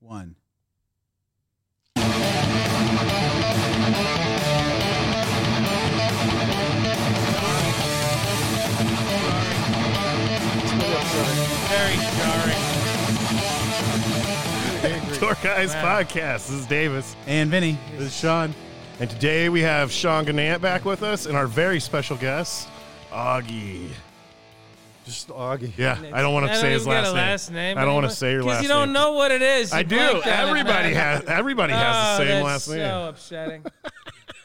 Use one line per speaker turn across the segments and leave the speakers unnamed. one.
Very jarring.
Dork Eyes
Wow.
Podcast. This is Davis.
And Vinny, this is Sean.
And today we have Sean Ganant back with us and our very special guest, Augie.
Just Augie.
Yeah, I don't want to
I
say
don't
his
even get
last
a
name.
last name.
I don't want to say your last
Because
name.
you don't know what it is. You
I do.
blanked on it,
Everybody
man.
has everybody
oh,
has the same
that's
last name.
So upsetting.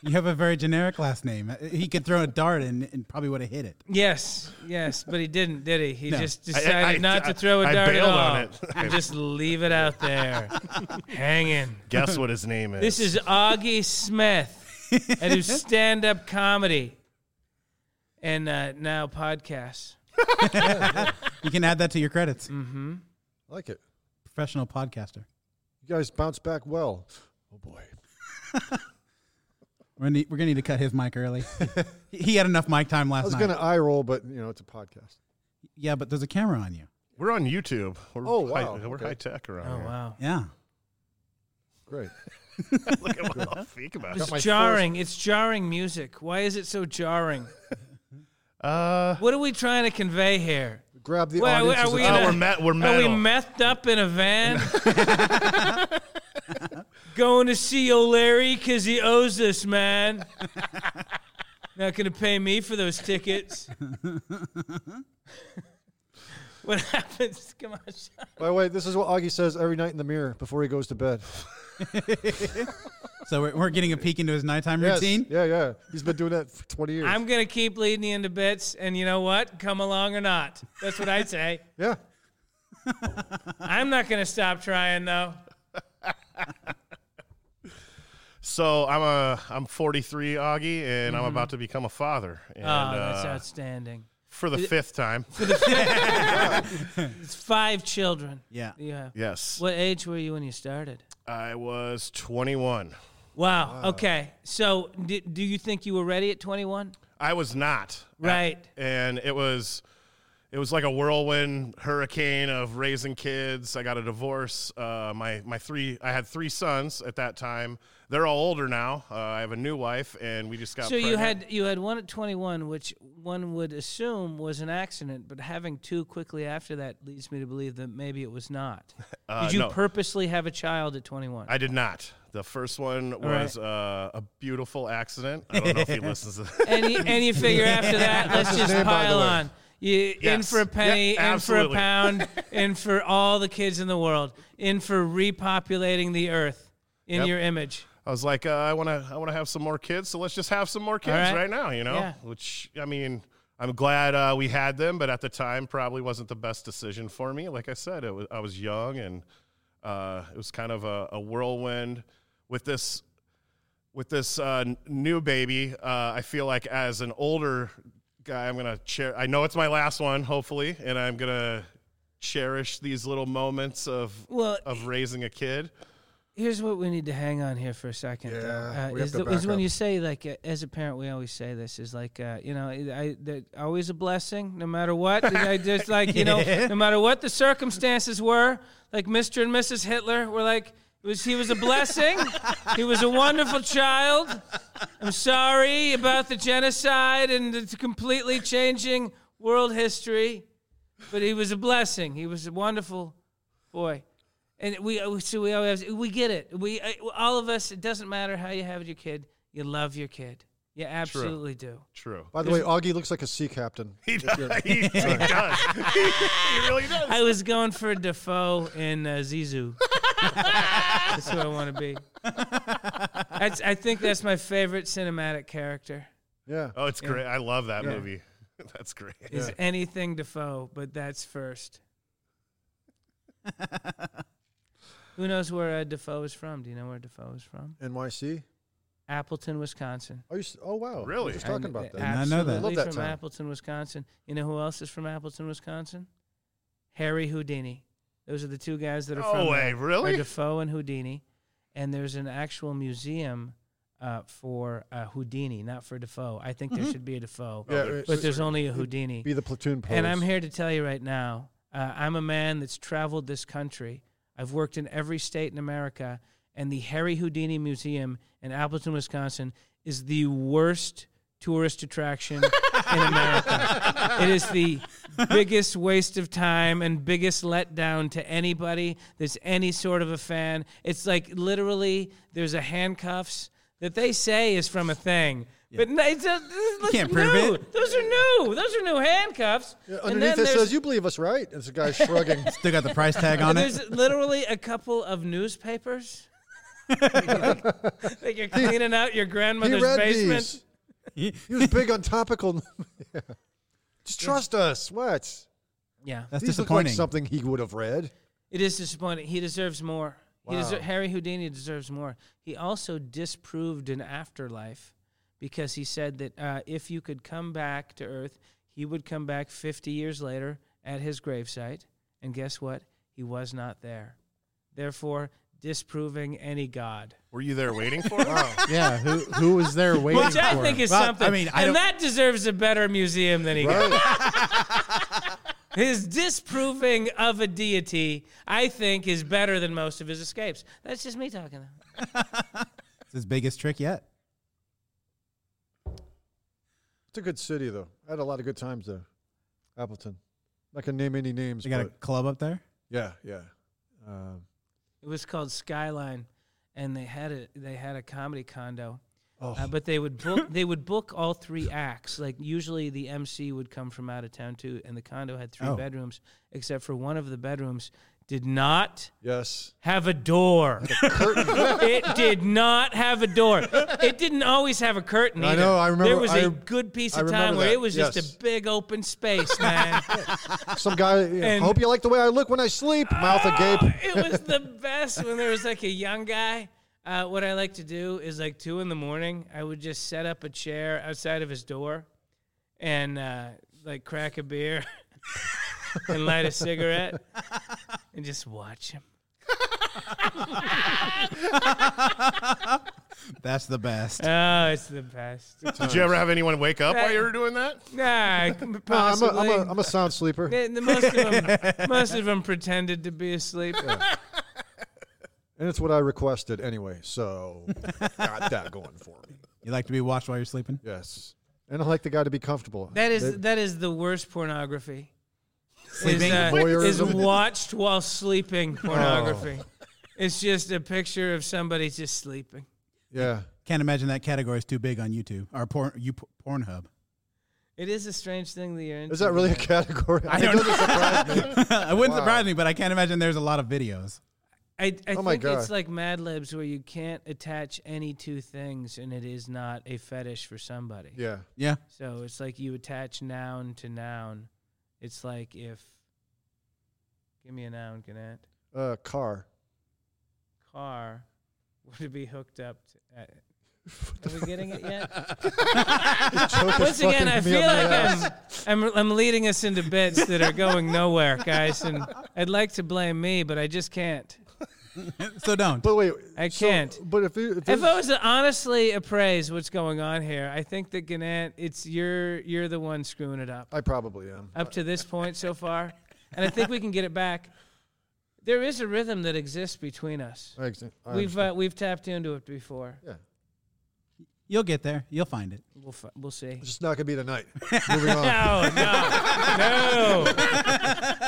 You have a very generic last name. He could throw a dart and, and probably would have hit it.
yes, yes, but he didn't, did he? He
No.
just
I-
decided
I-
not
I-
to throw a
I
dart
bailed
at all
on it.
and just leave it out there, hanging.
Guess what his name is.
This is Augie Smith at his stand-up comedy and uh, now podcasts.
You can add that to your credits.
I like it.
Professional podcaster.
You guys bounce back well. Oh boy.
We're gonna, need, we're gonna need to cut his mic early. he he had enough mic time
I
last
was
night.
gonna eye roll, but you know it's a podcast.
Yeah, but there's a camera on you.
we're on YouTube. We're
Oh,
high,
wow.
We're
Okay.
high tech around
Oh
here.
wow.
Yeah.
Great.
Look at what I'll think about.
It's
my
jarring. It's jarring music. Why is it so jarring?
Uh,
What are we trying to convey here?
Grab the
Well,
audience.
are we
oh,
gonna-
we're met. We're
Are we
metal.
methed up in a van? Going to see O'Leary because he owes us, man. Not going to pay me for those tickets. what happens? Come on, Sean.
By the way, this is what Augie says every night in the mirror before he goes to bed.
So we're, we're getting a peek into his nighttime
Yes.
routine.
Yeah, yeah. He's been doing that for 20 years.
I'm going to keep leading you into bits, and you know what? Come along or not. That's what I say.
yeah.
I'm not going to stop trying, though.
So I'm a I'm 43, Augie, and I'm about to become a father. And,
Mm-hmm. Oh, that's
uh,
outstanding.
for the fifth time.
It's five children.
Yeah.
You have.
Yes,
What age were you when you started?
I was 21.
Wow. Okay. So, do, do you think you were ready at 21?
I was not
Right.
and it was it was like a whirlwind hurricane of raising kids. I got a divorce. Uh, my my three I had three sons at that time. They're all older now. Uh, I have a new wife, and we just got.
so you
pregnant.
had you had one at 21, which one would assume was an accident, but having two quickly after that leads me to believe that maybe it was not. Did you
no.
purposely have a child at 21?
I did not. The first one
right.
was uh, a beautiful accident. I don't know if he listens to that.
and you, and you figure after that, let's
his
just
name, by the
pile
way.
on. You, In
Yes.
for a penny,
Yeah,
in for a
absolutely.
pound, in for all the kids in the world, in for repopulating the earth in
Yep.
your image.
I was like, uh, I want to, I want to have some more kids, so let's just have some more kids
right.
right. now, you know.
Yeah.
Which I mean, I'm glad uh, we had them, but at the time, probably wasn't the best decision for me. Like I said, it was, I was young, and uh, it was kind of a, a whirlwind with this with this uh, n- new baby, uh, I feel like as an older guy, I'm gonna cher- I know it's my last one, hopefully, and I'm gonna cherish these little moments of
Well,
of raising a kid.
here's what we need to hang on here for a second. though.
Yeah,
uh,
we have
is,
to
the- is
back
when
up.
you say like uh, as a parent, we always say this is like uh, you know, I, I they're always a blessing, no matter what. And I just like you know, no matter what the circumstances were, like Mr. and Mrs. Hitler were like. it Was, he was a blessing. he was a wonderful child. I'm sorry about the genocide and it's completely changing world history, but he was a blessing. He was a wonderful boy. And we uh, so we always we get it. We uh, all of us. It doesn't matter how you have your kid. You love your kid. You absolutely do.
True.
By the way, Augie looks like a sea captain.
He does. He, he does. He, he really does.
I was going for Defoe and uh, Zizou. that's who I want to be. That's, I think that's my favorite cinematic character.
Yeah.
Oh, it's great. I love that movie. That's great.
Is anything Defoe, but that's first. who knows where uh, Defoe is from? Do you know where Defoe is from?
NYC.
Appleton, Wisconsin.
Are you? s- Oh wow.
Really?
We're just talking
And
about
the-
that.
I know that.
absolutely
Love that
from
town.
Appleton, Wisconsin. You know who else is from Appleton, Wisconsin? Harry Houdini. Those are the two guys that are
No
from uh,
way,
there,
really?
are Defoe and Houdini. And there's an actual museum uh, for uh, Houdini, not for Defoe. I think there should be a Defoe,
Mm-hmm. Yeah.
Oh,
uh,
but there's only a Houdini.
be the platoon pose.
And I'm here to tell you right now, uh, I'm a man that's traveled this country. I've worked in every state in America, and the Harry Houdini Museum in Appleton, Wisconsin, is the worst tourist attraction in America. It is the biggest waste of time and biggest letdown to anybody that's any sort of a fan. It's like literally there's a handcuffs that they say is from a thing. But no, it's a, you
can't prove
new.
it.
Those are new. Those are new handcuffs. And then
Underneath it
there's-
says, "You believe us, right?" It's a guy shrugging.
Still got the price tag on it.
there's literally a couple of newspapers. like, like you're cleaning out your
he
grandmother's
read
basement.
these. He was big on topical. Yeah. Just trust us. What?
Yeah,
That's
These look like
disappointing.
something he would have read.
it is disappointing. He deserves more. He deser-
Wow.
Harry Houdini deserves more. He also disproved an afterlife because he said that uh, if you could come back to Earth, he would come back 50 years later at his gravesite. And guess what? He was not there. Therefore, disproving any god.
Were you there waiting for it?
Yeah, who who was there waiting
Which I
for
think
him?
is
Well,
something.
I mean, I
and
don't-
that deserves a better museum than he got.
Right.
His disproving of a deity, I think, is better than most of his escapes. That's just me talking.
It's his biggest trick yet.
It's a good city, though. I had a lot of good times there. Appleton. I can name any names.
They got a
but-
club up there.
yeah, yeah. Um,
It was called Skyline, and they had a they had a comedy condo.
oh,
Uh, but they would book they would book all three acts. Like usually the MC would come from out of town too, and the condo had three
Oh.
bedrooms, except for one of the bedrooms did not
yes.
have a door.
Curtain.
it did not have a door. It didn't always have a curtain.
I
either.
know, I remember-
There was a
I-
good piece
I
of time
remember
where
that,
it was
yes.
just a big open space, man.
Some guy. you know,
And-
hope you like the way I look when I sleep. Mouth
Oh,
agape.
it was the best when there was like a young guy. Uh, what I like to do is like two in the morning, I would just set up a chair outside of his door and uh, like crack a beer and light a cigarette and just watch him.
That's the best.
Oh, it's the best.
Did you ever have anyone wake up while you were doing that?
Nah,
No, I'm, a,
Ah, possibly.
I'm, a, I'm a sound sleeper.
Yeah, the most of them, most of them pretended to be asleep.
And it's what I requested anyway. So got that going for me.
You like to be watched while you're sleeping.
Yes. And I like the guy to be comfortable.
That is
They-
that is the worst pornography. Is, uh,
Sleeping?
is
Voyeurism?
watched while sleeping
Oh.
pornography. It's just a picture of somebody just sleeping.
yeah.
Can't imagine that category is too big on YouTube or porn, you, Pornhub.
It is a strange thing that you're into.
Is that really a
but-
category?
I don't
know.
it wouldn't
Wow.
surprise me, but I can't imagine there's a lot of videos.
I, I
Oh my
think it's
God.
like Mad Libs where you can't attach any two things and it is not a fetish for somebody.
Yeah.
Yeah,
So it's like you attach noun to noun. It's like if give me a noun, Gannett.
Uh, car.
car would be hooked up to. Uh, are we getting it yet?
Choke
Once
is
again,
fucking
I
me
feel
up the
like
ass.
I'm, I'm I'm leading us into bits that are going nowhere, guys, and I'd like to blame me, but I just can't.
so don't.
But wait,
I
so-
can't.
But if you, if,
If
if
I was to honestly appraise what's going on here, I think that Gannett, it's you're you're the one screwing it up
I probably am.
up to this point so far, and I think we can get it back. There is a rhythm that exists between us.
I, ex- I
We've
understand.
uh, we've tapped into it before.
yeah.
You'll get there. You'll find it.
We'll fi- we'll see.
It's just not gonna be tonight. Moving on.
No, no, no.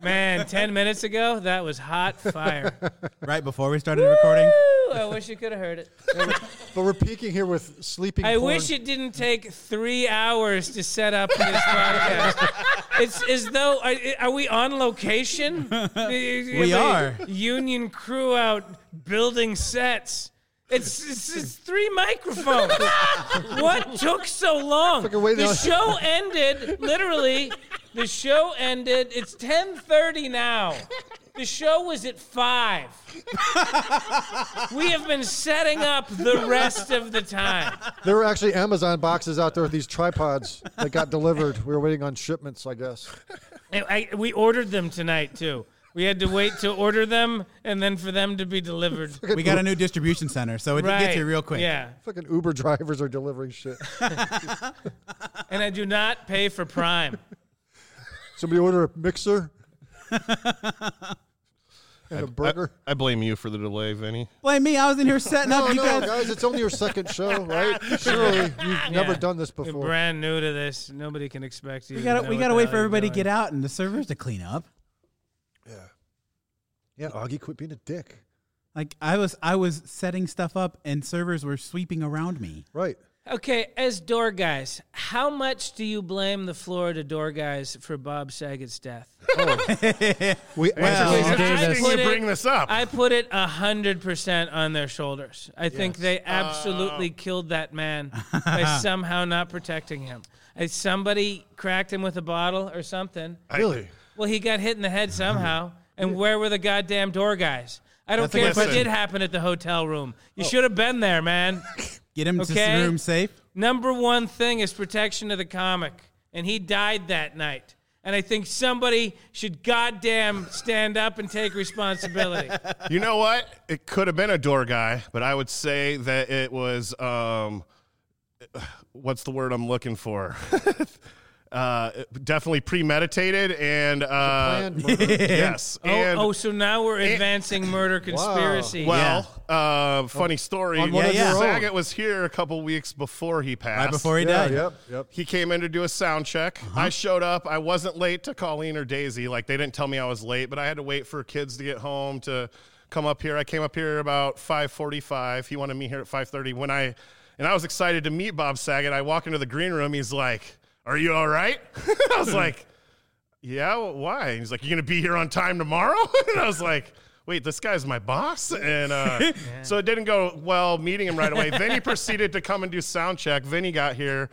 Man, 10 minutes ago, that was hot fire.
Right before we started recording,
Woo! I wish you could have heard it.
But we're peaking here with sleeping.
I
porn.
wish it didn't take three hours to set up this podcast. It's as though are, are we on location? we
are.
Union crew out building sets. It's, it's, it's three microphones. what took so long?
Fucking waiting
The
on-
show ended literally. The show ended. It's ten thirty now. The show was at five. we have been setting up the rest of the time.
There were actually Amazon boxes out there with these tripods that got delivered. We were waiting on shipments, I guess.
And I, we ordered them tonight too. We had to wait to order them and then for them to be delivered.
we got a new distribution center, so it
Right.
gets here real quick.
Yeah.
Fucking Uber drivers are delivering shit.
And I do not pay for Prime.
Somebody order a mixer. and a burger.
I blame you for the delay, Vinny.
Blame me. I was in here setting
No,
up. You
no,
guys.
guys. it's only your second show, right? Surely you've never done this
You're
before.
brand new to this. Nobody can expect you.
We gotta, we gotta wait for everybody to get out and the servers to clean up.
yeah, yeah. Augie, quit being a dick.
Like I was, I was setting stuff up, and servers were sweeping around me.
Right.
Okay, as door guys, how much do you blame the Florida door guys for Bob Saget's death?
We
Well-
actually,
James
Interesting
Oh, Davis.
you bring this up.
I put it hundred percent on their shoulders. I think they absolutely killed that man by somehow not protecting him. Uh, Somebody cracked him with a bottle or something.
really.
Well, he got hit in the head somehow. And where were the goddamn door guys? I don't care if it
question. Oh.
did happen at the hotel room. You should have been there, man.
Get him to
Okay.
the room safe.
Number one thing is protection of the comic, and he died that night. And I think somebody should goddamn stand up and take responsibility.
you know what? It could have been a door guy, but I would say that it was um, what's the word I'm looking for? uh, definitely premeditated and uh,
Planned murder.
yes.
oh,
and
oh, so now we're advancing murder conspiracy.
well, uh, funny story.
On one
of Yeah, your yeah.
Saget was here a couple weeks before he passed.
Right before he Uh-huh.
yeah.
died.
Yep. Yep.
He came in to do a sound check. I showed up. I wasn't late to Colleen or Daisy. Like they didn't tell me I was late, but I had to wait for kids to get home to come up here. I came up here about 5:45. He wanted me here at 5:30. When I and I was excited to meet Bob Saget. I walk into the green room. He's like, "Are you all right?" I
Hmm.
was like, "Yeah, wh- why?" And he's like, "You gonna be here on time tomorrow?" and I was like. Wait, this guy's my boss, and uh, so it didn't go well meeting him right away. Vinny proceeded to come and do sound check. Vinny got here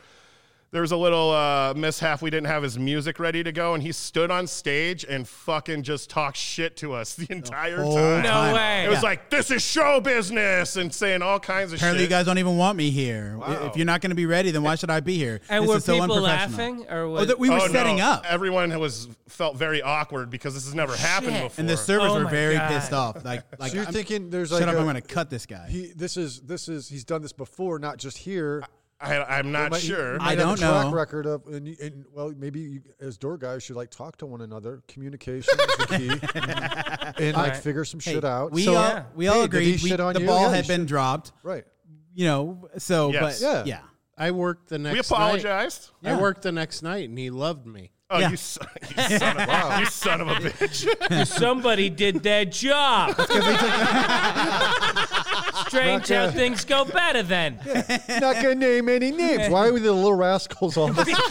there was a little uh, mishap. We didn't have his music ready to go, and he stood on stage and fucking just talked shit to us the entire
whole
time.
No
time.
way.
It was like this is show business and saying all kinds of
Apparently,
shit.
you guys don't even want me here. If you're not going to be ready, then why should I be here?
and
This
were
is so
people
unprofessional.
laughing? Or
Oh,
was,
that we were
Oh, no.
setting up,
Everyone was felt very awkward because this has never happened before.
and the servers
Oh
were
my
very
God.
pissed off. Like, like
So you're
I'm-
thinking there's
shut
like
up!
a-
I'm going to cut this guy.
He. This is. This is. He's done this before, not just here.
I, I'm not
might-
sure.
You
I
might have a
don't
track
know.
record of, and, you- and well, maybe you, as door guys should like talk to one another. Communication is the key, and like
Right.
figure some shit
Hey,
out.
We
So-
all
yeah.
we all
Hey, did he
agreed we-
shit on
the
you?
ball
Yeah, he
had been dropped.
right.
You know, so
Yes.
but yeah.
Yeah.
I worked the next.
we
Night.
apologized.
I worked the next night, and he loved me.
Oh,
Yeah.
you, son, you, son of, you son of a bitch!
somebody did their job. Strange how things go better then.
Not gonna name any names. Why are we the little rascals on this?
Because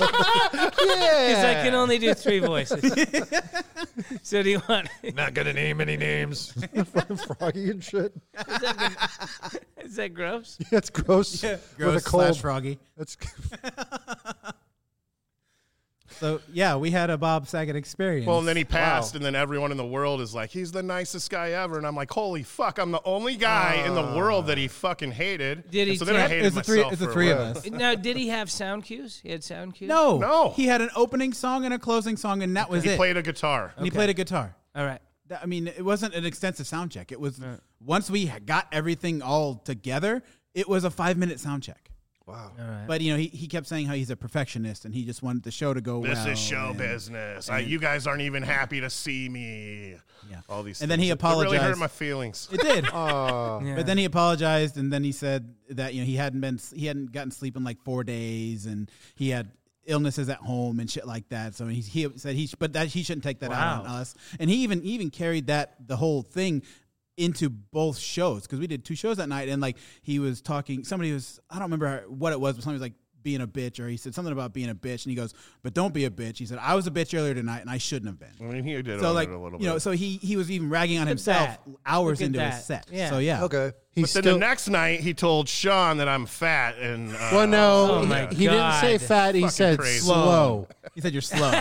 yeah.
I can only do three voices. so do you want?
Not gonna name any names. Froggy and shit.
Is that gross?
That's gross.
gross
With a cold.
slash froggy.
That's
So yeah, we had a Bob Saget experience.
Well, and then he passed, and then everyone in the world is like, "He's the nicest guy ever," and I'm like, "Holy fuck! I'm the only guy in the world that he fucking hated."
Did he
So then I
tap-
hated
it's the three.
myself
It's the
for
three of
while.
us.
Now, did he have sound cues? He had sound cues.
No,
No.
He had an opening song and a closing song, and that was
He
it.
played a guitar.
and he played a guitar.
All right.
That- I mean, it wasn't an extensive sound check. It was once we ha- got everything all together, it was a five minute sound check.
wow.
But you know, he, he kept saying how he's a perfectionist and he just wanted the show to go
This
well.
is show
and-
business. I, you guys aren't even happy to see me.
Yeah.
All these.
And then
things.
he
It really hurt
apologized.
my feelings.
It did.
uh,
Yeah.
But then he apologized, and then he said that you know he hadn't been he hadn't gotten sleep in like four days, and he had illnesses at home and shit like that. So he, he said he sh- but that he shouldn't take that out on
Wow.
us. And he even even carried that the whole thing into both shows because we did two shows that night, and like he was talking. Somebody was I don't remember what it was, but somebody was like being a bitch, or he said something about being a bitch, and he goes, "But don't be a bitch." He said, "I was a bitch earlier tonight, and I shouldn't have been."
I mean, he did
So
own
like
it Mm. a little
you know,
bit.
so he he was even ragging on
at
himself
that.
hours
Look at
into
that.
his set.
Yeah.
So yeah,
Okay.
He
but then
still-
the next night, he told Sean that I'm fat, and uh,
Well, no,
Oh my
he didn't say
God.
fat. He
Fucking
said
crazy.
slow.
He said you're slow.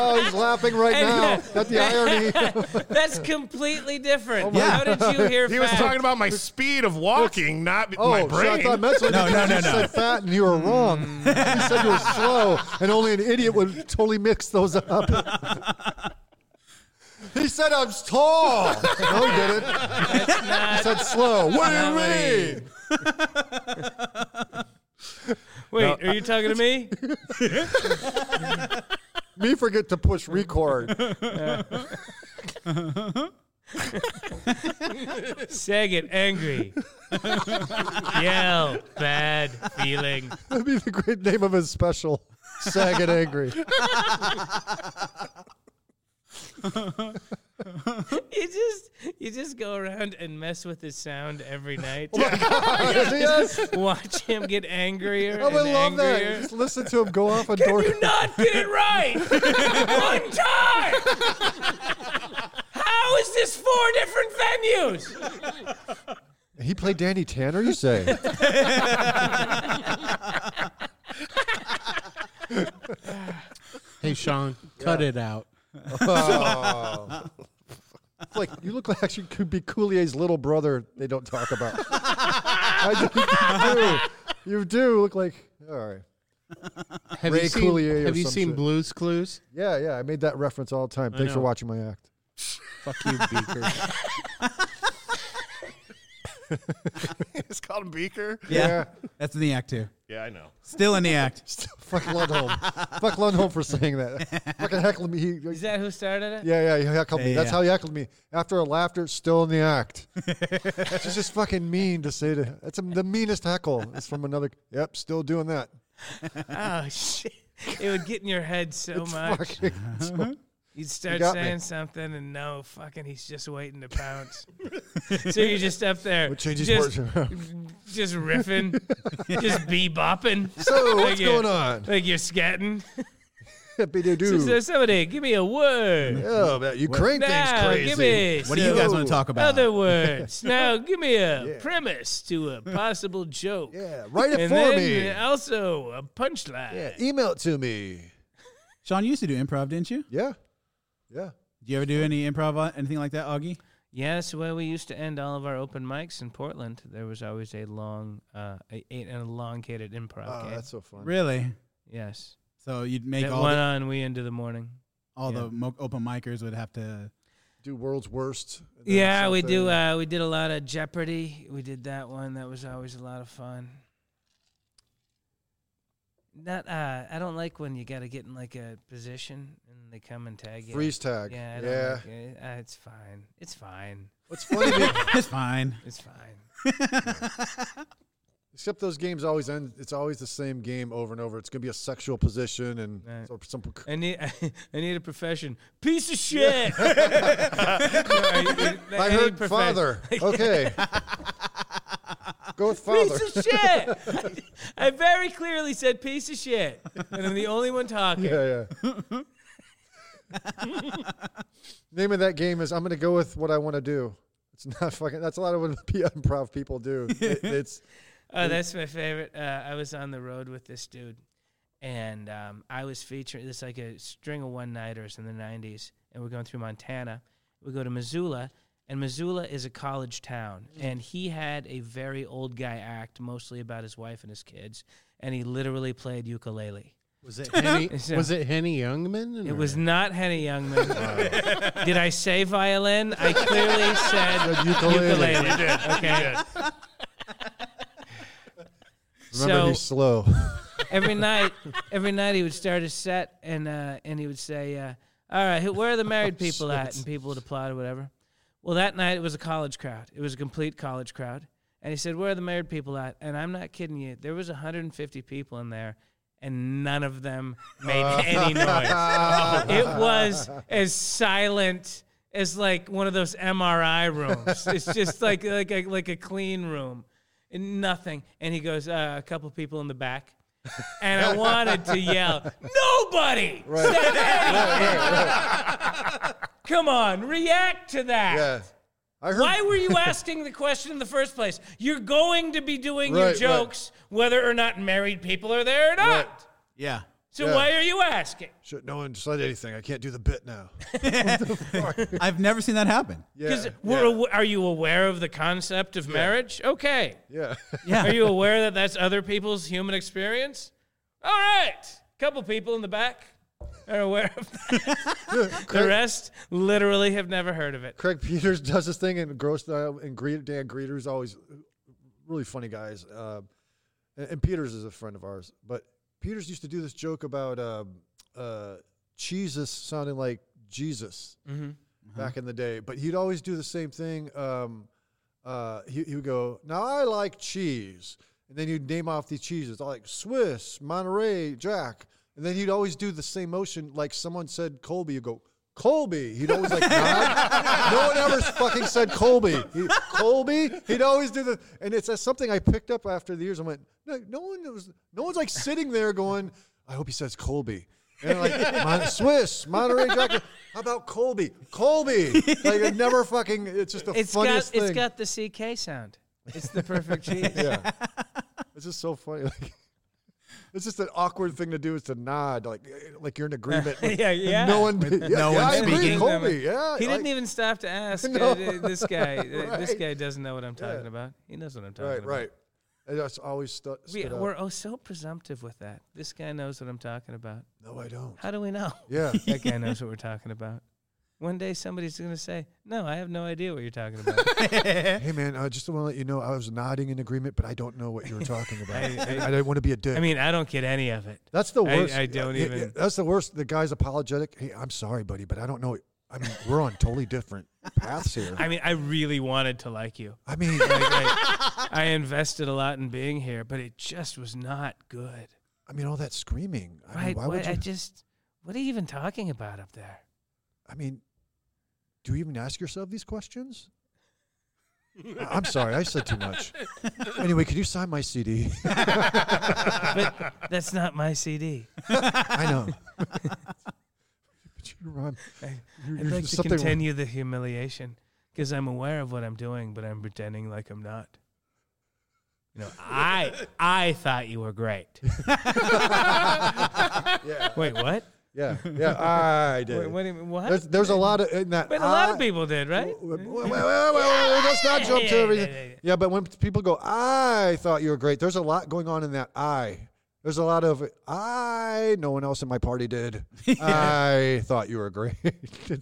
Oh, he's laughing right now at the irony.
That's completely different.
my
How did you hear?
he was
fat?
talking about my speed of walking, not
Oh,
my
so I
brain.
thought mentally
No,
no, no,
no,
you
no, no.
said fat and you were wrong. you said you were slow, and only an idiot would totally mix those up. he said I'm tall. No, he didn't. he said slow. What do you mean?
Wait, are you talking to me?
me forget to push record.
Saget angry. Yell, bad feeling.
That'd be the great name of his special. Sag and angry.
You just you just go around and mess with his sound every night.
yes. Oh,
Watch him get angrier.
I would
and
love that.
angrier.
Just listen to him go off a door.
you not get it right one time? How is this four different venues?
He played Danny Tanner, you say?
Hey, Sean, cut it out.
It's like you look like actually could be Coulier's little brother. They don't talk about. I think you do. You do look like. All right.
Have
Ray
you seen,
Coulier or
have you
some
seen
shit.
Blues Clues?
Yeah, yeah. I made that reference all the time. Thanks for
know.
watching my act.
Fuck you, Beaker.
it's called a beaker.
Yeah.
That's in the act too.
Yeah, I know.
Still in the act.
Fuck Lundholm. Fuck Lundholm for saying that. Fucking heckled me. He,
Is that who started it?
yeah, yeah, he heckled me.
Yeah,
That's
yeah.
how he heckled me. After a laughter, still in the act. It's just fucking mean to say to. That's the meanest heckle. It's from another. Yep, still doing that.
Oh shit! It would get in your head so much.
Fucking,
You'd start
got me.
saying something, and no, fucking, he's just waiting to pounce. so you're just up there,
change his
just,
words
just riffing, just bebopping.
so
Like
what's
you-
going on?
Like you're scatting. So- so
Bidu-doo.
somebody, give me a word.
Oh, that Ukraine thing's
Now,
crazy.
give me
What do you guys
So-
want to talk about?
other words. now, give me a premise to a possible joke.
Yeah, write it
And
for
then
me.
also a punchline.
Yeah, email it to me.
Sean, you used to do improv, didn't you?
Yeah, yeah.
Do you ever do any improv, uh, anything like that, Augie?
Yes, well, we used to end all of our open mics in Portland. There was always a long, uh, a, a- an elongated improv
Oh,
game.
that's so fun.
Really?
yes,
So you'd make
that
all
went
the,
on way into the morning.
all
yeah.
the mo- open micers would have to.
Do world's worst. and then
Yeah, we
something.
do. Uh, we did a lot of Jeopardy. We did that one. That was always a lot of fun. Not, uh, I don't like when you got to get in like a position and they come and tag you.
Freeze tag.
Yeah, I
Yeah.
don't like it. Uh, it's fine. It's fine.
What's funny, be-
it's fine.
It's fine.
except those games always end. It's always the same game over and over. It's gonna be a sexual position and
Right.
so- some.
I need I, need a profession. Piece of shit. No, I, I-
I
I need
heard
profe-
father. Okay. Go with father.
Piece of shit. I very clearly said piece of shit, and I'm the only one talking.
Yeah, yeah. Name of that game is I'm going to go with what I want to do. It's not fucking. That's a lot of what P- improv people do. It- it's
Oh, that's my favorite. Uh, I was on the road with this dude, and um, I was featuring this like a string of one nighters in the '90s, and we're going through Montana. We go to Missoula, and Missoula is a college town, and he had a very old guy act, mostly about his wife and his kids, and he literally played ukulele.
Was it Henny?
It's, uh,
was it Henny Youngman?
It was not Henny Youngman. Did I say violin? I clearly said
ukulele.
ukulele. Okay.
Yeah.
Remember,
so
he's slow.
every night, every night he would start his set and uh, and he would say, uh, "All right, who- where are the married people at?" And people would applaud or whatever. Well, that night it was a college crowd. It was a complete college crowd. And he said, "Where are the married people at?" And I'm not kidding you. There was 150 people in there, and none of them made any noise. it was as silent as like one of those MRI rooms. It's just like like a, like a clean room, and nothing. And he goes, uh, a couple people in the back, and I wanted to yell, nobody said anything. Come on, react to that.
Yeah. I heard.
Why were you asking the question in the first place? You're going to be doing
Right,
your
right.
jokes whether or not married people are there or not.
Yeah.
So
Yeah.
why are you asking?
Shit, no one said anything. I can't do the bit now.
I've never seen that happen.
Because
Yeah.
we're aw- are you aware of the concept of marriage? Okay.
Yeah.
Yeah.
Are you aware that that's other people's human experience? All right. Couple people in the back are aware of that. the rest literally have never heard of it.
Craig Peters does this thing, and Gross uh, and Gre- Dan Greeter's always really funny guys. Uh, and, and Peters is a friend of ours, but Peters used to do this joke about um uh, Jesus sounding like Jesus back in the day. But he'd always do the same thing. Um, uh, he, he would go, Now I like cheese. And then he'd name off the cheeses, I like Swiss, Monterey, Jack. And then he'd always do the same motion, like someone said Colby. You go, Colby. He'd always like, nod. no one ever fucking said Colby. He, Colby. He'd always do the, and it's uh, something I picked up after the years. I went, no, no one was, no one's like sitting there going, I hope he says Colby. And like Mon- Swiss, Monterey Jack. How about Colby? Colby. Like it never fucking. It's just the
It's
funniest
got it's
thing.
got the CK sound. It's the perfect cheese.
yeah. It's just so funny. Like, it's just an awkward thing to do is to nod, like eh, like you're in agreement. with-
Yeah, yeah.
No one, yeah,
no
yeah,
one
I agree,
speaking.
Colby, yeah.
He didn't
like-
even stop to ask.
No.
uh, this guy, uh, this
Right.
guy doesn't know what I'm talking about. He knows what I'm talking
Right,
about.
right. And That's always stu-
We,
stood out.
we're oh so presumptive with that. This guy knows what I'm talking about.
No, I don't.
How do we know?
Yeah.
That guy knows what we're talking about. One day somebody's going to say, "No, I have no idea what you're talking about."
hey, man, I just want to let you know I was nodding in agreement, but I don't know what you were talking about. I, I, don't want to be a dick.
I mean, I don't get any of it.
that's the
I-
worst.
I don't
Yeah, yeah,
even-
That's the worst. The guy's apologetic. Hey, I'm sorry, buddy, but I don't know. I mean, we're on totally different paths here.
I mean, I really wanted to like you.
I mean, like,
I, I invested a lot in being here, but it just was not good.
I mean, all that screaming. I mean,
Right?
why
What-
would you?
I just, what are you even talking about up there?
I mean, do you even ask yourself these questions? I- I'm sorry, I said too much. Anyway, can you sign my CD?
But that's not my CD.
I know. but you rhyme. You're,
I'd
you're
like to
something-
continue the humiliation because I'm aware of what I'm doing, but I'm pretending like I'm not. You know, I I thought you were great.
Yeah,
Wait, what?
yeah, yeah. I did.
Wait, what? do you mean- What?
There's, there's a lot of in that.
Wait, a lot of
I-
people did, right?
Well, well, well, well, well, let's not jump to
Hmm? yeah,
everything.
yeah,
Yeah,
yeah.
but when people go, I thought you were great, there's a lot going on in that I. There's a lot of I, no one else in my party did. I thought you were great. it's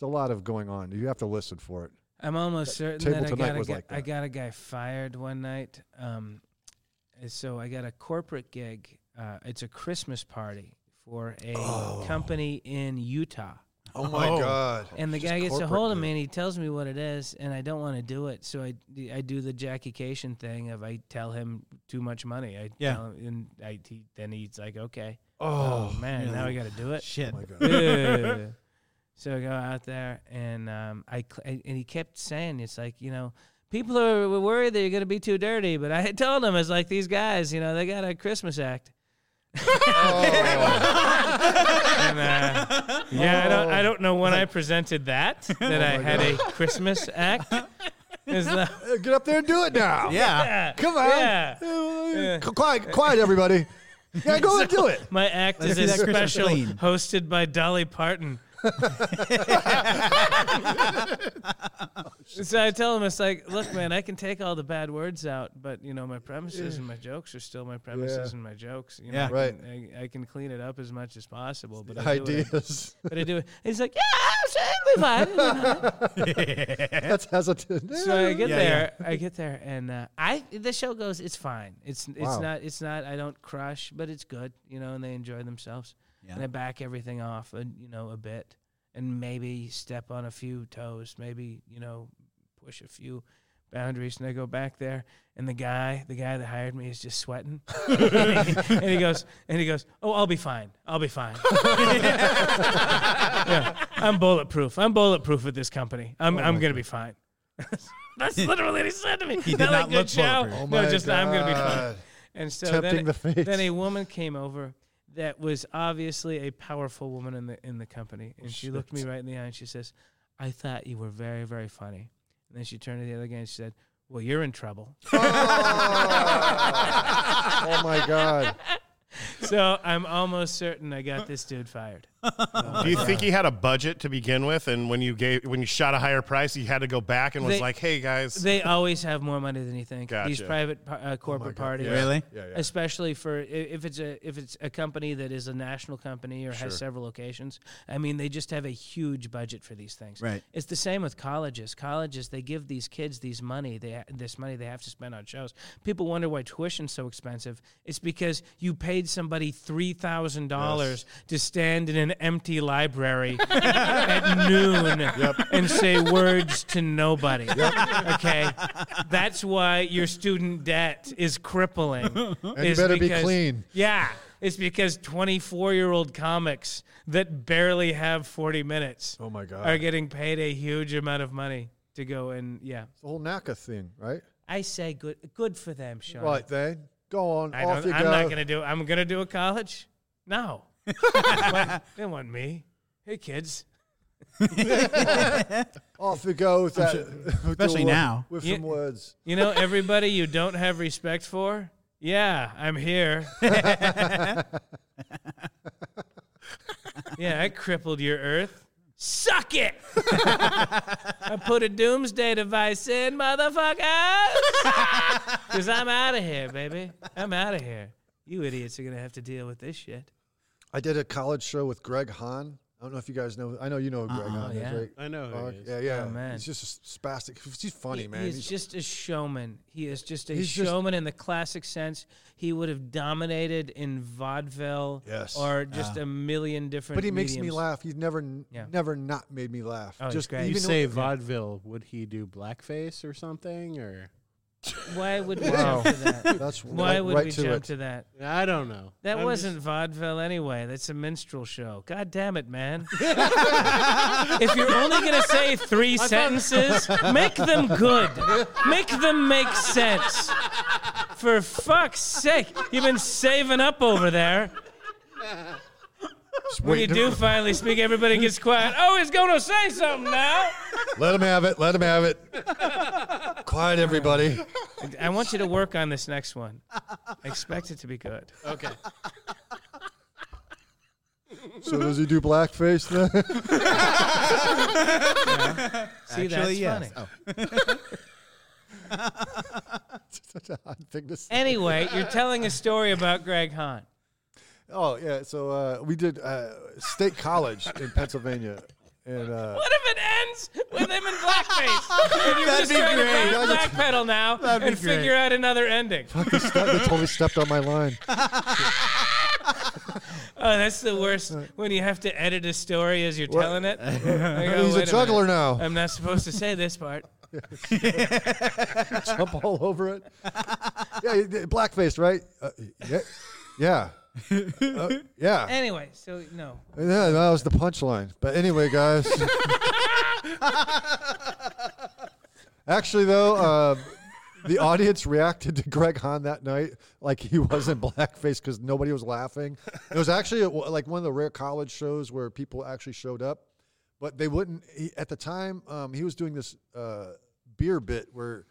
a lot of going on. You have to listen for it.
I'm almost certain
table
that I
tonight
got, a
was
guy,
like
I
that.
got a guy fired one night. Um, and so I got a corporate gig. Uh, it's a Christmas party for a company in Utah.
Oh my God.
And the guy gets a hold of me and he tells me what it is, and I don't want to do it. So I, I do the Jackie Cation thing of I tell him too much money. I
Yeah.
tell him, and I, he, then he's like, okay,
Oh,
man, now I got to do it.
Shit.
my God.
Ugh. so I go out there and um, I cl- and and he kept saying it's like you know people are worried that you're gonna be too dirty, but I had told him it's like these guys you know they got a Christmas act.
Oh.
And, uh, yeah, I
Oh.
don't I don't know when I presented that that I had a Christmas act. It's like,
Uh, Get up there and do it now.
Yeah.
Come on.
Yeah.
Uh,
Yeah.
Quiet, quiet, everybody. Yeah, go and do it.
My act
Let's do
is a
that Christmas
special
clean.
hosted by Dolly Parton. so I tell him, it's like, look, man, I can take all the bad words out, but you know, my premises and my jokes are still my premises
Yeah.
and my jokes. You know,
Yeah.
I
Right.
Can, I, I can clean it up as much as possible, but I do what I-
Ideas.
but I do it. He's like, yeah, absolutely fine. it'll be fine."
That's hesitant.
So I get
Yeah,
there, I get there, and uh, I the show goes. It's fine. It's it's
Wow.
not it's not. I don't crush, but it's good, you know. And they enjoy themselves, and I back everything off, and you know, a bit, and maybe step on a few toes, maybe you know, push a few boundaries, and I go back there, and the guy, the guy that hired me, is just sweating, and he goes, and he goes, oh, I'll be fine, I'll be fine. Yeah, I'm bulletproof. I'm bulletproof with this company. I'm I'm gonna be fine. That's literally what he said to me. He
did not
good
look
show.
bulletproof.
Oh
no,
my
just I'm gonna be fine.
God.
And so
Tempting
then,
the fate.
then a woman came over that was obviously a powerful woman in the in the company, and she looked me right in the eye and she says, "I thought you were very very funny." And then she turned to the other guy and she said, "Well, you're in trouble."
oh my god. Oh
so I'm almost certain I got this dude fired.
Do you think he had a budget to begin with, and when you gave when you shot a higher price, he had to go back and was
They-
like, "Hey guys,
They always have more money than you think. These
Gotcha.
private par- uh, corporate parties,
Really?
Oh Yeah, yeah.
especially for i- if it's a if it's a company that is a national company or has several locations. I mean, they just have a huge budget for these things.
Right.
It's the same with colleges. Colleges they give these kids these money they ha- this money they have to spend on shows. People wonder why tuition's so expensive. It's because you paid somebody three thousand dollars to stand in an empty library at noon and say words to nobody. Okay, that's why your student debt is crippling. And
you better be clean.
Yeah. It's because 24 year old comics that barely have 40 minutes
Oh my god.
are getting paid a huge amount of money to go and yeah.
The whole NACA thing, right?
I say good good for them, Sean.
Right then. Go on.
I
off
don't,
you
I'm
go.
not gonna do. I'm gonna do a college. No, they don't want me. Hey kids,
off you go with that. with the
especially
word-
now.
With
Yeah.
some words.
you know everybody you don't have respect for. Yeah, I'm here. yeah, I crippled your Earth. Suck it! I put a doomsday device in, motherfuckers! Because I'm out of here, baby. I'm out of here. You idiots are gonna have to deal with this shit.
I did a college show with Greg Hahn. I don't know if you guys know. I know you know who Greg Hahn. is,
Uh-uh, yeah.
right?
I know who he
Fuck,
is.
Yeah, yeah.
Oh, man.
He's just a spastic. He's funny,
He-
man.
He's,
He's-
just a showman. He is just a
He's just-
showman in the classic sense. He would have dominated in vaudeville
Yes.
or just a million different
but he makes me
mediums.
laugh. He's never,
Yeah.
never not made me laugh.
Oh, he's
just
great.
You
even
say vaudeville, would he do blackface or something? Or
Why would we
Wow.
jump to that?
That's
Why
right,
would
right
we
to
jump
it.
to that?
I don't know.
That
I'm
wasn't
just-
vaudeville anyway. That's a minstrel show. God damn it, man. if you're only going to say three sentences, make them good. Make them make sense. For fuck's sake. You've been saving up over there. When you do finally speak, everybody gets quiet. Oh, he's going to say something now.
Let him have it. Let him have it. Quiet, everybody.
I want you to work on this next one. I expect it to be good.
Okay.
So does he do blackface then?
See, that's
Actually, yes. Oh.
funny.
Such a odd thing to say.
Anyway, you're telling a story about Greg Hahn.
Oh yeah, so uh, we did uh, State College in Pennsylvania, and uh,
What if it ends with him in blackface? and you're
That'd
just
be
trying
great.
to find
That'd
black pedal now and
be great.
figure out another ending. Oh,
they, ste- they totally stepped on my line.
Oh, that's the worst when you have to edit a story as you're telling it. Like, oh,
He's
wait
a
minute.
juggler now.
I'm not supposed to say this part.
Jump all over it. Yeah, he did blackface, right? Uh, yeah, yeah, Uh, yeah.
Anyway, so no.
Yeah, that was the punchline. But anyway, guys. Actually, though, uh, the audience reacted to Greg Hahn that night like he was in blackface because nobody was laughing. It was actually uh, like one of the rare college shows where people actually showed up, but they wouldn't. He, at the time, um, he was doing this uh, beer bit where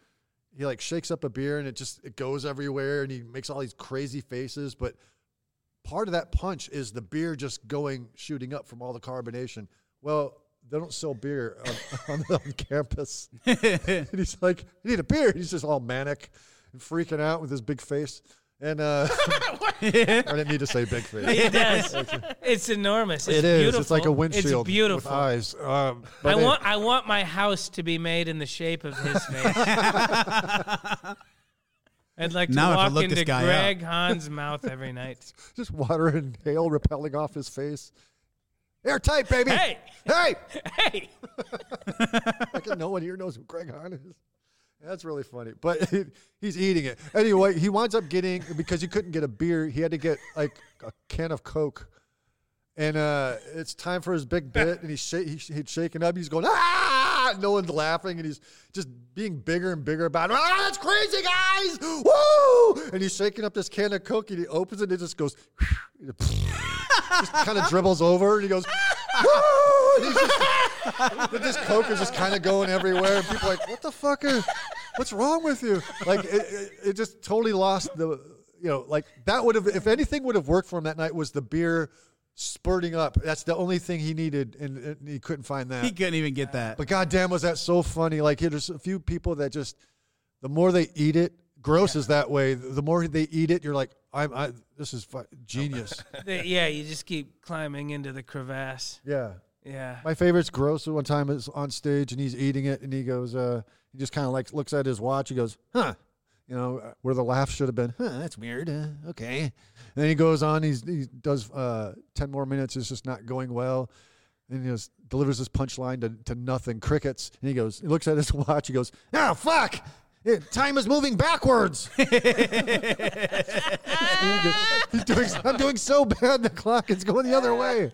he like shakes up a beer and it just it goes everywhere and he makes all these crazy faces, but part of that punch is the beer just going shooting up from all the carbonation. Well, they don't sell beer on, on, on campus. and he's like, I need a beer. He's just all manic and freaking out with his big face. And uh, I didn't need to say big face.
It does. It's enormous. It's
It is.
Beautiful.
It's like a windshield
It's beautiful.
with eyes. Um, but
I
it-
want. I want my house to be made in the shape of his face. I'd like to
Now I have to
walk
look this
into
guy up.
Greg Hahn's mouth every night.
just water and hail repelling off his face. Airtight, baby.
Hey!
Hey!
Hey,
Fucking no one here knows who Greg Hahn is. That's really funny, but he's eating it anyway. He winds up getting because he couldn't get a beer. He had to get like a can of Coke, and uh, it's time for his big bit. And he's sh- he sh- he's shaking up. He's going ah! No one's laughing, and he's just being bigger and bigger about it. ah! That's crazy, guys! Woo! And he's shaking up this can of Coke, and he opens it. and It just goes, just kind of dribbles over, and he goes. Woo! And he's just but this coke is just kind of going everywhere, and people are like, "What the fuck? Are, what's wrong with you?" Like, it, it, it just totally lost the, you know, like that would have, if anything, would have worked for him that night was the beer spurting up. That's the only thing he needed, and, and he couldn't find that.
He couldn't even get that.
But goddamn, was that so funny? Like it- there's a few people that just the more they eat it, gross is that way. The more they eat it, you're like, I'm. I, this is fu- genius.
They- yeah, you just keep climbing into the crevasse.
yeah.
Yeah.
My favorite's gross. One time is on stage and he's eating it and he goes, uh, he just kind of like looks at his watch. He goes, huh. You know, uh, where the laugh should have been, huh, that's weird. Uh, okay. And then he goes on, he's, he does uh, 10 more minutes. It's just not going well. And he just delivers this punchline to, to nothing, crickets. And he goes, he looks at his watch. He goes, ah, fuck. It, time is moving backwards. And he goes, "He's doing- I'm doing so bad. The clock is going the other way.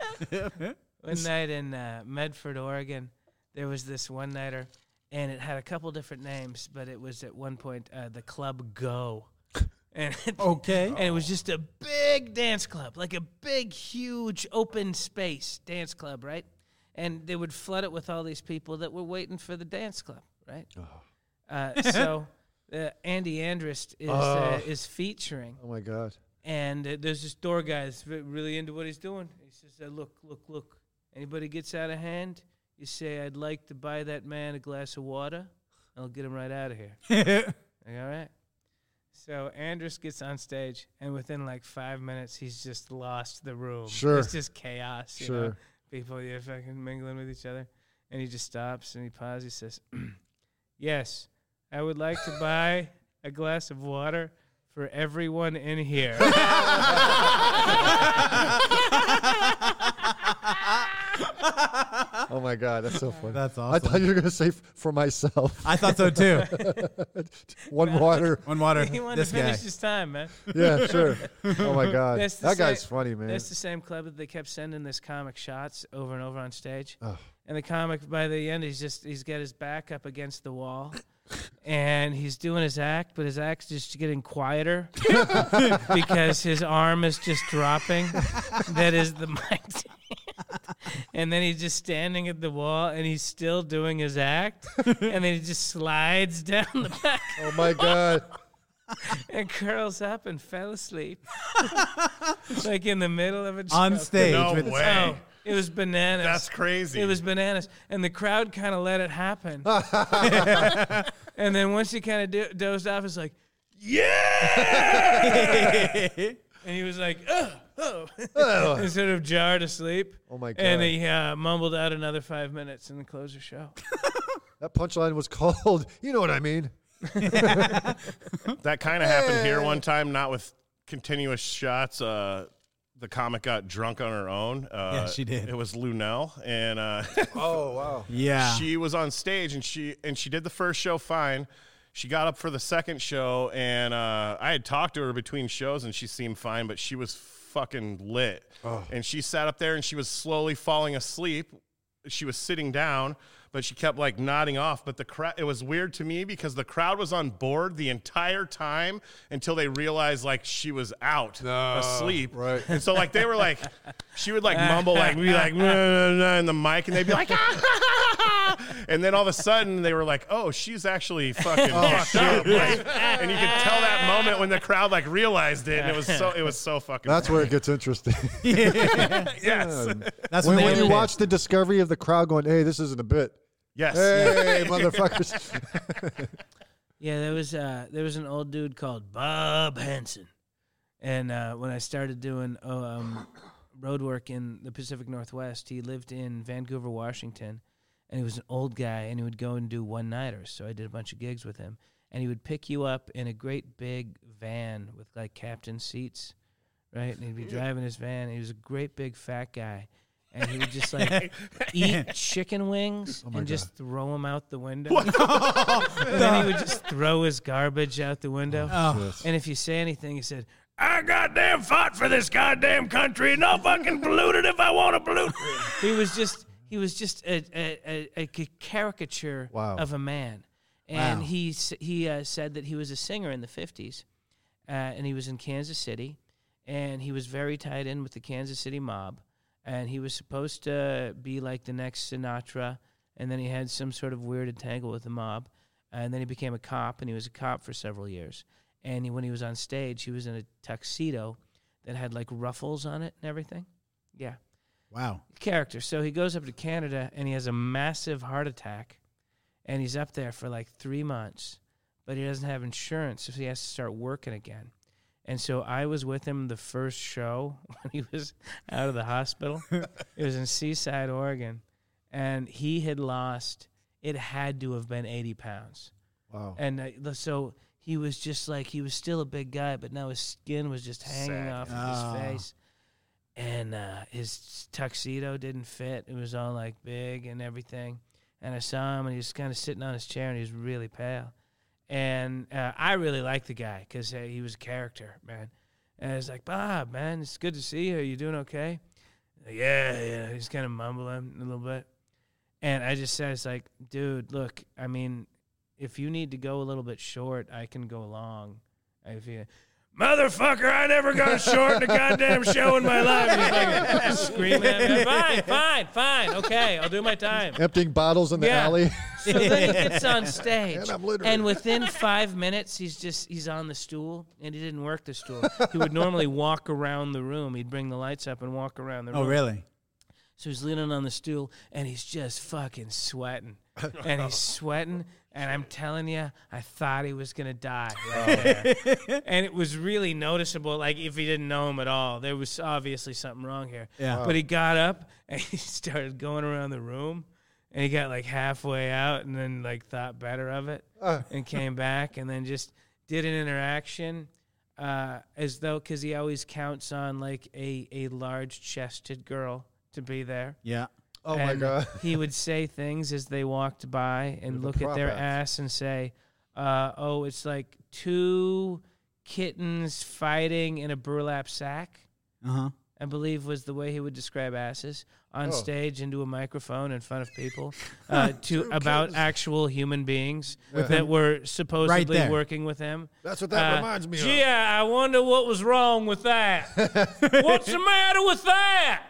One night in uh, Medford, Oregon, there was this one nighter, and it had a couple different names, but it was at one point uh, the Club Go. And it,
Okay.
And it was just a big dance club, like a big, huge open space dance club, right? And they would flood it with all these people that were waiting for the dance club, right? Uh, so uh, Andy Andrist is, uh, is featuring
Oh my God.
and uh, there's this door guy that's re- really into what he's doing. He says, uh, "Look, look, look! Anybody gets out of hand, you say I'd like to buy that man a glass of water. I'll get him right out of here." like, all right. So Andrus gets on stage, and within like five minutes, he's just lost the room.
Sure.
it's just chaos. You know?
Sure.
people you're fucking mingling with each other, and he just stops and he pauses. He says, "Yes, I would like to buy a glass of water." For everyone in here.
Oh my god, that's so funny.
That's
I thought
awesome.
you were gonna say f- for myself.
I thought so too.
One water.
One water.
he wanted
this
to finish
guy.
his time, man.
Yeah, sure. Oh my god,
That's the
that guy's
same-
funny, man.
That's the same club that they kept sending this comic shots over and over on stage.
Ugh.
And the comic, by the end, he's just he's got his back up against the wall, and he's doing his act, but his act's just getting quieter because his arm is just dropping. that is the mic. and then he's just standing at the wall, and he's still doing his act, and then he just slides down the back
oh my god,
and curls up and fell asleep, like in the middle of a joke.
On stage.
No
with-
way.
Oh, it was bananas.
That's crazy.
It was bananas, and the crowd kind of let it happen. and then once he kind of do- dozed off, it's like, yeah. and he was like, oh, oh, and sort of jarred asleep.
Oh my
And
God.
he uh, mumbled out another five minutes and then closed the show.
that punchline was called. You know what I mean?
That kind of happened here one time, not with continuous shots. Uh, the comic got drunk on her own. Uh,
Yeah, she did.
It was Lunell, and uh,
Oh wow.
Yeah.
she was on stage, and she and she did the first show fine. She got up for the second show, and uh, I had talked to her between shows, and she seemed fine, but she was fucking lit. And she sat up there, and she was slowly falling asleep. She was sitting down, but she kept like nodding off. But the crowd, it was weird to me because the crowd was on board the entire time until they realized like she was out asleep.
right.
And so like they were like, she would like mumble like be like "Nah, nah, nah," in the mic, and they'd be like, "Ah!" and then all of a sudden they were like, "Oh, she's actually fucking
Oh,
fucked up," like, and you could tell that moment when the crowd like realized it, and it was so it was so fucking.
That's where it gets interesting.
yes,
That's
when
when,
when
they
you
did it.
watch the discovery of the crowd going, "Hey, this isn't a bit."
yes.
Hey, motherfuckers.
Yeah, there was uh, there was an old dude called Bob Henson, and uh, when I started doing oh, um, road work in the Pacific Northwest, he lived in Vancouver, Washington, and he was an old guy, and he would go and do one nighters. So I did a bunch of gigs with him, and he would pick you up in a great big van with like captain seats, right? And he'd be driving his van. He was a great big fat guy. And he would just like eat chicken wings and just throw them out the window. And then he would just throw his garbage out the window. and if you say anything, he said, I goddamn fought for this goddamn country and I'll fucking pollute it if I want to pollute it. he was just he was just a, a, a, a c- caricature
Wow.
of a man. And
Wow.
he s- he uh, said that he was a singer in the 50s uh, and he was in Kansas City and he was very tied in with the Kansas City mob and he was supposed to be like the next Sinatra, and then he had some sort of weird entangle with the mob, and then he became a cop, and he was a cop for several years. And he, when he was on stage, he was in a tuxedo that had like ruffles on it and everything, Yeah.
Wow.
character. So he goes up to Canada and he has a massive heart attack, and he's up there for like three months, but he doesn't have insurance, so he has to start working again. And so I was with him the first show when he was out of the hospital. it was in Seaside, Oregon, and he had lost. It had to have been eighty pounds.
Wow.
And uh, the- so he was just like he was still a big guy, but now his skin was just hanging
Sad.
off of
Ah.
his face. And uh, his tuxedo didn't fit. It was all like big and everything. And I saw him, and he was kind of sitting on his chair, and he was really pale. And uh, I really liked the guy because uh, he was a character, man. And I was like, Bob, man, it's good to see you. Are you doing okay? Yeah, yeah. He's kind of mumbling a little bit. And I just said, it's like, dude, look, I mean, if you need to go a little bit short, I can go long. If you, motherfucker, I never got short in a goddamn show in my life. He's like screaming at me. Fine, fine, fine. Okay, I'll do my time.
Emptying bottles in the
Yeah.
alley.
So then he gets on stage,
And I'm literate.
and within five minutes, he's just he's on the stool, and he didn't work the stool. He would normally walk around the room. He'd bring the lights up and walk around the room.
Oh, really?
So he's leaning on the stool and he's just fucking sweating. and he's sweating. And I'm telling you, I thought he was going to die right there. and it was really noticeable. Like, if he didn't know him at all, there was obviously something wrong here.
Yeah. Wow.
But he got up and he started going around the room. And he got like halfway out and then like thought better of it and came back and then just did an interaction uh, as though because he always counts on like a, a large chested girl to be there.
Yeah.
Oh my
And
god.
he would say things as they walked by and look at their
prop act.
ass and say, uh, "Oh, it's like two kittens fighting in a burlap sack."
Uh huh.
I believe was the way he would describe asses on
Oh.
stage into a microphone in front of people uh, to about actual human beings that were supposedly
there.
working with him.
That's what that
Uh,
reminds me
Gee, I I wonder what was wrong with that. What's the matter with that?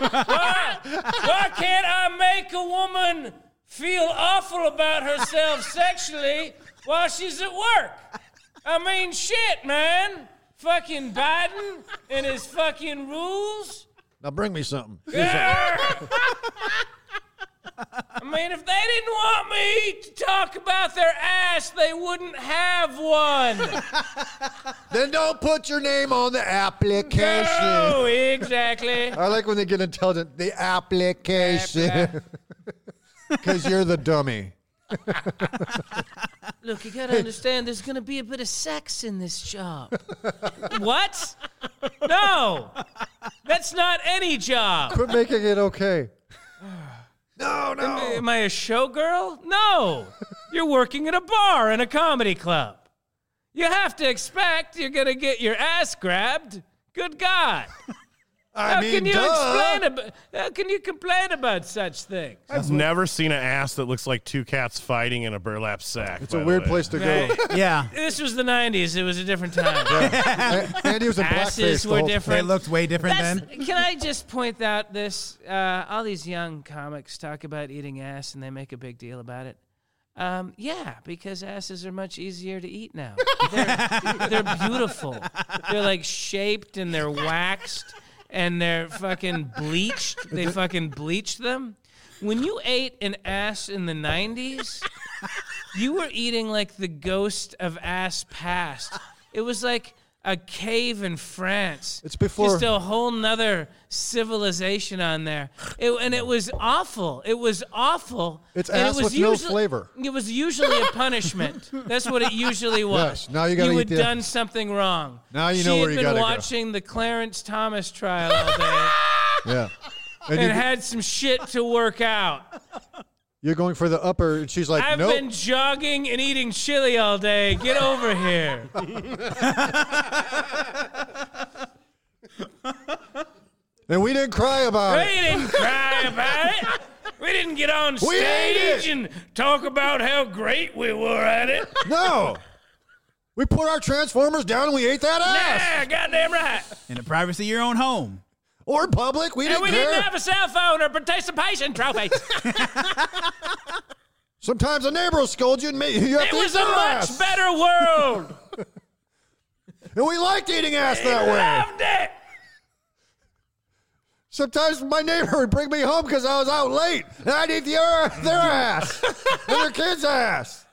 Why, why can't I make a woman feel awful about herself sexually while she's at work? I mean, shit, man. Fucking Biden and his fucking rules.
of. Now bring me something.
Grr. I mean, if they didn't want me to talk about their ass, they wouldn't have one.
then don't put your name on the application.
Oh, exactly.
I like when they get intelligent. The application. Because you're the dummy.
Look, you gotta understand. There's gonna be a bit of sex in this job. what? No, that's not any job.
Quit making it okay. No, no.
Am I a showgirl? No, you're working at a bar in a comedy club. You have to expect you're gonna get your ass grabbed. Good God!
I
How
mean,
can you
duh.
explain? About, how can you complain about such things?
I've never seen an ass that looks like two cats fighting in a burlap sack.
It's a weird place to go.
Right.
Yeah.
This was the '90s. It was a different time.
A- Andy was in blackface.
Asses
the
were
whole-
They
different.
looked way different
That's-
then.
Can I just point out this? Uh, all these young comics talk about eating ass and they make a big deal about it. Um, yeah, because asses are much easier to eat now. They're, they're beautiful. They're like shaped and they're waxed and they're fucking bleached. They fucking bleached them. When you ate an ass in the 90s, you were eating like the ghost of ass past. It was like a cave in France.
It's before-
just a whole nother civilization on there, it, and it was awful. It was awful.
It's
and
ass
it was
with no
usually-
flavor.
It was usually a punishment. That's what it usually was.
Yes, now you gotta
you had
eat the-
done something wrong.
Now you
she
know
had
where you
been
gotta go.
watching the Clarence Thomas trial all day
Yeah. And
and
you,
had some shit to work out.
you're going for the upper, and she's like,
I've
nope.
been jogging and eating chili all day. Get over here.
and we didn't cry about
We
it.
didn't cry about it. We didn't get on
We ate
stage and talk about how great we were at it.
No. We put our Transformers down and we ate that ass.
Yeah, goddamn right.
In the privacy of your own home.
Or public. We
And
didn't
we
care.
didn't have a cell phone or participation trophy.
Sometimes a neighbor will scold you and make you have
It
to eat
was a
their
much
ass.
better world.
And we liked eating ass that way.
Loved it.
Sometimes my neighbor would bring me home because I was out late, and I'd eat the, their their ass and their kid's ass.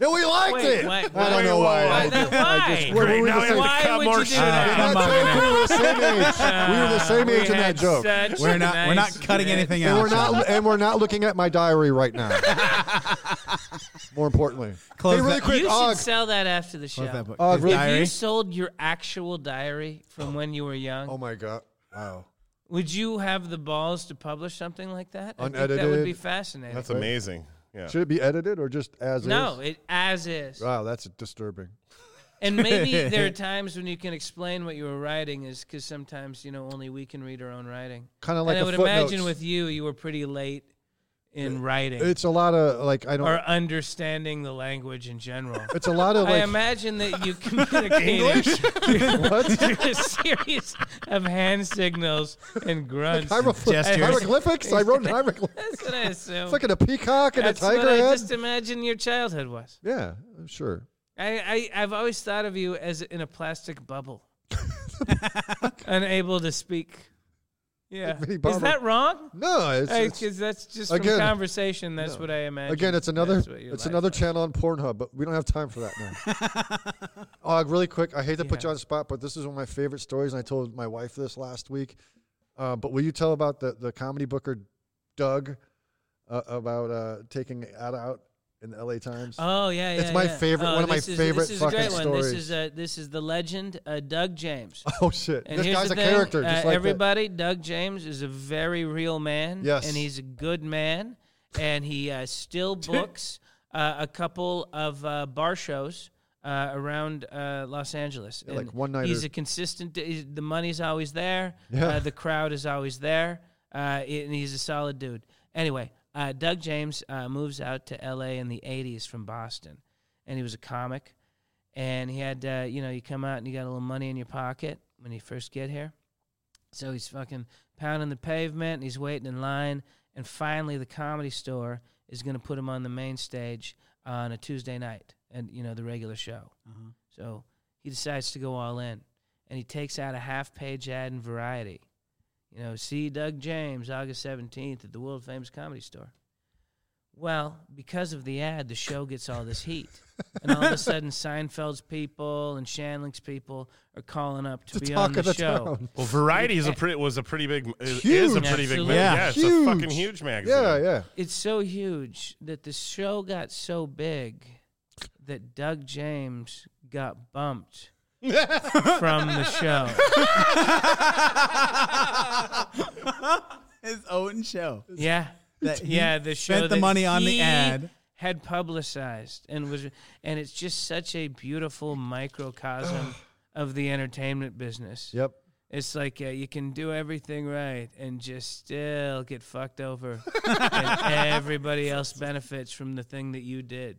And we liked
Wait,
it.
wait,
I
wait,
don't know why. I
Why?
did
that-
that. I
why?
just- what were
Now
we
we
the
have
same-
to
Why
cut
would
more
you do
shit.
that?
That's
Come on,
right, we were the same age. We were the same
We
age in that
had
joke.
such
We're not. we're not
nice
cutting anything
And
out.
we're not and we're not looking at my diary right now. More importantly,
Close
hey, really
that-
quick,
You
Og,
should sell that after the show.
Close that book.
Oh,
His
really?
If
diary.
you sold your actual diary from when you were young,
Oh my god! Wow,
would you have the balls to publish something like that? I think that
Unedited.
would be fascinating.
That's amazing. Yeah.
should it be edited or just as
no,
is?
it as is.
Wow, that's disturbing.
And maybe there are times when you can explain what you were writing is because sometimes you know only we can read our own writing.
Kind of like
and
a
I would
footnotes.
imagine with you, you were pretty late in writing
it's a lot of like I don't.
or understanding the language in general.
it's a lot of
I
like
imagine that you communicated
what?
through a series of hand signals and grunts.
Hieroglyph-
Gestures.
hieroglyphics. I wrote hieroglyphics.
That's what I assume.
It's like a peacock and
That's
a tiger
what I
head.
just imagine your childhood was.
yeah, sure.
I, I I've always thought of you as in a plastic bubble, unable to speak. Yeah,
mini
is
bubble.
that wrong?
No, it's, it's-
Because that's just from
again-
conversation. That's what I imagine.
Again, it's another
that's what your
it's
life
another
was.
channel on Pornhub, but we don't have time for that now. Og, really quick, I hate to put
Yeah.
you on the spot, but this is one of my favorite stories, and I told my wife this last week. Uh, but will you tell about the the comedy booker Doug uh, about uh, taking out out in the LA Times?
Oh yeah, yeah
It's my
yeah.
favorite-
Oh,
one of my
this is-
favorite
This is a great
fucking
one. This
stories.
is uh, this is the legend, uh, Doug James.
oh shit!
And
this
here's
guy's
the
a
thing,
character,
uh,
just like that.
everybody. Doug James is a very real man.
Yes.
and he's a good man, and he uh, still books uh, a couple of uh, bar shows uh, around uh, Los Angeles.
Yeah, like
And
one-nighter.
He's a consistent. he's- The money's always there.
Yeah.
Uh, the crowd is always there, uh, and he's a solid dude. Anyway, uh, Doug James uh, moves out to L.A. in the '80s from Boston, and he was a comic and he had uh, you know you come out and you got a little money in your pocket when you first get here so he's fucking pounding the pavement and he's waiting in line and finally the comedy store is going to put him on the main stage on a tuesday night and you know the regular show
Uh-huh.
so he decides to go all in and he takes out a half page ad in variety you know see doug james august 17th at the world famous comedy store well, because of the ad, the show gets all this heat. And all of a sudden, Seinfeld's people and Shandling's people are calling up to, be
The talk
on
of the
show.
town.
Well, Variety is a pretty was a pretty big is, is a
Huge.
pretty big
Absolutely.
mag- yeah, it's
Huge.
a fucking huge magazine.
Yeah, yeah.
It's so huge that the show got so big that Doug James got bumped from the show.
His own show.
Yeah.
That he
yeah, the show
spent the
that
money on the
he
ad.
had publicized and was and it's just such a beautiful microcosm of the entertainment business.
Yep.
It's like uh, you can do everything right and just still get fucked over, and everybody else benefits from the thing that you did.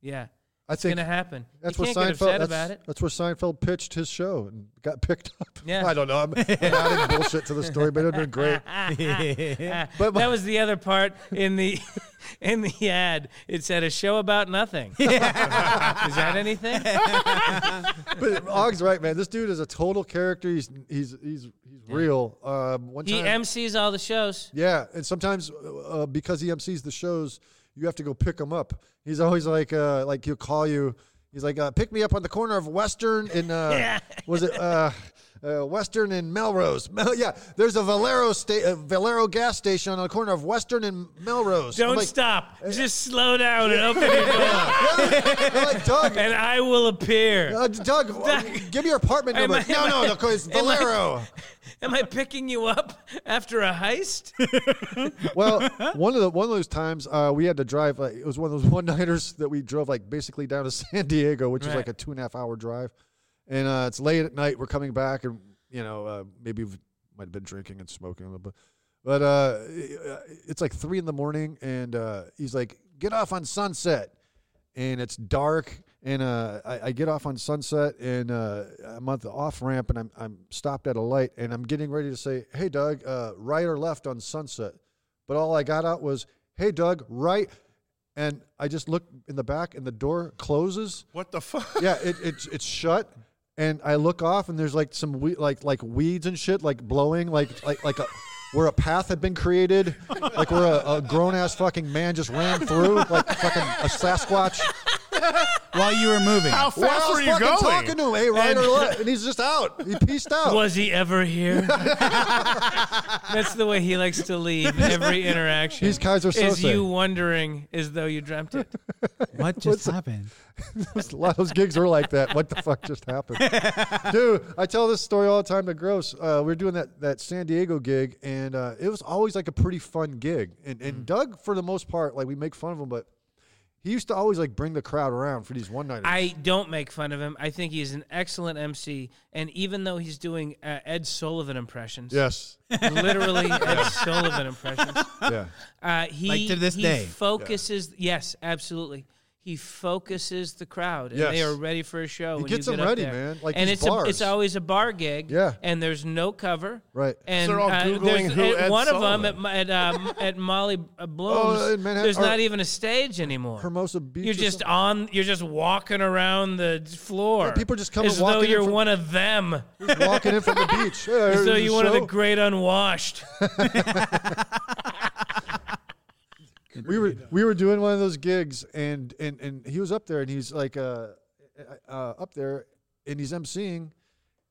Yeah,
I
it's
think
gonna happen.
That's
you
what
can't
Seinfeld.
get upset
that's,
about it.
that's where Seinfeld pitched his show and got picked up.
Yeah.
I don't know. I'm, I'm adding bullshit to the story, but it'd been great. But my-
that was the other part in the in the ad. It said a show about nothing. Is that anything?
But Og's right, man. This dude is a total character. He's he's he's he's real. Um, one
He
time,
MCs all the shows.
yeah, and sometimes uh, because he MCs the shows, you have to go pick him up. He's always like uh, like he'll call you. He's like, uh, pick me up on the corner of Western and uh, was it uh, uh, Western and Melrose? Mel- yeah, there's a Valero sta- uh, Valero gas station on the corner of Western and Melrose. I'm
Don't
like,
stop. Just slow down and open your door,
I'm like, Doug,
and I will appear.
uh, Doug, uh, give me your apartment
Am
number.
I- am
no,
I-
no, no, it's
am I-
Valero.
Am I picking you up after a heist?
well, one of the one of those times uh, we had to drive. Like, it was one of those one nighters that we drove like basically down to San Diego, which is
Right.
like a two and a half hour drive. And uh, it's late at night. We're coming back, and you know uh, maybe we might have been drinking and smoking a little bit. But uh, it's like three in the morning, and uh, he's like, "Get off on Sunset," and it's dark. And uh, I, I get off on Sunset, and uh, I'm on the off ramp, and I'm I'm stopped at a light, and I'm getting ready to say, "Hey, Doug, uh, right or left on Sunset?" But all I got out was, "Hey, Doug, right." And I just look in the back, and the door closes.
What the fuck?
Yeah, it, it's it's shut. And I look off, and there's like some we- like like weeds and shit, like blowing, like like like a where a path had been created, like where a, a grown ass fucking man just ran through, like fucking a Sasquatch.
while you were moving.
How
Well,
fast
I was
were you
fucking
going?
talking to him, hey, right or left, and he's just out. He pieced out.
Was he ever here? That's the way he likes to leave every interaction.
He's Kaiser
Is
Soze.
you wondering as though you dreamt it?
What just happened?
a lot of those gigs were like that. What the fuck just happened, dude? I tell this story all the time to Gross. Uh, we were doing that that San Diego gig, and uh, it was always like a pretty fun gig. And
Mm.
and Doug, for the most part, like we make fun of him, but he used to always like bring the crowd around for these one nighters.
I don't make fun of him. I think he's an excellent MC, and even though he's doing uh, Ed Sullivan impressions,
yes,
literally Ed Sullivan impressions,
yeah,
uh, he
Like to this
he
day.
focuses. Yes, absolutely. He focuses the crowd, and they
Yes.
are ready for a show.
He
when you
gets
get
them
up
ready,
there.
man, like
and
these
it's a, it's
bars.
always a bar gig.
Yeah.
and there's no cover.
right.
And
So they're all
uh,
Googling
there's-
who
at
Ed
one
Sullivan.
of them at at, um, at Molly uh, Bloom's.
Oh, in Manhattan-
there's
or-
not even a stage anymore.
Hermosa Beach.
You're
or
just
something.
on. You're just walking around the floor.
people just come and
as
walk
though
in
you're
from-
one of them.
walking in from the beach. Hey,
As
here's
though
the
you're one of
show.
the great unwashed.
we were we were doing one of those gigs and and and he was up there and he's like uh, uh up there and he's emceeing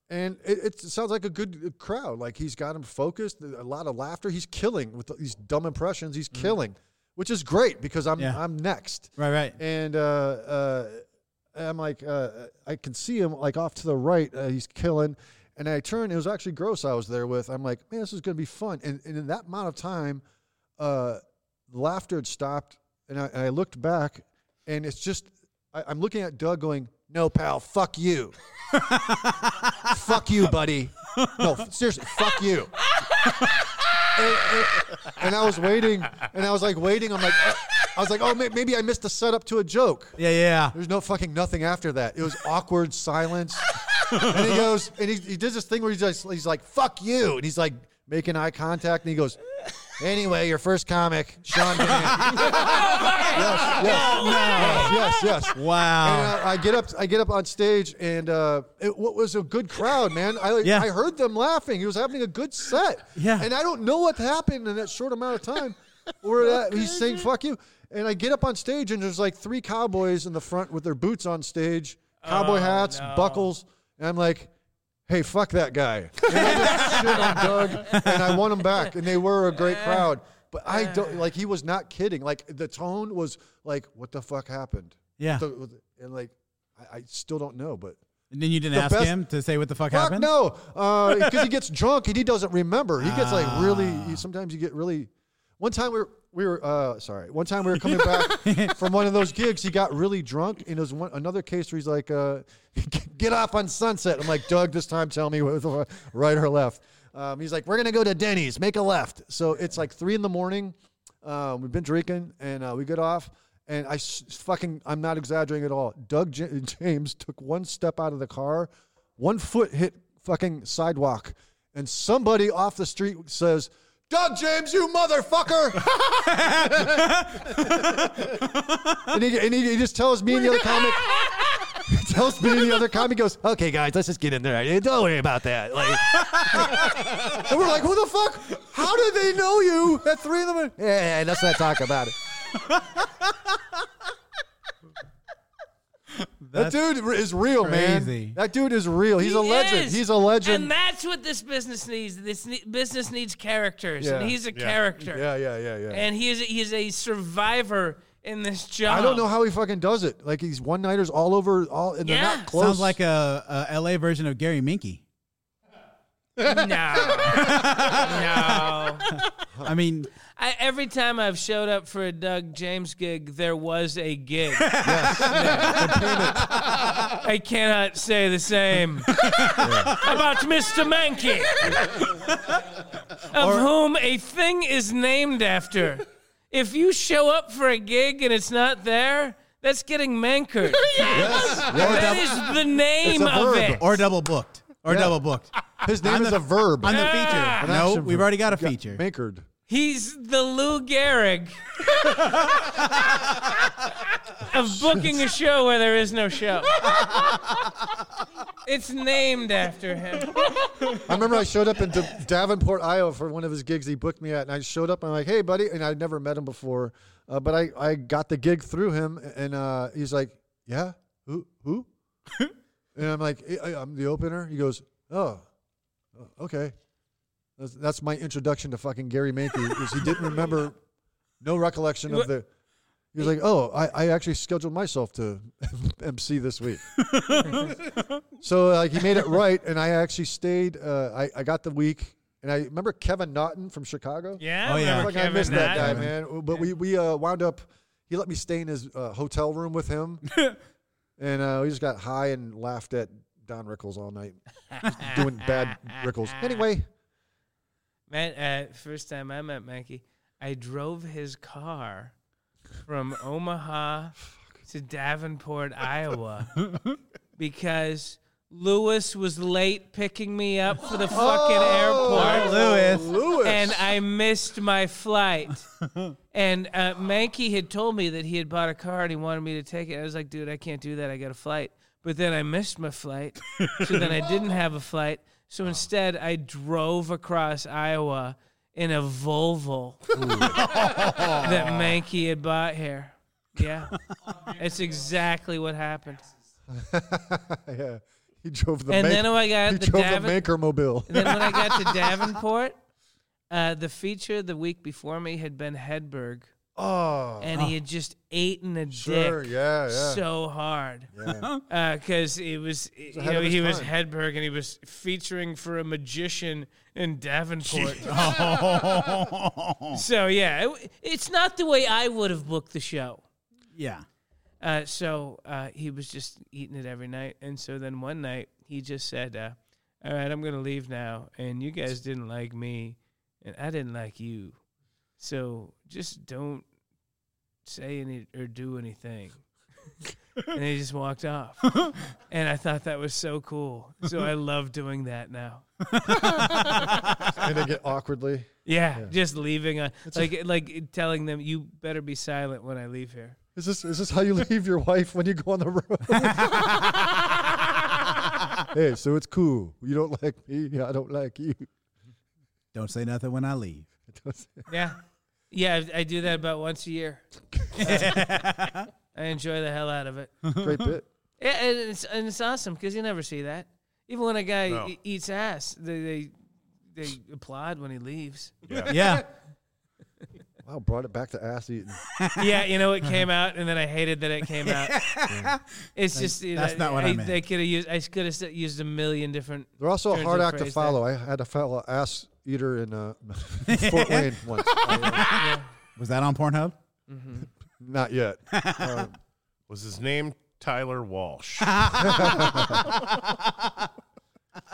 and it, it sounds like a good crowd like he's got him focused a lot of laughter he's killing with these dumb impressions he's killing which is great because i'm
Yeah.
i'm next
Right, right.
and uh, uh, I'm like, uh, I can see him like off to the right. Uh, he's killing. And I turn. It was actually gross. I was there with. I'm like, man, this is gonna be fun. And, and in that amount of time, uh, laughter had stopped. And I, and I looked back, and it's just I, I'm looking at Doug going, no, pal, fuck you, fuck you, buddy. No, f- seriously, fuck you. And, and- and I was waiting, and I was like waiting. I'm like, I was like, oh, may- maybe I missed the setup to a joke.
Yeah, yeah.
There's no fucking nothing after that. It was awkward silence. and he goes, and he, he does this thing where he's just, he's like, fuck you. And he's like making eye contact. And he goes, anyway, your first comic, Sean Van. yes, yes, yes, yes, yes. And
Wow.
uh, I get up, I get up on stage, and uh, it, what was a good crowd, man. I,
Yeah.
I heard them laughing. He was having a good set.
Yeah.
And I don't know what happened in that short amount of time. Where that, he's saying "fuck you," and I get up on stage, and there's like three cowboys in the front with their boots on stage, cowboy
Oh,
hats, buckles, and I'm like. Hey, fuck that guy! And I just shit on Doug, and I won him back, and they were a great crowd. But I don't like he was not kidding. Like the tone was like, "What the fuck happened?"
Yeah.
So it was- and like, I, I still don't know, but
And then you didn't
the
ask
best-
him to say what the fuck,
fuck
happened?
no, because he gets drunk and he doesn't remember. He gets like really. You, sometimes you get really. One time we were we were uh, sorry. One time we were coming back from one of those gigs. He got really drunk, and there's one another case where he's like, uh, "Get off on Sunset." I'm like, Doug, this time tell me whether the right or left. Um, he's like, "We're gonna go to Denny's. Make a left." So it's like three in the morning. Uh, we've been drinking, and uh, we get off. And I s- fucking, I'm not exaggerating at all. Doug J- James took one step out of the car, one foot hit fucking sidewalk, and somebody off the street says, Doug James, you motherfucker! and he, and he, he just tells me and the other comic, tells me and the other comic, he goes, okay, guys, let's just get in there. Don't worry about that. Like, and we're like, who the fuck? How did they know you at three in the morning? Yeah, let's not talk about it. That dude is real,
crazy.
man. That dude is real. He's a
He
legend.
is.
He's a legend.
And that's what this business needs. This ne- business needs characters,
Yeah.
and he's a
Yeah.
character.
Yeah, yeah, yeah, yeah.
And he is he is a survivor in this job.
I don't know how he fucking does it. Like he's one nighters all over, all and they're
Yeah.
not close.
Sounds like a, a LA version of Gary Minky.
No, no.
I mean,
I, every time I've showed up for a Doug James gig, there was a gig. I cannot say the same about Mr. Mankey, of whom a thing is named after. If you show up for a gig and it's not there, that's getting mankered. That
Yeah,
is the name
It's a
of
verb.
it.
or double booked. Or double booked.
his name is a verb.
On the
Ah!
feature.
An
No,
action
we've
verb.
already got a
Yeah,
feature.
Mankard.
He's the Lou Gehrig of booking a show where there is no show. It's named after him.
I remember I showed up in Da- Davenport, Iowa for one of his gigs he booked me at, and I showed up and I'm like, "Hey, buddy," and I'd never met him before, uh, but I, I got the gig through him, and uh, he's like, "Yeah, who who?" and I'm like, I, I- "I'm the opener." He goes, "Oh, oh, okay." That's, that's my introduction to fucking Gary Mankey. is he didn't remember, no recollection of the. He was like, "Oh, I, I actually scheduled myself to MC this week." So like he made it right, and I actually stayed. Uh, I I got the week, and I remember Kevin Naughton from Chicago.
Yeah.
Oh, yeah.
remember
Fuck, I
Kevin
missed that guy,
Nash.
man. But we we uh, wound up. He let me stay in his uh, hotel room with him, and uh, we just got high and laughed at Don Rickles all night, doing bad Rickles. Anyway,
Man, uh, first time I met Mankey, I drove his car from Omaha to Davenport, Iowa, because Lewis was late picking me up for the fucking airport.
Lewis.
Lewis.
And I missed my flight. and uh, Mankey had told me that he had bought a car and he wanted me to take it. I was like, dude, I can't do that. I got a flight. But then I missed my flight. so then I didn't have a flight. So instead, I drove across Iowa in a Volvo that Mankey had bought here. Yeah. It's exactly what happened.
yeah, he drove the
And
Mank-
then when I got
he
the
drove
Davin-
the Maker Mobile.
And then when I got to Davenport, uh, the feature the week before me had been Hedberg.
Oh,
and he had just eaten a
sure,
dick
yeah, yeah.
so hard
yeah.
because it was you
ahead
know
of his
he was
time.
Hedberg and he was featuring for a magician in Davenport. so yeah, it, it's not the way I would have booked the show.
Yeah.
Uh, so uh, he was just eating it every night, and so then one night he just said, uh, "All right, I'm gonna leave now, and you guys didn't like me, and I didn't like you, so just don't say any or do anything." and he just walked off, and I thought that was so cool. So I love doing that now.
and then get awkwardly.
Yeah, just leaving on like like telling them you better be silent when I leave here.
Is this is this how you leave your wife when you go on the road? hey, so it's cool. You don't like me. I don't like you.
Don't say nothing when I leave.
Yeah. Yeah, I, I do that about once a year. I enjoy the hell out of it.
Great bit.
Yeah, and it's and it's awesome because you never see that. Even when a guy
No.
e- eats ass, they, they they applaud when he leaves.
Yeah.
Wow, brought it back to ass eating.
yeah, you know it came out, and then I hated that it came out. It's just you
that's
know,
not what I meant.
They could have used. I could have used a million different.
They're also a
Turns
hard
of
act to
phrase
follow. I had to follow ass eater in uh, Fort Wayne once. I, uh,
Was that on Pornhub?
not yet. Uh,
Was his name Tyler Walsh?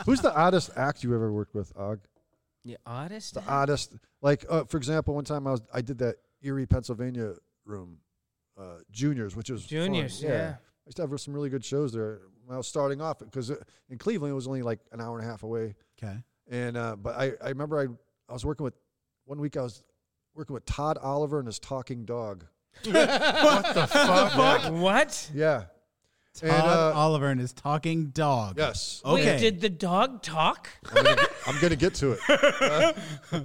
who's the oddest act you ever worked with, Og?
The oddest.
The oddest, like uh, for example, one time I was I did that Erie, Pennsylvania room, uh, juniors, which was fun.
Juniors, yeah.
I used to have some really good shows there. When I was starting off because in Cleveland it was only like an hour and a half away,
Okay.
and uh, but I, I remember I I was working with one week I was working with Todd Oliver and his talking dog.
What?
Yeah.
Todd
uh,
Oliver and his talking dog.
uh, yes.
Okay.
Wait, did the dog talk?
I'm gonna, I'm gonna get to it. Uh,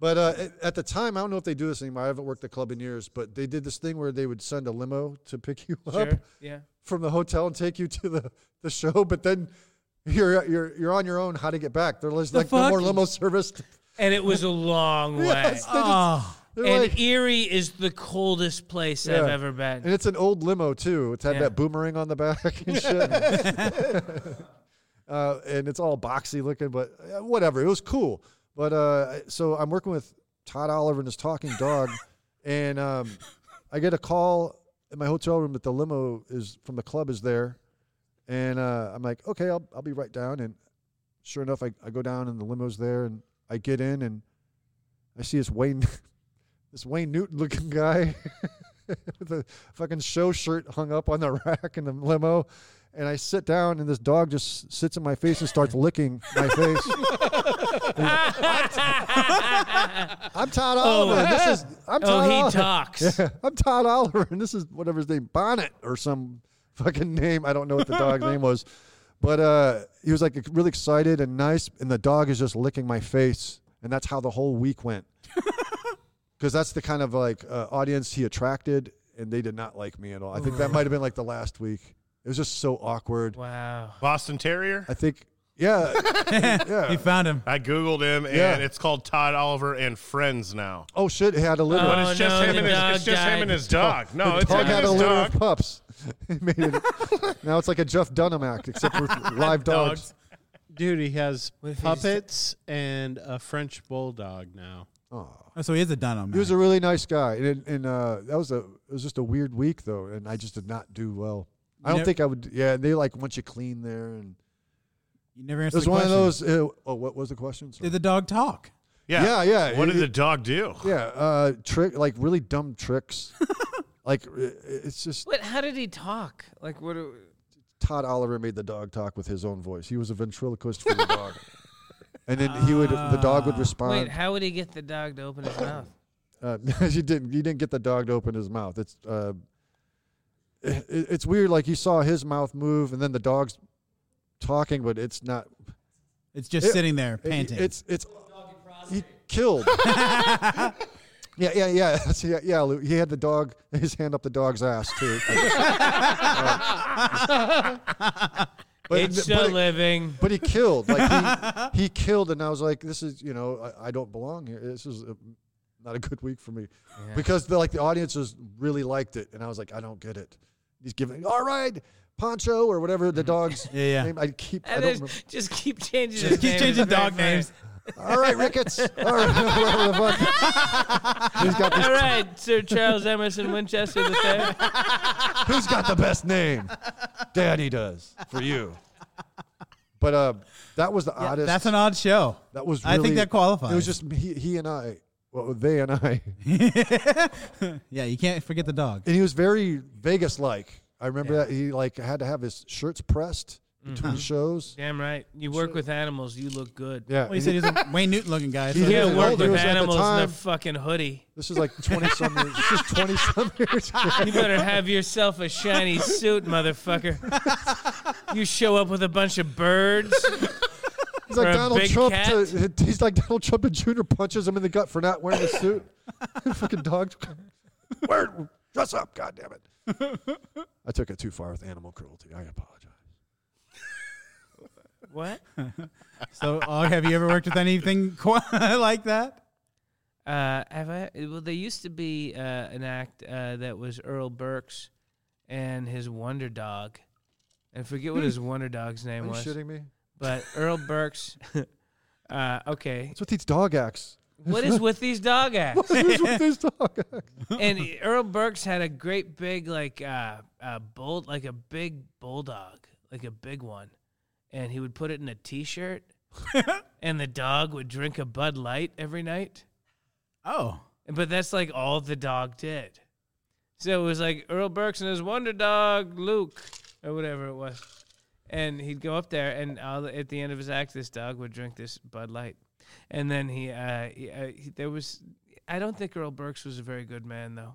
but uh, at- at the time, I don't know if they do this anymore. I haven't worked the club in years, but they did this thing where they would send a limo to pick you up
Sure. Yeah.
from the hotel and take you to the, the show. But then you're you're you're on your own. How to get back? There's like no
fuck?
more limo service.
And it was a long way.
Yes, they just-
Oh,
they're
And
like-
Erie is the coldest place I've
Yeah.
ever been.
And it's an old limo too. It's had
Yeah.
that boomerang on the back and shit. uh, and it's all boxy looking, but uh, whatever. It was cool. But uh, so I'm working with Todd Oliver and his talking dog, and um, I get a call in my hotel room that the limo is from the club is there, and uh, I'm like, okay, I'll I'll be right down. And sure enough, I, I go down and the limo's there, and I get in and I see this Wayne, this Wayne Newton looking guy with a fucking show shirt hung up on the rack in the limo. And I sit down, and this dog just sits in my face and starts licking my face. I'm Todd Oliver. and This is I'm Todd
oh, he
Oliver.
talks.
Yeah, I'm Todd Oliver, and this is whatever his name, Bonnet or some fucking name. I don't know what the dog's name was, But uh, he was like really excited and nice, and the dog is just licking my face, and that's how the whole week went. Because that's the kind of like uh, audience he attracted, and they did not like me at all. I think that might have been like the last week. It was just so awkward.
Wow.
Boston Terrier.
I think, yeah, yeah.
He found him.
I googled him, and
Yeah.
it's called Todd Oliver and Friends now.
Oh shit, he had a litter.
Oh,
But it's just
no,
him
the
and his, it's
dog
just him
died.
and his dog. No, it's
dog
him
had
and
a
his
litter
dog.
of pups. He made it- now it's like a Jeff Dunham act, except for live dogs.
Dogs.
Dude, he has
With his-
puppets and a French bulldog now.
Oh, so he is a Dunham.
He was a really nice guy, and, and uh, that was a it was just a weird week though, and I just did not do well. I
You
don't
nev-
think I would. Yeah, they like once you clean there, and
you never
it
answered
was
the
one
question.
of those. Uh, oh, what was the question? Sorry.
Did the dog talk?
Yeah,
Yeah, yeah.
What
It-
did the dog do?
yeah, uh, trick like really dumb tricks. like i- it's just
What? How did he talk? Like what? do-
Todd Oliver made the dog talk with his own voice. He was a ventriloquist for the dog, and then he would the dog would
Ah.
respond.
Wait, how would he get the dog to open his mouth?
Uh, you didn't. You didn't get the dog to open his mouth. It's uh, it, it's weird. Like you saw his mouth move, and then the dog's talking, but it's not
It's just
It-
sitting there
it-
panting.
it's it's he killed. yeah, yeah, yeah, That's- yeah, yeah. Lou. He had the dog. His hand up the dog's ass too. Uh, but-
it's
but
a
it-
living.
but he killed like he, he killed and i was like this is you know i, I don't belong here this is a, not a good week for me because the like the audiences really liked it and i was like i don't get it he's giving all right poncho or whatever the dog's
Mm-hmm. Yeah, yeah.
name i keep i
And
don't
then
remember
just keep changing. his
Just keep
name.
changing
It's very
dog
funny.
names.
all right ricketts all right whatever the fuck who's got,
All
this,
right, Sir Charles Emerson Winchester the third.
who's got the best name daddy does for you but uh that was the oddest
That's an odd show.
that was
I
really,
think that qualifies.
it was just he, he and i well they and i
yeah, you can't forget the dog.
and he was very Vegas like. I remember that he like had to have his shirts pressed
Mm-hmm.
between shows.
Damn right. You work with animals. You look good.
Yeah,
Well, you
and
said
he-
he's a Wayne Newton looking guy. So
He
You
Yeah,
can't
was
work
older
with
at the
animals in a
time.
fucking hoodie.
this is like twenty some years. This is twenty some years.
You better have yourself a shiny suit, motherfucker. You show up with a bunch of birds.
He's
For
like
a
Donald
big
Trump.
cat?
To, he's like Donald Trump and Junior punches him in the gut for not wearing a suit. Fucking dog. Word, dress up, God damn it. I took it too far with animal cruelty. I apologize.
What?
So, Og, have you ever worked with anything qu- like that?
Uh, have I? Well, there used to be uh, an act uh, that was Earl Burks and his Wonder Dog. I forget what his Wonder Dog's
Hmm. Are
name
you
was,
shitting me?
but Earl Burks. uh, okay,
What's with these dog acts?
what is with these dog acts?
What's with these dog acts?
and Earl Burks had a great big like uh, uh bull like a big bulldog, like a big one, and he would put it in a T-shirt, and the dog would drink a Bud Light every night.
Oh,
But that's like all the dog did. So it was like Earl Burks and his wonder dog Luke or whatever it was, and he'd go up there, and all, at the end of his act, this dog would drink this Bud Light, and then he, uh, he, uh, he there was. I don't think Earl Burks was a very good man, though.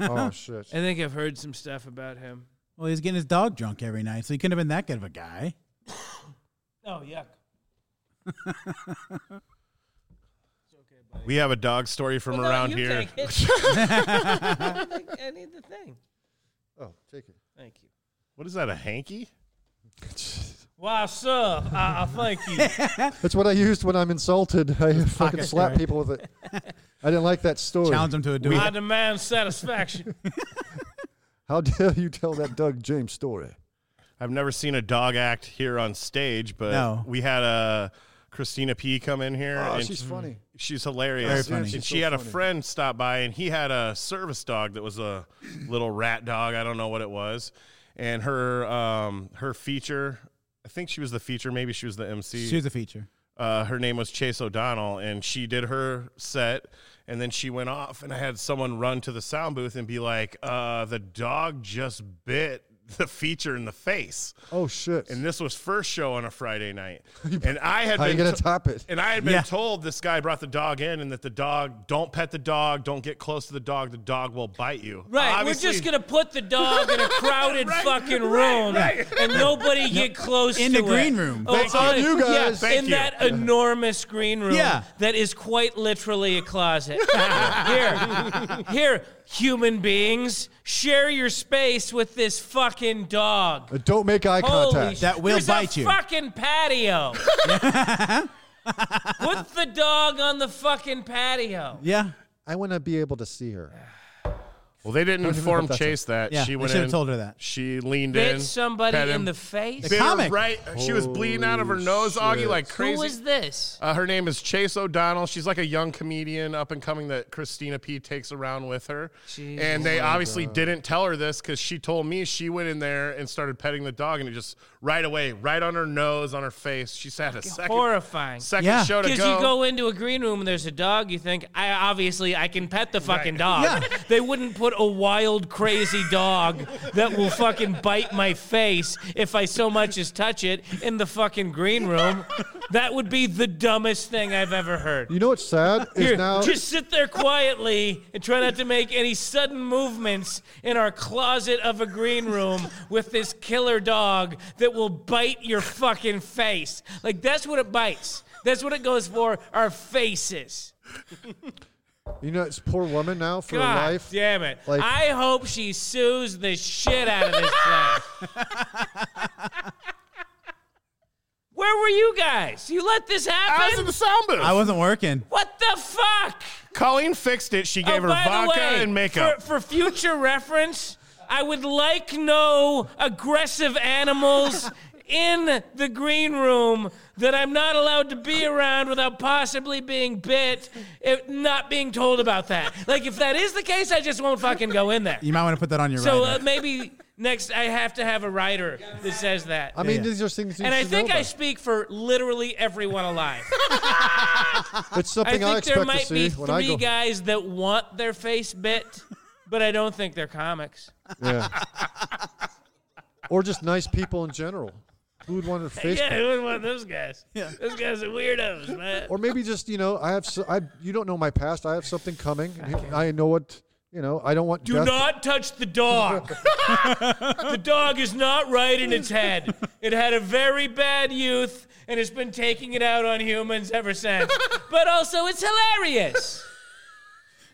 Oh shit.
I think I've heard some stuff about him.
well, he's getting his dog drunk every night, so he couldn't have been that good of a guy.
Oh yuck!
We have a dog story from
Well, no,
around
you
here.
take it. Like, I need the thing.
Oh, take it.
Thank you.
What is that? A hanky?
Wow, sir, I, I thank you.
That's what I used when I'm insulted. I fucking slap
right?
people with it. I didn't like that story.
Challenge him to a duel.
I demand satisfaction.
How dare you tell that Doug James story?
I've never seen a dog act here on stage, but
No.
we had uh, Christina P come in here.
Oh,
and
she's funny.
She's hilarious.
Very funny.
And
She's
she
so
had a
funny.
friend stop by, and he had a service dog that was a little rat dog. I don't know what it was. And her um, her feature, I think she was the feature. Maybe she was the MC.
She was a feature.
uh, her name was Chase O'Donnell, and she did her set, and then she went off, and I had someone run to the sound booth and be like, uh, "The dog just bit the feature in the face.
Oh shit!
And this was first show on a Friday night. And I had
How you
been
gonna
to-
top it?
And I had been
Yeah.
told this guy brought the dog in and that the dog don't pet the dog, don't get close to the dog, the dog will bite you.
Right, we're
Obviously-
just gonna put the dog in a crowded
Right,
fucking
right,
room,
right.
and nobody get close
in
to
the green
it.
room.
Oh,
Thank
on-
you. You
yeah,
guys.
Thank
in
you.
that enormous green room
Yeah.
that is quite literally a closet. here, here, human beings, share your space with this fucking dog.
But Uh, don't make eye
Holy
contact.
sh-
That will
There's
bite
a
you.
Fucking patio. Put the dog on the fucking patio.
Yeah.
I want to be able to see her.
Well, they didn't inform
that's
Chase that.
Yeah,
she
they
went
should have
in,
told her that.
She leaned in.
Bit somebody
pet
in
him,
the face.
bit her
Comic.
Right. She was bleeding out of her nose, Augie, like crazy.
Who was this?
Uh, her name is Chase O'Donnell. She's like a young comedian up and coming that Christina P takes around with her.
Jeez.
and they obviously didn't tell her this because she told me she went in there and started petting the dog, and it just right away, right on her nose, on her face. She had a second,
Horrifying.
second
Yeah.
show to
Because you go into a green room and there's a dog, you think, I obviously I can pet the fucking dog.
Yeah.
They wouldn't put a wild, crazy dog that will fucking bite my face if I so much as touch it in the fucking green room. That would be the dumbest thing I've ever heard.
You know what's sad is
Here,
now.
just sit there quietly and try not to make any sudden movements in our closet of a green room with this killer dog that will bite your fucking face. Like that's what it bites. That's what it goes for. Our faces.
you know, it's poor woman now for
God
her life.
damn it!
Like-
I hope she sues the shit out of this place. Where were you guys? You let this
I was
happen?
in the sound booth.
I wasn't working.
what the fuck?
Colleen fixed it. She gave her
Oh, by the
vodka
way,
and makeup.
For, for future reference, I would like no aggressive animals in the green room that I'm not allowed to be around without possibly being bit, if not being told about that. Like, if that is the case, I just won't fucking go in there.
You might want to put that on your
So uh,
rider.
maybe next I have to have a writer that says that.
I mean,
Yeah.
these are things. You
and I
should know
think I
about.
speak for literally everyone alive.
it's
I
something
think
I,
there
expect to
might
see
be
when I
three
go.
guys that want their face bit, but I don't think they're comics.
Yeah. or just nice people in general. Who would want to face?
Yeah, who would want those guys? Those guys are weirdos, man.
Or maybe just you know, I have. So, I you don't know my past. I have something coming. I, know what. You know, I don't want.
Do
death-
not touch the dog. the dog is not right in its head. It had a very bad youth and has been taking it out on humans ever since. But also, it's hilarious.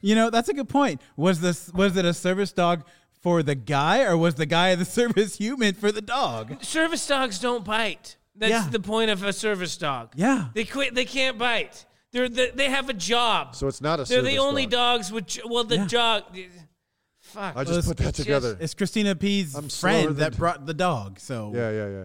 you know, that's a good point. Was this was it a service dog for the guy or was the guy the service human for the dog?
Service dogs don't bite. That's
Yeah.
the point of a service dog.
Yeah.
They quit. They can't bite. They're the, they have a job.
So it's not a.
They're the
service
only
dog.
dogs which well the
Yeah.
dog. Fuck.
I just
Well,
put that together.
It's Christina P's
I'm slower
friend
than-
that brought the dog. So
yeah, yeah, yeah.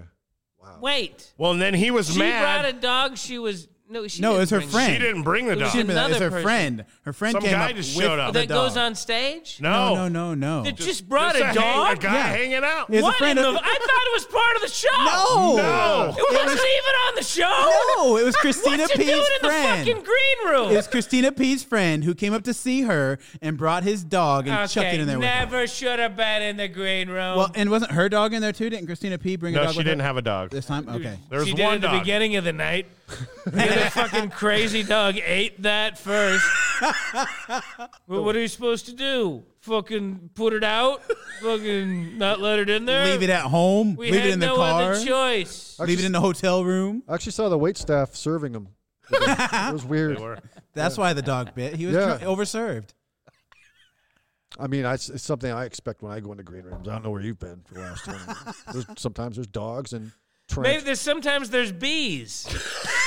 Wait.
well, and then he was
She brought a
mad.
dog. She was no. She
No,
didn't
it was her
bring-
friend.
She didn't bring the
It was
dog.
She didn't mean that. It's her
Another person.
friend. Her friend
Some
came
guy
up
just
with
showed up.
the
That goes
dog.
on stage.
No,
No, no, no, no.
That just brought a
hang-
dog.
guy
Yeah.
hanging out.
It's a
what in
friend
the?
of-
I thought it was part of the show.
no,
No.
it wasn't even on the show.
no, it was Christina
What's it
P's
doing in the
friend.
fucking green room?
It's Christina P's friend who came up to see her and brought his dog and chucked
okay,
it in there with her.
never should have been in the green room.
Well, and wasn't her dog in there too? Didn't Christina P bring a
No,
dog?
she
with her
didn't have a dog.
this time. Okay,
There was
she did
one
it at the
dog.
beginning of the night. the fucking crazy dog ate that first. well, what are you supposed to do? Fucking put it out? Fucking not let it in there?
leave it at home.
we
leave
had
it in
no
the car.
other choice.
Leave it in the hotel room.
I actually saw the wait staff serving them. It was weird.
That's why the dog bit. He was
Yeah.
dr- overserved.
I mean, I, it's something I expect when I go into green rooms. I don't know where you've been for the last one. There's, sometimes there's dogs and
Maybe
trench.
there's sometimes there's bees.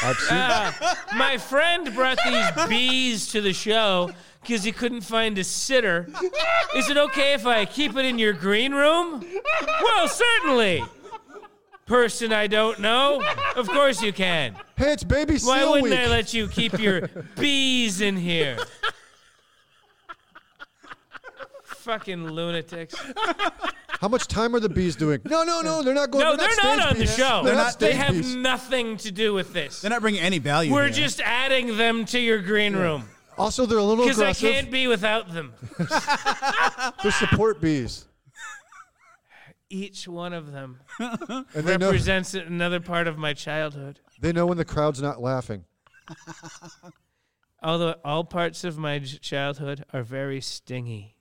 I've seen
My friend brought these bees to the show because he couldn't find a sitter. Is it okay if I keep it in your green room? Well, certainly. Person I don't know, of course you can.
Hey, it's baby
Why
seal
wouldn't
week.
I let you keep your bees in here? Fucking lunatics.
Oh, How much time are the bees doing? No, no, no. They're not going.
No, they're not
stage
on the
bees.
show.
They're not
They
stage
have
bees.
nothing to do with this.
They're not bringing any value.
We're
here.
just adding them to your green room
Also, they're a little
because I
aggressive.
can't be without them.
They're support bees.
Each one of them
And they know,
represents another part of my childhood.
they know when the crowd's not laughing.
Although all parts of my j- childhood are very stingy.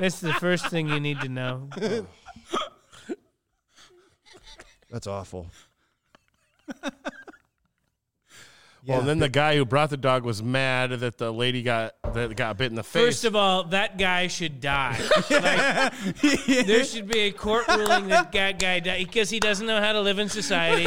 That's the first thing you need to know.
That's awful.
Well, then the guy who brought the dog was mad that the lady got that got bit in the face.
First of all, that guy should die. Like, there should be a court ruling that that guy died because he doesn't know how to live in society,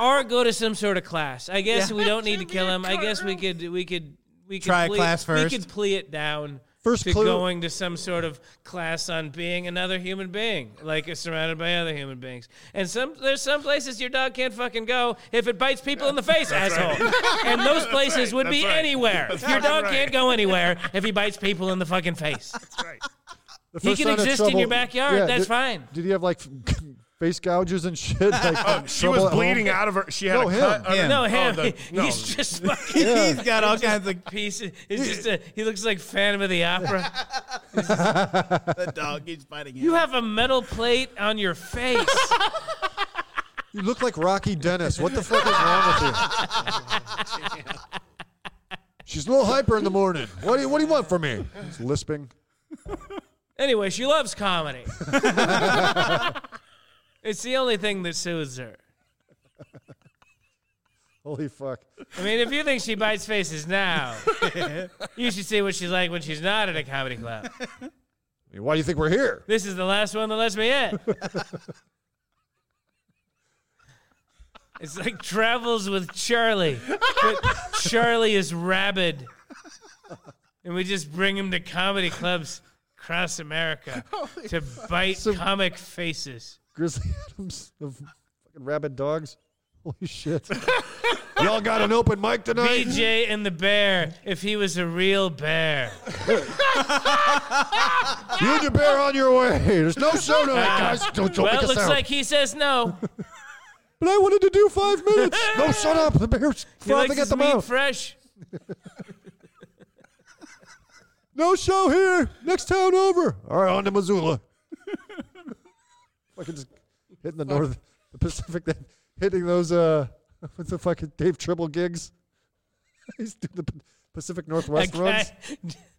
or go to some sort of class. I guess we don't need to kill him. I guess we could we could we could
Try a
plea,
class
We could
first.
plea it down.
First
to
clue-
going to some sort of class on being another human being, like it's surrounded by other human beings. And some there's some places your dog can't fucking go if it bites people in the face, asshole. And those places would be
That's right.
anywhere. Your dog can't go anywhere if he bites people in the fucking face.
The
He
first
can
sign of
exist in your
trouble-
backyard, that's
did-
fine. Oh,
Did he have like face gouges and shit? Like,
Uh, she was bleeding out of her. She had
No,
a
him.
cut. under-
Him.
No,
oh,
him.
the- no.
He's just fucking
He's got all kinds of
pieces. He's just a, he looks like Phantom of the Opera.
the dog keeps biting him.
You have a metal plate on your face.
You look like Rocky Dennis. What the fuck is wrong with you? She's a little hyper in the morning. What do you, what do you want from me? He's lisping.
Anyway, she loves comedy. it's the only thing that soothes her.
Holy fuck.
I mean, if you think she bites faces now, you should see what she's like when she's not at a comedy club.
I mean, Why do you think we're here?
This is the last one that lets me in. it's like travels with Charlie, but Charlie is rabid, and we just bring him to comedy clubs across America to bite comic faces.
Grizzly Adams of fucking rabid dogs. Holy shit. Y'all got an open mic tonight?
BJ and the bear, if he was a real bear.
You and your bear on your way. There's no show tonight, guys. Don't, don't
Ah. well,
make
it
a
looks
sound.
like he says no.
but I wanted to do five minutes. no, shut up. The bear's
He likes
frothing at
his
the
meat
mouth.
fresh.
No show here. Next town over. All right, on to Missoula. fucking just hitting the North the Pacific, then hitting those, uh, what's the fucking Dave Tribble gigs? He's doing the P- Pacific Northwest
That
runs.
guy-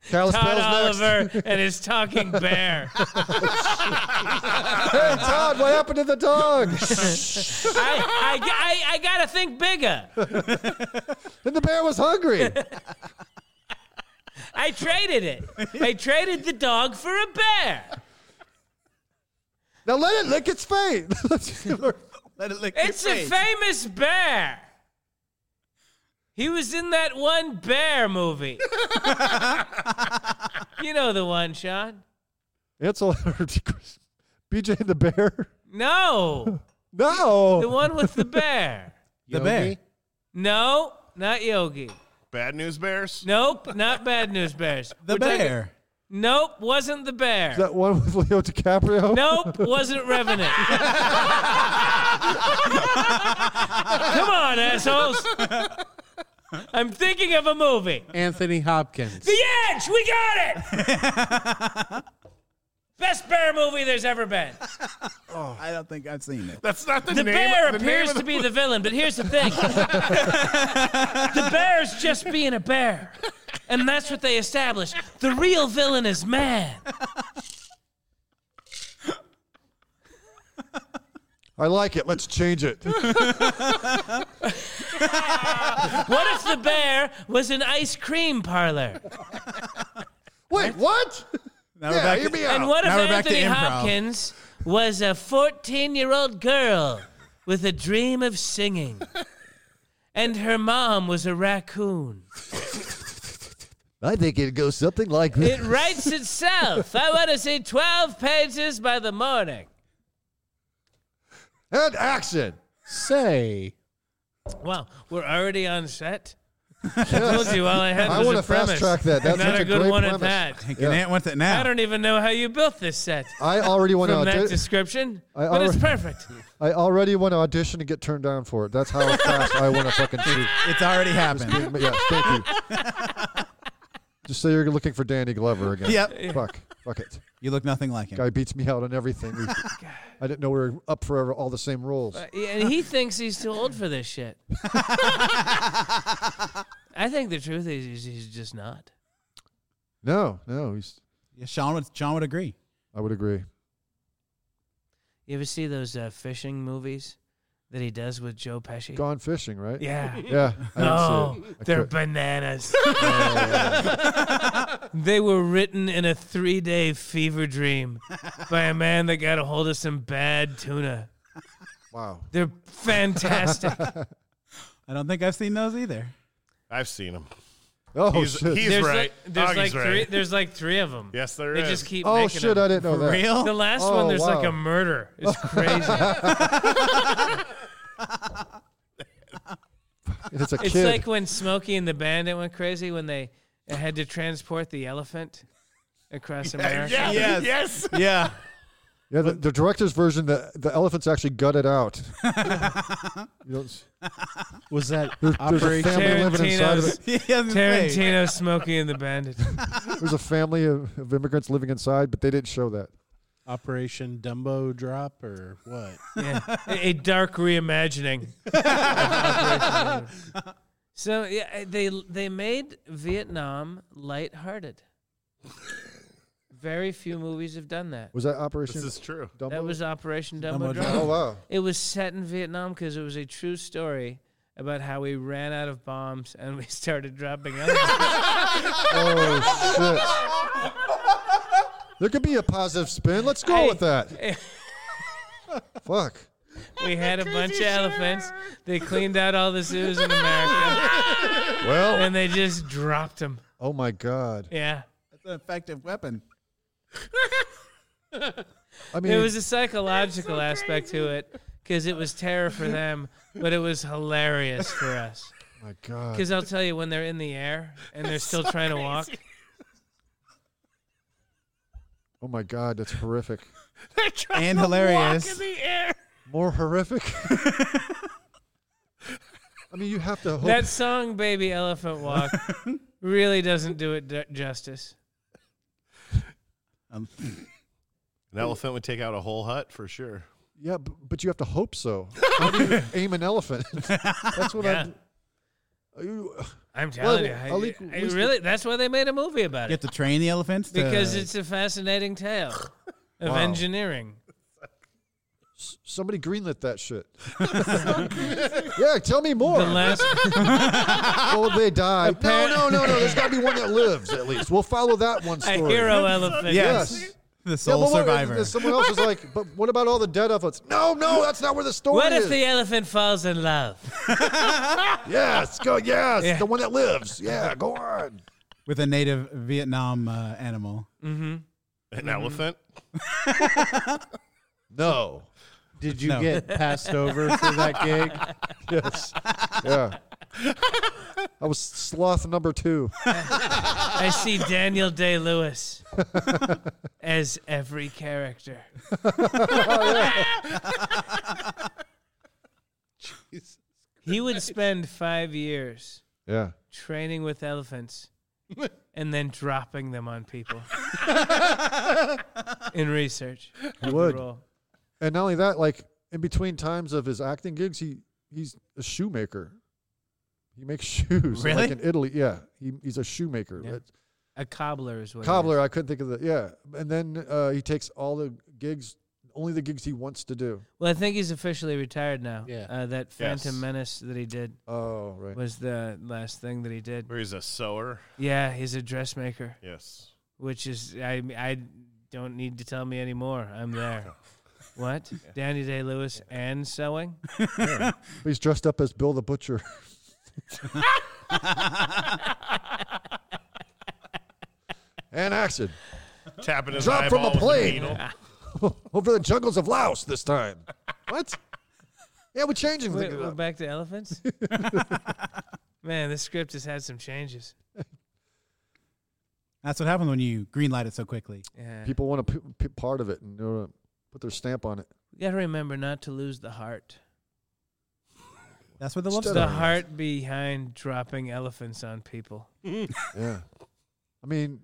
Callis
Todd
Pell's next.
Oliver and his talking bear.
Hey, Todd, what happened to the dog?
I, I, I, I gotta think bigger.
and the bear was hungry.
I traded it. I traded the dog for a bear.
Now let it lick its face.
Let it lick your
It's a
face.
famous bear. He was in that one bear movie. you know the one, Sean?
Ansel Elgort, BJ and the bear.
No, the
No.
one with the bear.
The bear.
No, not Yogi.
Bad news bears.
Nope, not Bad News Bears.
The
We're talking-
bear.
nope, wasn't the bear.
That one with Leo DiCaprio.
Nope, wasn't Revenant. Come on, assholes. I'm thinking of a movie.
Anthony Hopkins.
The Edge, we got it! Best bear movie there's ever been.
I don't think I've seen it.
That's not the,
The
name.
bear
the name
appears
of
to
the-
be the villain, but here's the thing the bear's just being a bear. And that's what they established. The real villain is man.
I like it. Let's change it.
What if the bear was an ice cream parlor?
Wait, what?
Now we're
Yeah,
back
hear
to-
me
And
out.
what if
Now we're back to
Anthony
improv.
Hopkins was a 14 year old girl with a dream of singing? And her mom was a raccoon.
I think it'd go something like
It writes itself. I want to see 12 pages by the morning.
and action.
Say.
Wow, we're already on set? I told you all I had
I
was
wanna
a premise.
fast track that. That's
Not
such
a
a
good
great
one
premise.
at that.
Can Ant wants it now.
I don't even know how you built this set
I already want to.
from that
Audi-
description,
Oh, I
but it's
already-
perfect.
I already want to audition and get turned down for it. That's how fast I want to fucking shoot.
It's already happened.
But yes, thank you. Just say you're looking for Danny Glover again.
Yep.
Fuck. Fuck it.
You look nothing like him.
Guy beats me out on everything. We- I didn't know we were up forever, all the same rules.
Uh, yeah, and he thinks he's too old for this shit. I think the truth is he's, he's just not.
No, no, he's.
Yeah, Sean would Sean would agree.
I would agree.
You ever see those uh, fishing movies that he does with Joe Pesci?
Gone fishing, right?
Yeah.
Yeah. I
No,
didn't see it. I
they're
could-
bananas. they were written in a three day fever dream by a man that got a hold of some bad tuna.
wow.
They're fantastic.
I don't think I've seen those either.
I've seen him.
Oh
He's,
shit.
he's
there's
right.
Like, there's
Augie's
like
right.
three. There's like three of them.
Yes, there
they
is.
just keep.
oh
making
shit!
them.
I didn't know that.
Real?
The last
Oh,
one, there's like
wow.
a murder. It's crazy.
And it's a
it's
kid.
like when Smokey and the Bandit went crazy when they had to transport the elephant across America.
Yeah,
Yes.
yes.
Yeah.
yeah, the, the director's version, the the elephant's actually gutted out. you don't, s-
Was that
there's, there's a
Operation?
family living inside of it.
Tarantino's
He hasn't played.
Tarantino, Smokey and the Bandit.
There's a family of, of immigrants living inside, but they didn't show that.
Operation Dumbo Drop or what?
Yeah. A, a dark reimagining. so yeah, they they made Vietnam lighthearted. Very few movies have done that.
Was that
This
Operation
is true.
Dumbo?
That was Operation Dumbo
Dumbo
Drop.
oh wow.
It was set in Vietnam because it was a true story about how we ran out of bombs and we started dropping out.
Oh shit. There could be a positive spin. Let's go
Hey.
with that. Fuck.
we had a bunch of elephants. They cleaned out all the zoos in America
Well.
and they just dropped them.
Oh my god.
Yeah.
That's an effective weapon.
I mean,
There was a psychological aspect to it because it was terror for them, but it was hilarious for us.
my god.
Because I'll tell you, when they're in the air and they're still trying to walk,
Oh my god. That's horrific.
And hilarious.
More horrific. I mean, you have to hope.
that song, Baby Elephant Walk, really doesn't do it d- justice.
Um,
An elephant would take out a whole hut for sure.
yeah, but, but you have to hope so. How do you aim an elephant? That's what
Yeah.
I. You, uh,
I'm telling
Well, I'll
you,
equal-
I, I
at least
really that's why they made a movie about
you have
it
to train the elephants to-
because it's a fascinating tale of engineering.
s- somebody greenlit that shit. yeah, tell me more.
The last,
Oh, they die. No,
par-
no, no, no. There's got to be one that lives at least. We'll follow that one
a
story.
hero elephant.
yes.
Yes.
the
Yeah,
sole
but what-
survivor.
and Someone else is like, but what about all the dead elephants? No, no, that's not where the story
What
is.
if the elephant falls in love?
Yes, go. Yes,
Yeah.
the one that lives. Yeah, go on.
with a native Vietnam uh, animal.
An
Mm-hmm.
elephant.
No.
Did you
No.
get passed over for that gig?
Yes. Yeah. I was sloth number two.
I see Daniel Day Lewis as every character. He would spend five years
Yeah.
training with elephants and then dropping them on people in research.
He would.
Role.
And not only that, like in between times of his acting gigs, he he's a shoemaker. He makes shoes.
Really?
Like in Italy, yeah. He, he's a shoemaker.
Yeah.
That's-
A cobbler is what. it
Cobbler,
is.
I couldn't think of the yeah. And then uh, he takes all the gigs, only the gigs he wants to do.
Well, I think he's officially retired now.
Yeah.
Uh, that Phantom
Yes.
Menace that he did
Oh, right.
was the last thing that he did.
Where he's a sower.
Yeah, he's a dressmaker.
Yes.
which is I I don't need to tell me anymore. I'm there. What? Danny Day Lewis and sewing?
He's dressed up as Bill the Butcher. and action.
Tapping his
Drop from
eyeball
a
with
plane.
needle.
Ah.
Over the jungles of Laos this time. What? Yeah, we're changing
Wait,
things.
we're
up.
back to elephants. Man, this script has had some changes.
That's what happens when you greenlight it so quickly.
Yeah.
People want to p- p- part of it and they wanna put their stamp on it.
You gotta remember not to lose the heart.
That's what the love
Still-
story.
The
is.
heart behind dropping elephants on people.
Yeah. I mean,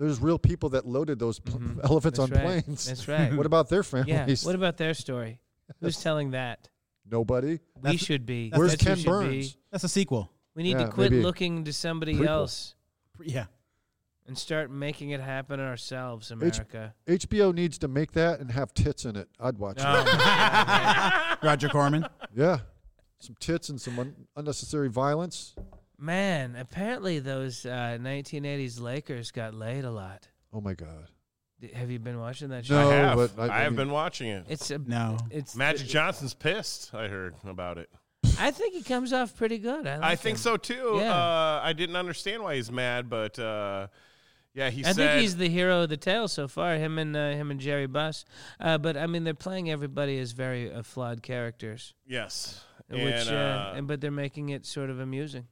There's real people that loaded those pl- elephants
Mm-hmm. That's
on
right.
planes.
That's right.
What about their
yeah.
families?
What about their story? Who's telling that?
Nobody.
we
That's-
should be.
Where's
That's who
Ken
should
Burns?
Be.
That's a sequel.
We need
Yeah,
to quit
maybe.
looking to somebody
Prequel.
else
Yeah.
and start making it happen ourselves,
H-
America.
HBO needs to make that and have tits in it. I'd watch it.
Roger Corman.
Yeah. Some tits and some un- unnecessary violence.
Man, apparently those uh, 1980s Lakers got laid a lot.
Oh my God.
D- Have you been watching that
No,
show?
I have.
but I-
I,
I
have
mean-
been watching it.
It's a
No.
It's
Magic Johnson's pissed. I heard about it.
I think he comes off pretty good. I, like
I think
him.
so too.
Yeah.
Uh, I didn't understand why he's mad, but uh, yeah, he
I
said.
think he's the hero of the tale so far. Him and uh, him and Jerry Buss. Uh, but I mean, they're playing everybody as very uh, flawed characters,
yes,
which
and,
uh,
uh,
and but they're making it sort of amusing.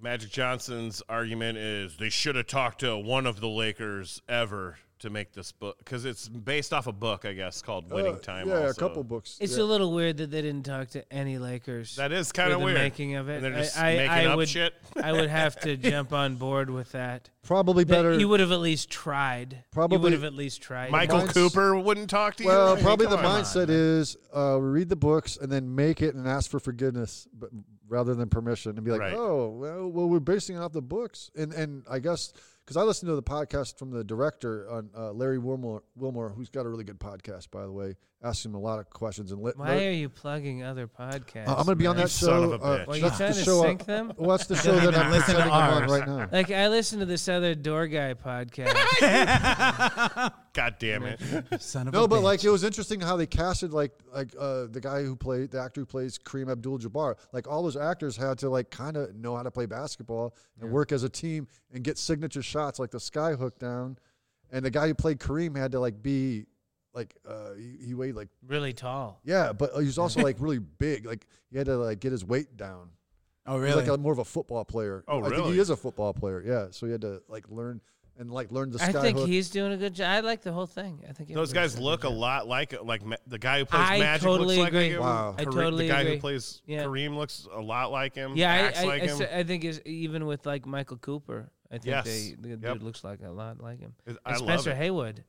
Magic Johnson's argument is they should have talked to one of the Lakers ever to make this book because it's based off a book, I guess, called Winning
Uh,
Time.
Yeah,
also.
a couple books.
It's
yeah.
a little weird that they didn't talk to any Lakers.
That is
for
kind of
the
weird.
making of it.
And they're
I-
just
I,
making
I
up
would,
shit.
I would have to jump on board with that.
probably
That
better.
You would have at least tried. you
Probably-
would have at least tried.
Michael
Mine's-
Cooper wouldn't talk to you.
well,
Hey,
probably the
come on.
mindset is uh, read the books and then make it and ask for forgiveness, but rather than permission, and be like,
Right.
"Oh, well, well, we're basing it off the books." And and I guess because I listened to the podcast from the director on uh, Larry Wilmore, Wilmore, who's got a really good podcast, by the way, asking him a lot of questions and let.
Why are you plugging other podcasts?
Uh,
I'm going to be on
man?
that show.
son of a bitch.
Well,
Uh,
you
that's the
trying to
show.
sink them?
What's the show that
even
I'm
listen to
pretending I'm on
ours.
right now?
Like I listened to this other door guy podcast.
God damn it.
Son of a
No, but
bitch.
like it was interesting how they casted like like uh, the guy who played the actor who plays Kareem Abdul-Jabbar. Like all those actors had to like kind of know how to play basketball and work as a team and get signature shots like the sky hook down. And the guy who played Kareem had to like be like uh, he, he weighed like
really tall.
yeah, but he was also like really big. Like he had to like get his weight down.
oh
He was,
really?
like a, more of a football player.
Oh,
I think
really?
he is a football player. Yeah, so he had to like learn and like learn the
I
sky
think
hook.
he's doing a good job. I like the whole thing. I think
Those
everybody's
guys
doing a
look
good
a
job.
lot like like Ma- the guy who plays
I
Magic
totally
looks
agree.
like him.
Wow.
I
Kareem-
totally
the guy
agree.
who plays
Yeah.
Kareem looks a lot like him.
Yeah,
acts
I, I,
like
I
him.
s- I think is even with like Michael Cooper. I think
Yes.
they, the
Yep.
dude looks like a lot like him.
It- I
And
love
Spencer
it.
Haywood.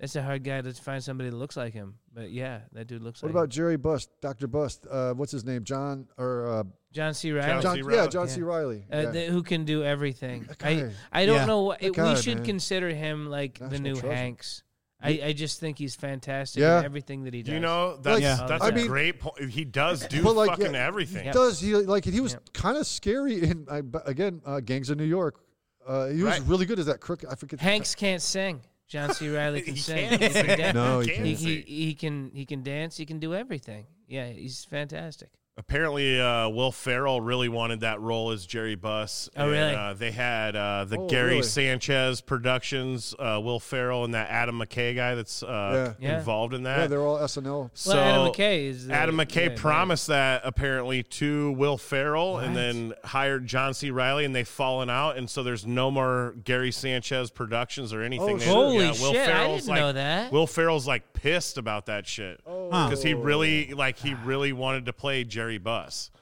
That's a hard guy to find somebody that looks like him. But yeah, that dude looks
What
like
about Jerry Bust, Dr. Bust? Uh, what's his name? John or uh,
him. John C. Riley.
John,
C.
yeah,
Reilly.
John C.
Yeah.
Riley.
uh,
yeah.
th- who can do everything.
Okay.
I, I don't
Yeah.
know what
That
it,
guy,
we should
man.
consider him like the
National
new
treasure.
Hanks. I, I just think he's fantastic
Yeah.
in everything that he does.
You know, that's
Yeah.
that's
I
a
mean-
great point. He does do
But, like,
fucking
yeah,
everything.
Yeah.
Does he like he was
Yep.
kind of scary in I, but again uh, Gangs of New York? Uh, he was
Right.
really good as that crook. I forget.
Hanks can't sing. John C. Riley can
He
sing.
can't
He can
sing.
dance.
No, he
Can't
he,
can't.
he,
sing.
he can he can dance. He can do everything. Yeah, he's fantastic.
Apparently, uh, Will Farrell really wanted that role as Jerry Buss.
Oh, really?
Uh, they had uh, the
Oh,
Gary
really?
Sanchez Productions, uh, Will Farrell, and that Adam McKay guy that's uh,
Yeah. Yeah.
involved in that.
Yeah, they're all SNL.
so
Well, Adam McKay is. the-
Adam McKay
yeah, yeah.
promised that apparently to Will Farrell and then hired John C. Riley, and they've fallen out, and so there's no more Gary Sanchez productions or anything.
Oh,
They-
shit.
Holy
yeah, Will
shit! I
Ferrell's
didn't
like,
know that.
Will Farrell's like pissed about that shit
Huh.
because he really like he really wanted to play Jerry Buss.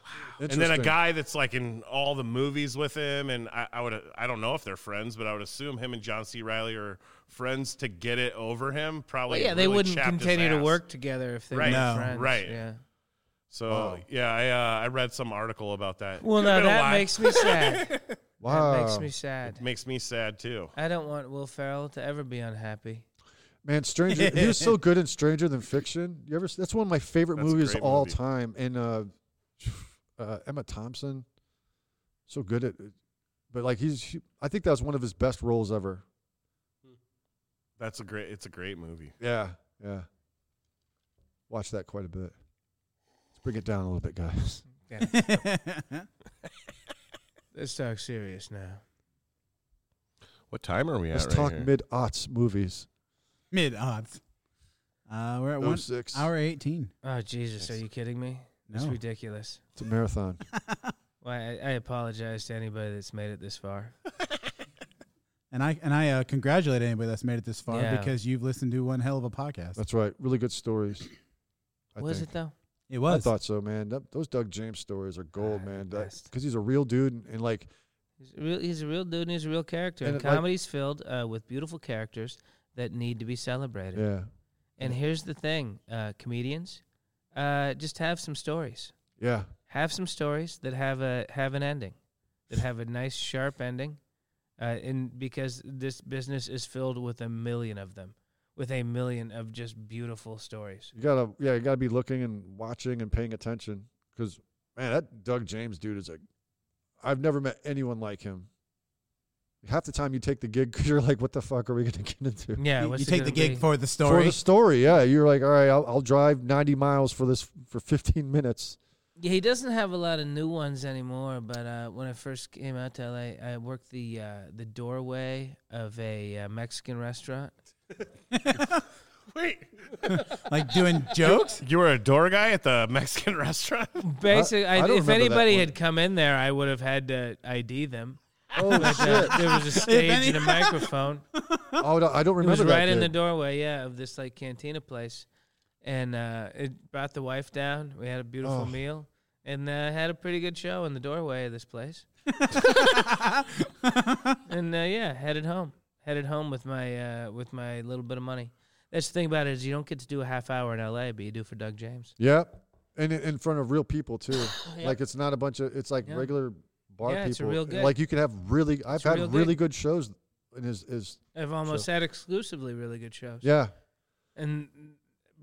And then a
Interesting.
guy that's like in all the movies with him, and I, I would I don't know if they're friends, but I would assume him and John C. Riley are friends to get it over him. Probably,
Well, yeah, they
really
wouldn't
chapped his
continue to
ass.
work together if they
Right.
were
No.
friends.
Right.
Yeah.
So yeah, I uh, I read some article about that.
Well,
Could have
now
been a
that
lie.
makes me sad.
Wow,
That makes me sad.
makes me sad too.
I don't want Will Ferrell to ever be unhappy.
man, Stranger. he was so good in Stranger Than Fiction. You ever? s- That's one of my favorite
That's a
movies of
great
all
movie.
time. And uh, uh, Emma Thompson, so good at. But like he's, he, I think that was one of his best roles ever.
That's a great. It's a great movie.
Yeah, yeah. Watch that quite a bit. Let's bring it down a little bit, guys.
Let's talk serious now.
What time are we
Let's talk mid aughts movies.
Mid odds. Uh, we're at one
06.
hour eighteen.
Oh Jesus, are you kidding me? It's
No.
ridiculous.
It's a marathon.
Why I, I apologize to anybody that's made it this far.
And I and I uh, congratulate anybody that's made it this far
Yeah.
because you've listened to one hell of a podcast.
That's right. Really good stories. I
was
think.
it though?
it
I
was.
thought so, man. That, those Doug James stories are gold,
Ah,
man.
the best.
Because he's a real dude, and, and like
He's a real, he's a real dude and he's a real character. And,
And it, like-
comedy's filled uh, with beautiful characters that need to be celebrated.
Yeah.
And here's the thing, uh, comedians, uh, just have some stories.
Yeah.
Have some stories that have a have an ending, that have a nice sharp ending, uh, and because this business is filled with a million of them, with a million of just beautiful stories.
You gotta, yeah, you gotta be looking and watching and paying attention. Because man, that Doug James dude is like, I've never met anyone like him. Half the time you take the gig because you're like, what the fuck are we gonna get into?
Yeah,
You- you,
what's it
take the
gonna
gig
be?
for the
For
story.
the story, yeah, you're like, all right, I'll, I'll drive 90 miles for this for 15 minutes.
Yeah, he doesn't have a lot of new ones anymore. But uh, when I first came out to LA, I worked the uh, the doorway of a uh, Mexican restaurant.
Wait,
like doing jokes.
you were a door guy at the Mexican restaurant?
Basically,
I
I,
don't
if
remember that
anybody
one.
had come in there, I would have had to ID them.
Oh shit!
There was a stage
any-
and a microphone.
Oh, no, I don't
It was
remember that.
right in the
kid.
doorway, yeah, of this like cantina place, and uh, it brought the wife down. We had a beautiful
Oh.
meal and uh, had a pretty good show in the doorway of this place. and uh, yeah, headed home. Headed home with my uh, with my little bit of money. That's the thing about it is you don't get to do a half hour in L.A., but you do for Doug James.
Yep, and in- in front of real people too. Like it's not a bunch of it's like
Yeah.
regular bar
Yeah,
people.
it's a real gig.
Like you could have really. I've
a
had
real gig.
really good shows. And his is
I've almost had exclusively really good shows.
yeah.
And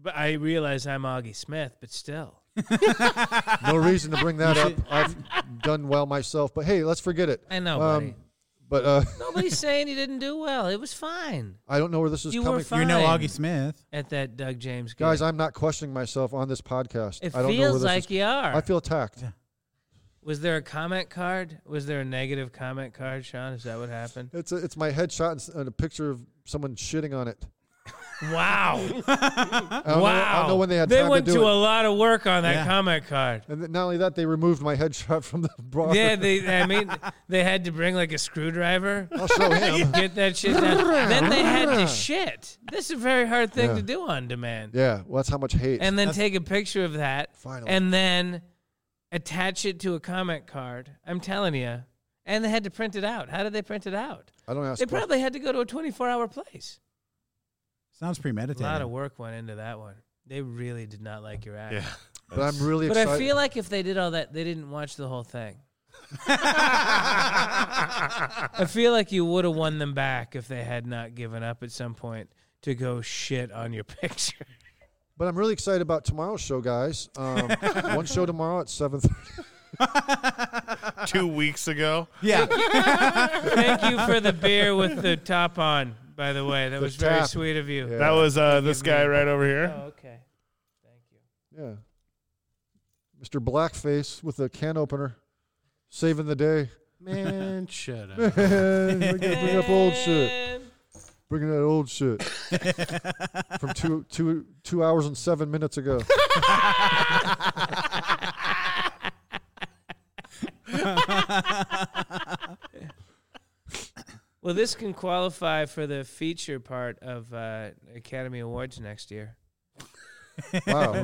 but I realize I'm Augie Smith, but still.
No reason to bring that up. I've done well myself, but hey, let's forget it. Um,
I know, buddy.
But uh,
Nobody's saying he didn't do well. It was fine.
I don't know where this is
You
coming
were
from.
You're no
Fine.
Augie Smith.
at that Doug James gig.
Guys, I'm not questioning myself on this podcast.
it
I don't know where
feels
this
like
is.
you are.
I feel attacked.
was there a comment card? Was there a negative comment card, Sean? Is that what happened?
It's a, it's my headshot and s- and a picture of someone shitting on it.
Wow!
I don't, know, I
wow!
don't know when they had time
went
to
to,
do
a
it.
lot of work on that
Yeah.
comment card.
and th- not only that, they removed my headshot from the bar.
Yeah, they. I mean, they had to bring like a screwdriver.
I'll show him.
Get that shit down. then they had to shit. This is a very hard thing
Yeah.
to do on demand.
yeah, well, that's how much hate.
And then take a picture of that.
Finally.
And then attach it to a comment card. I'm telling you. And they had to print it out. How did they print it out?
I don't ask.
They
questions.
probably had to go to a 24 hour place.
Sounds
A
premeditated.
lot of work went into that one. They really did not like your act.
Yeah.
but I'm really
But
excited.
I feel like if they did all that, they didn't watch the whole thing. I feel like you would have won them back if they had not given up at some point to go shit on your picture.
but I'm really excited about tomorrow's show, guys. Um, one show tomorrow at 7:30.
Two weeks ago.
Yeah.
Thank you for the beer with the top on, by the way. That was very
tap.
sweet of you.
Yeah.
That was uh, this guy right over here.
Oh, okay. Thank you.
Yeah. Mr. Blackface with a can opener, saving the day.
Man, shut up.
Bring bring up old shit. Bringing that old shit from two two two hours and seven minutes ago.
Well, this can qualify for the feature part of uh, Academy Awards next year.
Wow.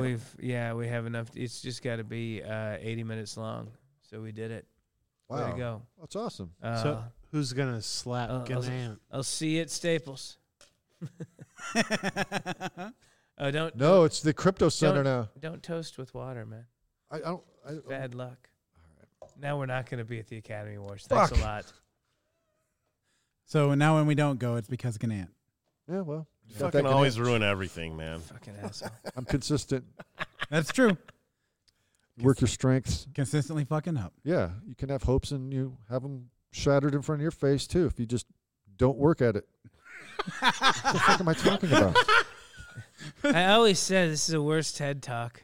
We've yeah, we have enough. It's just got to be uh, 80 minutes long, so we did it. Way to
Wow.
go!
That's awesome.
Uh,
So who's gonna slap
Uh,
I'll- I'll-
Ganant?
I'll see you at Staples. oh, don't
No, it's the crypto center now.
don't toast with water, man.
I, I don't. I,
Bad luck. Now we're not going to be at the Academy Awards. Thanks
Fuck.
a lot.
so now when we don't go, it's because of Ganant.
yeah, well,
You
got that
fucking
going.
always ruin everything, man.
Fucking asshole.
I'm consistent.
That's true.
Work your strengths.
Consistently fucking up.
Yeah, you can have hopes and you have them shattered in front of your face too if you just don't work at it. what the fuck am I talking about?
I always said this is the worst TED talk.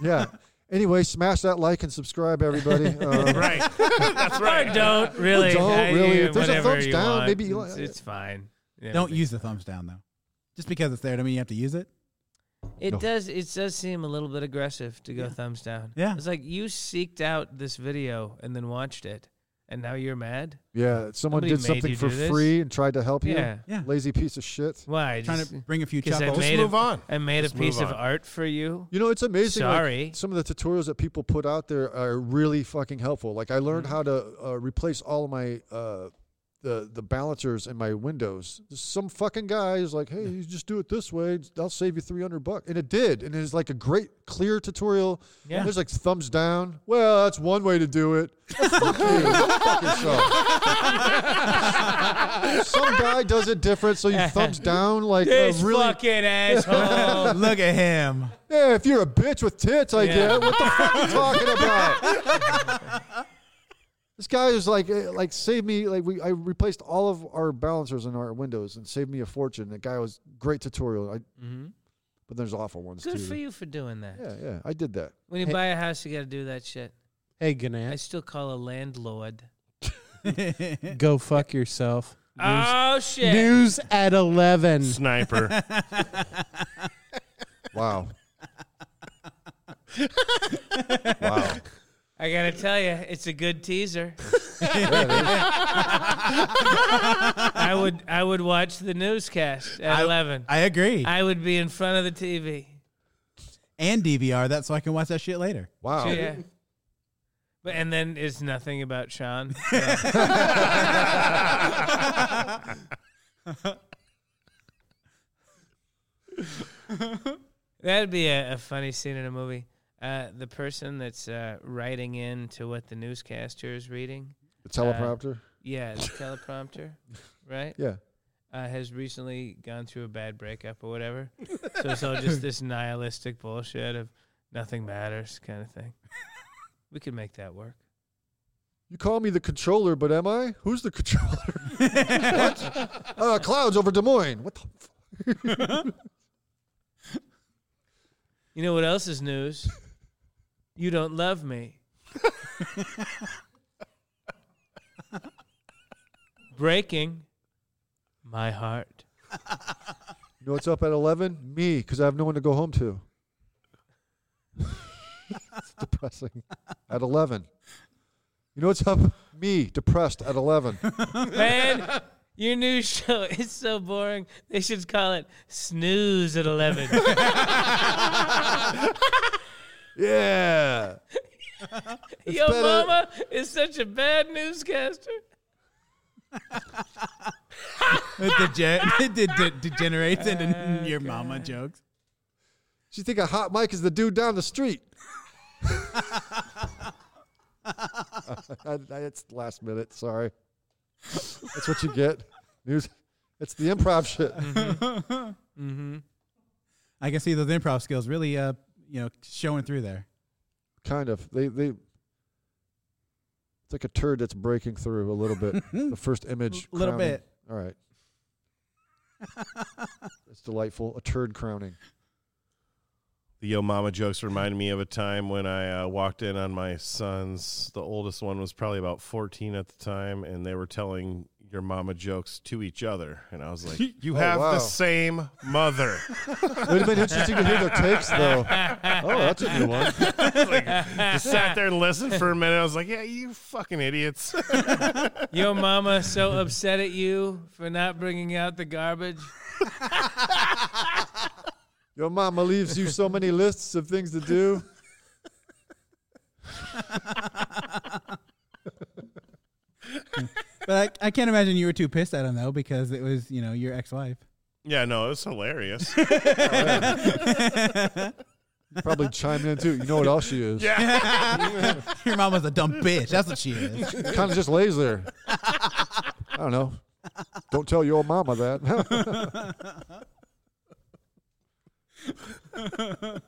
Yeah. Anyway, smash that like and subscribe, everybody. Uh,
Right. That's
Or
right.
don't really.
don't
I-
really.
you-
If there's a
whatever
thumbs
you
down,
want.
maybe you
it's,
like-
it's fine. Yeah,
Don't
but-
use the thumbs down though. Just because it's there, don't mean you have to use it.
It
No.
does. It does seem a little bit aggressive to go thumbs down.
Yeah.
it's like you seeked out this video and then watched it, and now you're mad.
Yeah, someone
Somebody
did
made
something
you
for
do this?
free and tried to help you.
Yeah.
Yeah.
Lazy piece of shit.
Why?
Trying
Just-
to bring a few
'cause I
chuckles.
made
move
a,
on.
I made
Just
a piece
move
of
on.
art for you.
You know, it's amazing. like,
Sorry.
some of the tutorials that people put out there are really fucking helpful. Like I learned how to uh, replace all of my uh, the the balancers in my windows. Some fucking guy is like, "Hey, you just do it this way. I'll save you three hundred bucks," and it did. And it's like a great clear tutorial.
Yeah.
There's like thumbs down. Well, that's one way to do it. Fuck you. Fuck yourself. Some guy does it different, so you thumbs down like a
This
really
fucking asshole.
Look at him.
yeah, if you're a bitch with tits, I
Yeah.
get what the fuck you talking about. this guy is like, eh, like saved me. Like we, I replaced all of our balancers in our windows and saved me a fortune. The guy was great tutorial. I, But there's awful ones
Mm-hmm. Good
too.
for you for doing that.
Yeah, yeah, I did that.
When you buy a house, you got to do that shit.
Hey,
I
Ganesh,
still call a landlord.
go fuck yourself.
Oh shit!
News at 11.
Sniper.
Wow. wow.
I gotta tell you, it's a good teaser. I would I would watch the newscast at eleven.
I agree.
I would be in front of the TV.
and DVR that so I can watch that shit later.
Wow.
Yeah. But and then it's nothing about Sean. That'd be a, a funny scene in a movie. Uh, the person that's uh, writing in to what the newscaster is reading,
The teleprompter.
yeah, the teleprompter, right?
Yeah.
uh, has recently gone through a bad breakup or whatever. so it's all just this nihilistic bullshit of nothing matters kind of thing. We could make that work.
You call me the controller, but am I? Who's the controller? what? Uh, clouds over Des Moines. What the? F-
You know what else is news? You don't love me. Breaking my heart.
You know what's up at 11? Me, because I have no one to go home to. it's depressing. At 11. You know what's up? Me, depressed at 11.
Man, your new show is so boring. They should call it Snooze at 11.
yeah.
Yo,
better-
mama is such a bad newscaster.
It, dege- it de- de- degenerates into your mama jokes.
She think a hot mic is the dude down the street. I- I- it's last minute. Sorry. That's what you get. News. It's the improv shit.
I can see those improv skills really, uh, you know, showing through there.
Kind of. They they. It's like a turd that's breaking through a little bit. the first image.
L- little
crowning.
bit.
All right. it's delightful. A turd crowning.
The Yo Mama jokes remind me of a time when I uh, walked in on my sons. The oldest one was probably about 14 at the time, and they were telling your mama jokes to each other. And I was like, You
Oh,
have
wow.
the same mother.
It would have been interesting to hear their takes though. Oh, that's a new one.
like, just sat there and listened for a minute. I was like, Yeah, you fucking idiots.
Yo, mama, so upset at you for not bringing out the garbage.
Your mama leaves you so many lists of things to do.
But I, I can't imagine you were too pissed at him though, because it was, you know, your ex-wife.
yeah, no, it was hilarious.
Probably chiming in too. You know what else she is?
Yeah.
Your mama's a dumb bitch. That's what she is.
Kind of just lays there. I don't know. Don't tell your mama that.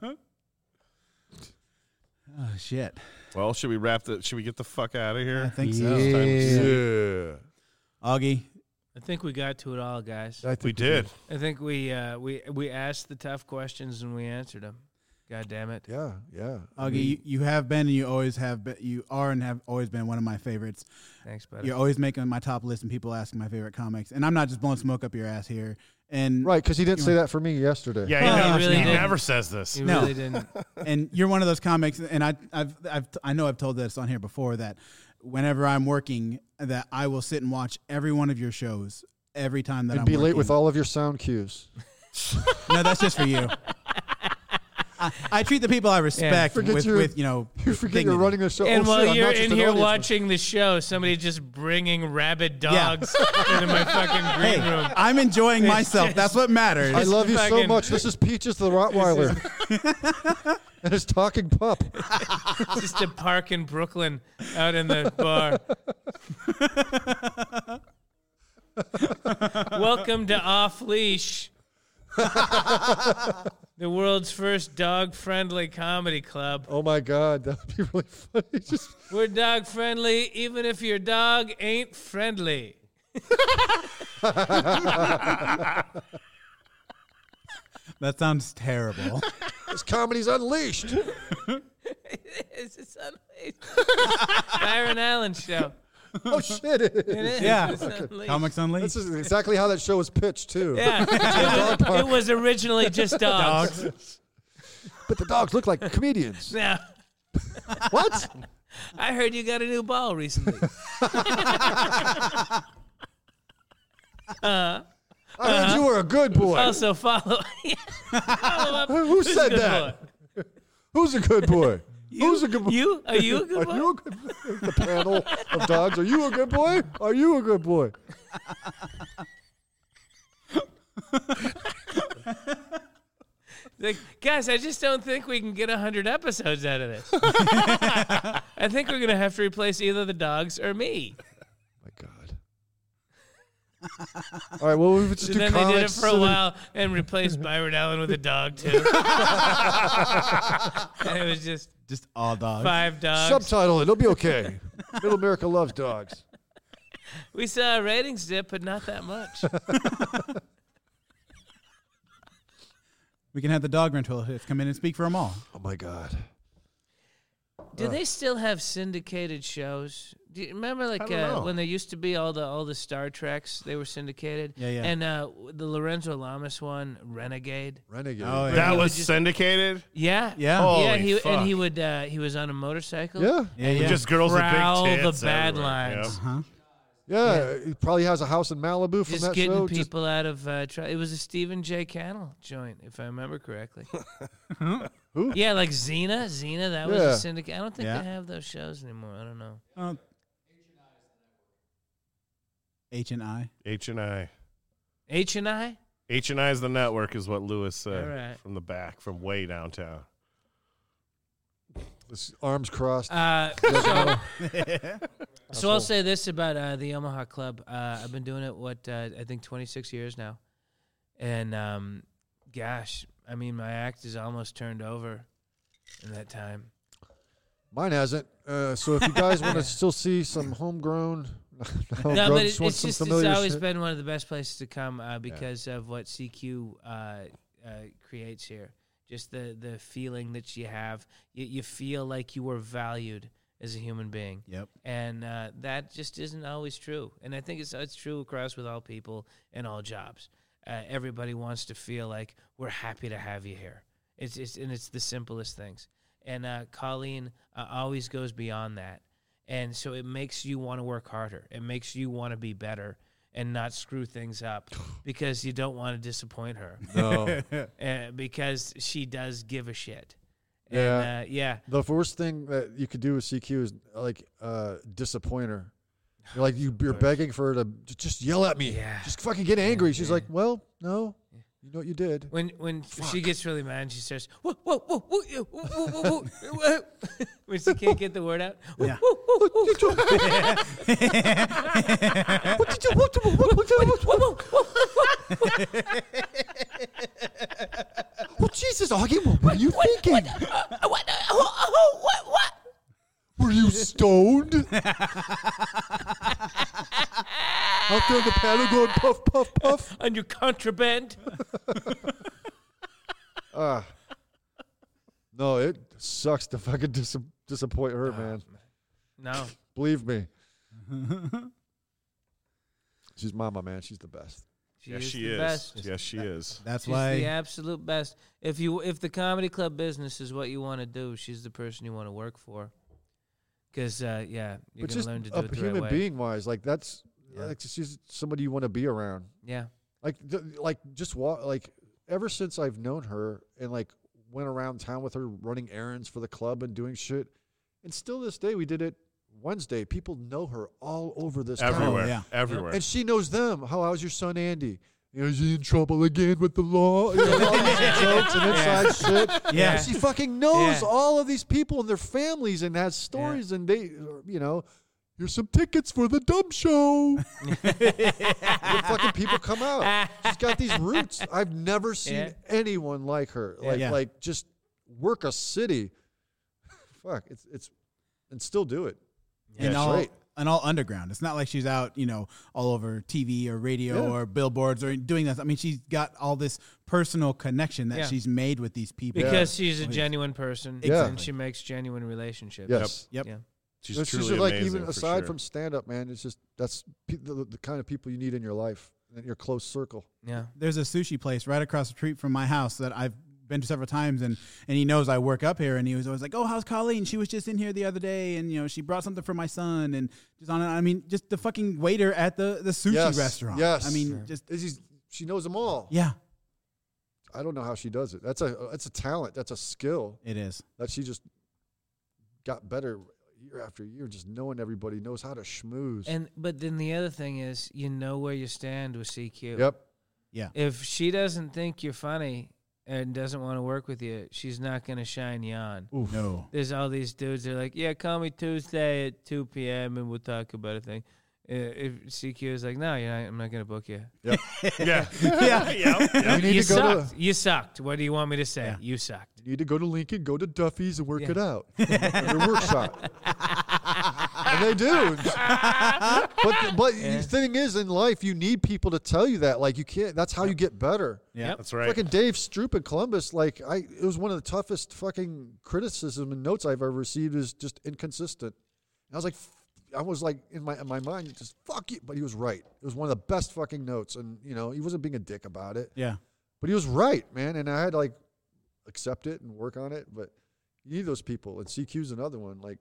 Oh shit.
Well, should we wrap the? Should we get the fuck out of
I
here?
think so.
yeah.
Augie,
I think we got to it all, guys.
I
We
think
did.
I think we uh, we we asked the tough questions and we answered them. God damn it!
Yeah, yeah. I
Augie,
mean,
you, you have been and you always have been, you are and have always been one of my favorites.
Thanks, buddy.
You're always making my top list and people asking my favorite comics. And I'm not just blowing smoke up your ass here. And
Right, because he didn't say that for me yesterday.
Yeah, he,
Oh,
never,
he really
he
did.
never says this.
You
No.
really didn't.
and you're one of those comics, and I, I've, I've, I know I've told this on here before that whenever I'm working that I will sit and watch every one of your shows every time that
and
I'm
be late with
working.
all of your sound cues.
No, that's just for you. I, I treat the people I respect
Forget
with,
your-
with, you know,
You forget
dignity.
you're running a show.
And
oh,
while
shit, I'm
you're
not just
in
an
here
audience member.
watching the show, somebody just bringing rabid
Yeah.
dogs into my fucking green
Hey,
room.
I'm enjoying myself.
just-
That's what matters.
I love you so
fucking-
much. This is Peaches the Rottweiler and his talking pup.
Just a park in Brooklyn out in the bar. Welcome to Off Leash, the world's first dog friendly comedy club.
Oh my god, that would be really funny. Just
We're dog friendly even if your dog ain't friendly.
That sounds terrible.
this comedy's unleashed.
It's just unleashed. Byron Allen show.
Oh shit, it is.
It is.
Yeah.
It's unleashed.
Comics Unleashed.
This is exactly how that show was pitched too.
Yeah, it was, it was originally just dogs.
But the dogs look like comedians.
Now,
what?
I heard you got a new ball recently.
I heard you were a good boy.
Also, follow, follow up.
Who
Who's a
said
good
that?
boy?
Who's a good boy? Who's a good boy?
You? Are you a good
Are
boy?
you a good The panel of dogs. Are you a good boy? Are you a good boy?
Like, guys, I just don't think we can get 100 episodes out of this. I think we're going to have to replace either the dogs or me.
My God. All right. Well, we would just
And
do
then they did it
comics.
for a
and then-
while and replaced Byron Allen with a dog, too. and it was just
Just all dogs.
five dogs.
Subtitle it. It'll be okay. Middle America loves dogs.
We saw a ratings dip, but not that much.
We can have the dog rental hits come in and speak for them all.
Oh my God.
Do they still have syndicated shows? Do you remember, like
don't
uh,
know.
when there used to be all the all the Star Treks? They were syndicated.
Yeah, yeah.
And uh, the Lorenzo Lamas one, Renegade.
Renegade.
Oh, yeah.
That
would
was
just-
syndicated.
Yeah,
Yeah.
yeah.
Holy
He
fuck.
and he would uh, he was on a motorcycle.
Yeah.
Yeah, yeah.
Just girls with
Prowl
big
the
tits.
bad
everywhere.
lines.
Yeah.
Yeah. He probably has a house in Malibu from
Just
that
getting
show. Just-
people out of uh, tr- it was a Stephen J. Cannell joint, if I remember correctly.
Who?
Yeah, like Xena, Xena. That was
Yeah.
a syndicate. I don't think
Yeah.
they have those shows anymore. I don't know.
Uh, H and I.
H and I.
H and I.
H and I is the network, is what Lewis said
All right.
from the back, from way downtown.
His arms crossed.
Uh, so, so I'll say this about uh, the Omaha Club. Uh, I've been doing it what uh, I think 26 years now, and um, gosh, I mean my act is almost turned over in that time.
Mine hasn't. Uh, so if you guys want to still see some homegrown, homegrown
No, but it,
just want
it's
some
just it's
familiar
always
shit.
been one of the best places to come uh, because of what CQ uh, uh, creates here. Just the the feeling that you have, you, you feel like you are valued as a human being.
Yep.
and uh, that just isn't always true. And I think it's it's true across with all people and all jobs. Uh, everybody wants to feel like we're happy to have you here. It's it's and it's the simplest things. And uh, Colleen uh, always goes beyond that, and so it makes you want to work harder. It makes you want to be better and not screw things up because you don't want to disappoint her. No, uh, because she does give a shit.
Yeah.
And, uh, yeah.
The worst thing that you could do with CQ is like uh, disappoint her. You're like you, you're begging for her to j- just yell at me,
Yeah.
just fucking get angry. She's like, "Well, no, you know what you did."
When when she gets really mad, she starts whoa whoa whoa whoa yeah, whoa whoa whoa, whoa, whoa," when she can't get the word out. Whoa,
Yeah.
whoa, whoa, whoa, whoa, whoa, whoa, whoa, whoa.
Well, Jesus, Augie, what were you thinking?
Uh, what, uh, oh, oh, what, what?
Were you stoned? Out there in the paddle going puff, puff, puff.
On your contraband.
No, it sucks to fucking dis- disappoint her, man.
No,
Believe me. She's mama, man. She's the best.
she
Yes,
is
she
the
is.
best.
Yes, she is.
That's
She's
why.
the absolute best. If you if the comedy club business is what you want to do, she's the person you want to work for. because uh, yeah, you're
but
gonna
just
learn to do
a
it the
human
right way.
being wise, like that's
Yeah.
like it's just somebody you want to be around.
Yeah,
Like th- like just walk like ever since I've known her and like went around town with her running errands for the club and doing shit, and still this day we did it Wednesday. People know her all over this town.
Everywhere.
Oh, yeah.
Everywhere.
and she knows them. How how's your son Andy? You know, is he in trouble again with the law? You know, all these jokes and inside shit.
Yeah.
she fucking knows
Yeah.
all of these people and their families and has stories and they, you know, here's some tickets for the dumb show. When fucking people come out. She's got these roots. I've never seen
Yeah.
anyone like her. Like
Yeah.
like just work a city. Fuck, it's it's and still do it.
and
Yeah,
all
right.
and all underground. It's not like she's out, you know, all over TV or radio
Yeah.
or billboards or doing this. I mean, she's got all this personal connection that
Yeah.
she's made with these people.
because she's a genuine person
Yeah.
and she makes genuine relationships.
Yes.
Yep.
Yeah.
She's
That's
truly
just like
amazing,
even
for
aside
sure.
from stand up, man, it's just that's pe- the, the kind of people you need in your life in your close circle.
Yeah.
There's a sushi place right across the street from my house that I've been to several times and and he knows I work up here and he was always like, "Oh, how's Colleen? She was just in here the other day and you know, she brought something for my son and just on and on." I mean, just the fucking waiter at the the sushi
Yes.
restaurant.
Yes.
I mean, just
It's just- she knows them all.
yeah,
I don't know how she does it. That's a that's a talent. That's a skill
it is.
that she just got better year after year. Just knowing everybody knows how to schmooze.
And but then the other thing is, you know where you stand with CQ.
yep.
If she doesn't think you're funny and doesn't want to work with you, she's not going to shine you on.
No.
There's all these dudes that are like, yeah, call me Tuesday at 2 p.m. and we'll talk about a thing. Uh, If CQ is like, no, you're not, I'm not going to book you.
Yeah.
Yeah.
yeah. yeah.
You need
You
to go
sucked.
to
You sucked. What do you want me to say?
Yeah.
You sucked.
you need to go to Lincoln, go to Duffy's and work
Yeah.
it out. Your workshop. and they do. but but
Yeah.
the thing is in life you need people to tell you that. Like you can't that's how you get better.
Yeah.
Yep.
That's right.
Fucking Dave Stroop in Columbus, like I, it was one of the toughest fucking criticism and notes I've ever received is just inconsistent. And I was like, f- I was like in my in my mind just fuck you, but he was right. It was one of the best fucking notes, and you know he wasn't being a dick about it,
Yeah.
but he was right, man. And I had to like accept it and work on it, but you need those people, and CQ's another one. Like,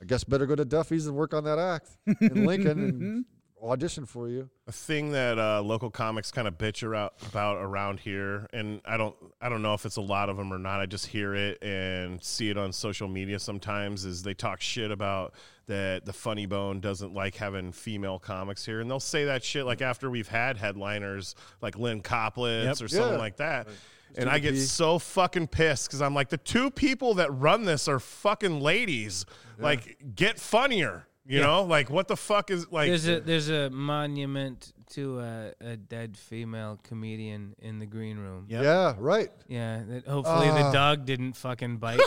I guess better go to Duffy's and work on that act in Lincoln and audition for you.
a thing that uh, local comics kind of bitch about, about around here, and I don't, I don't know if it's a lot of them or not. I just hear it and see it on social media sometimes. Is they talk shit about that the Funny Bone doesn't like having female comics here, and they'll say that shit like after we've had headliners like Lynn Coplitz
Yep.
or something
Yeah.
like that. And I get
Stevie P.
so fucking pissed because I'm like, the two people that run this are fucking ladies. Like, get funnier. You know, like what the fuck is like?
There's a there's a monument to a, a dead female comedian in the green room.
Yep.
Yeah, right.
Yeah, that hopefully the
Ah.
dog didn't fucking bite.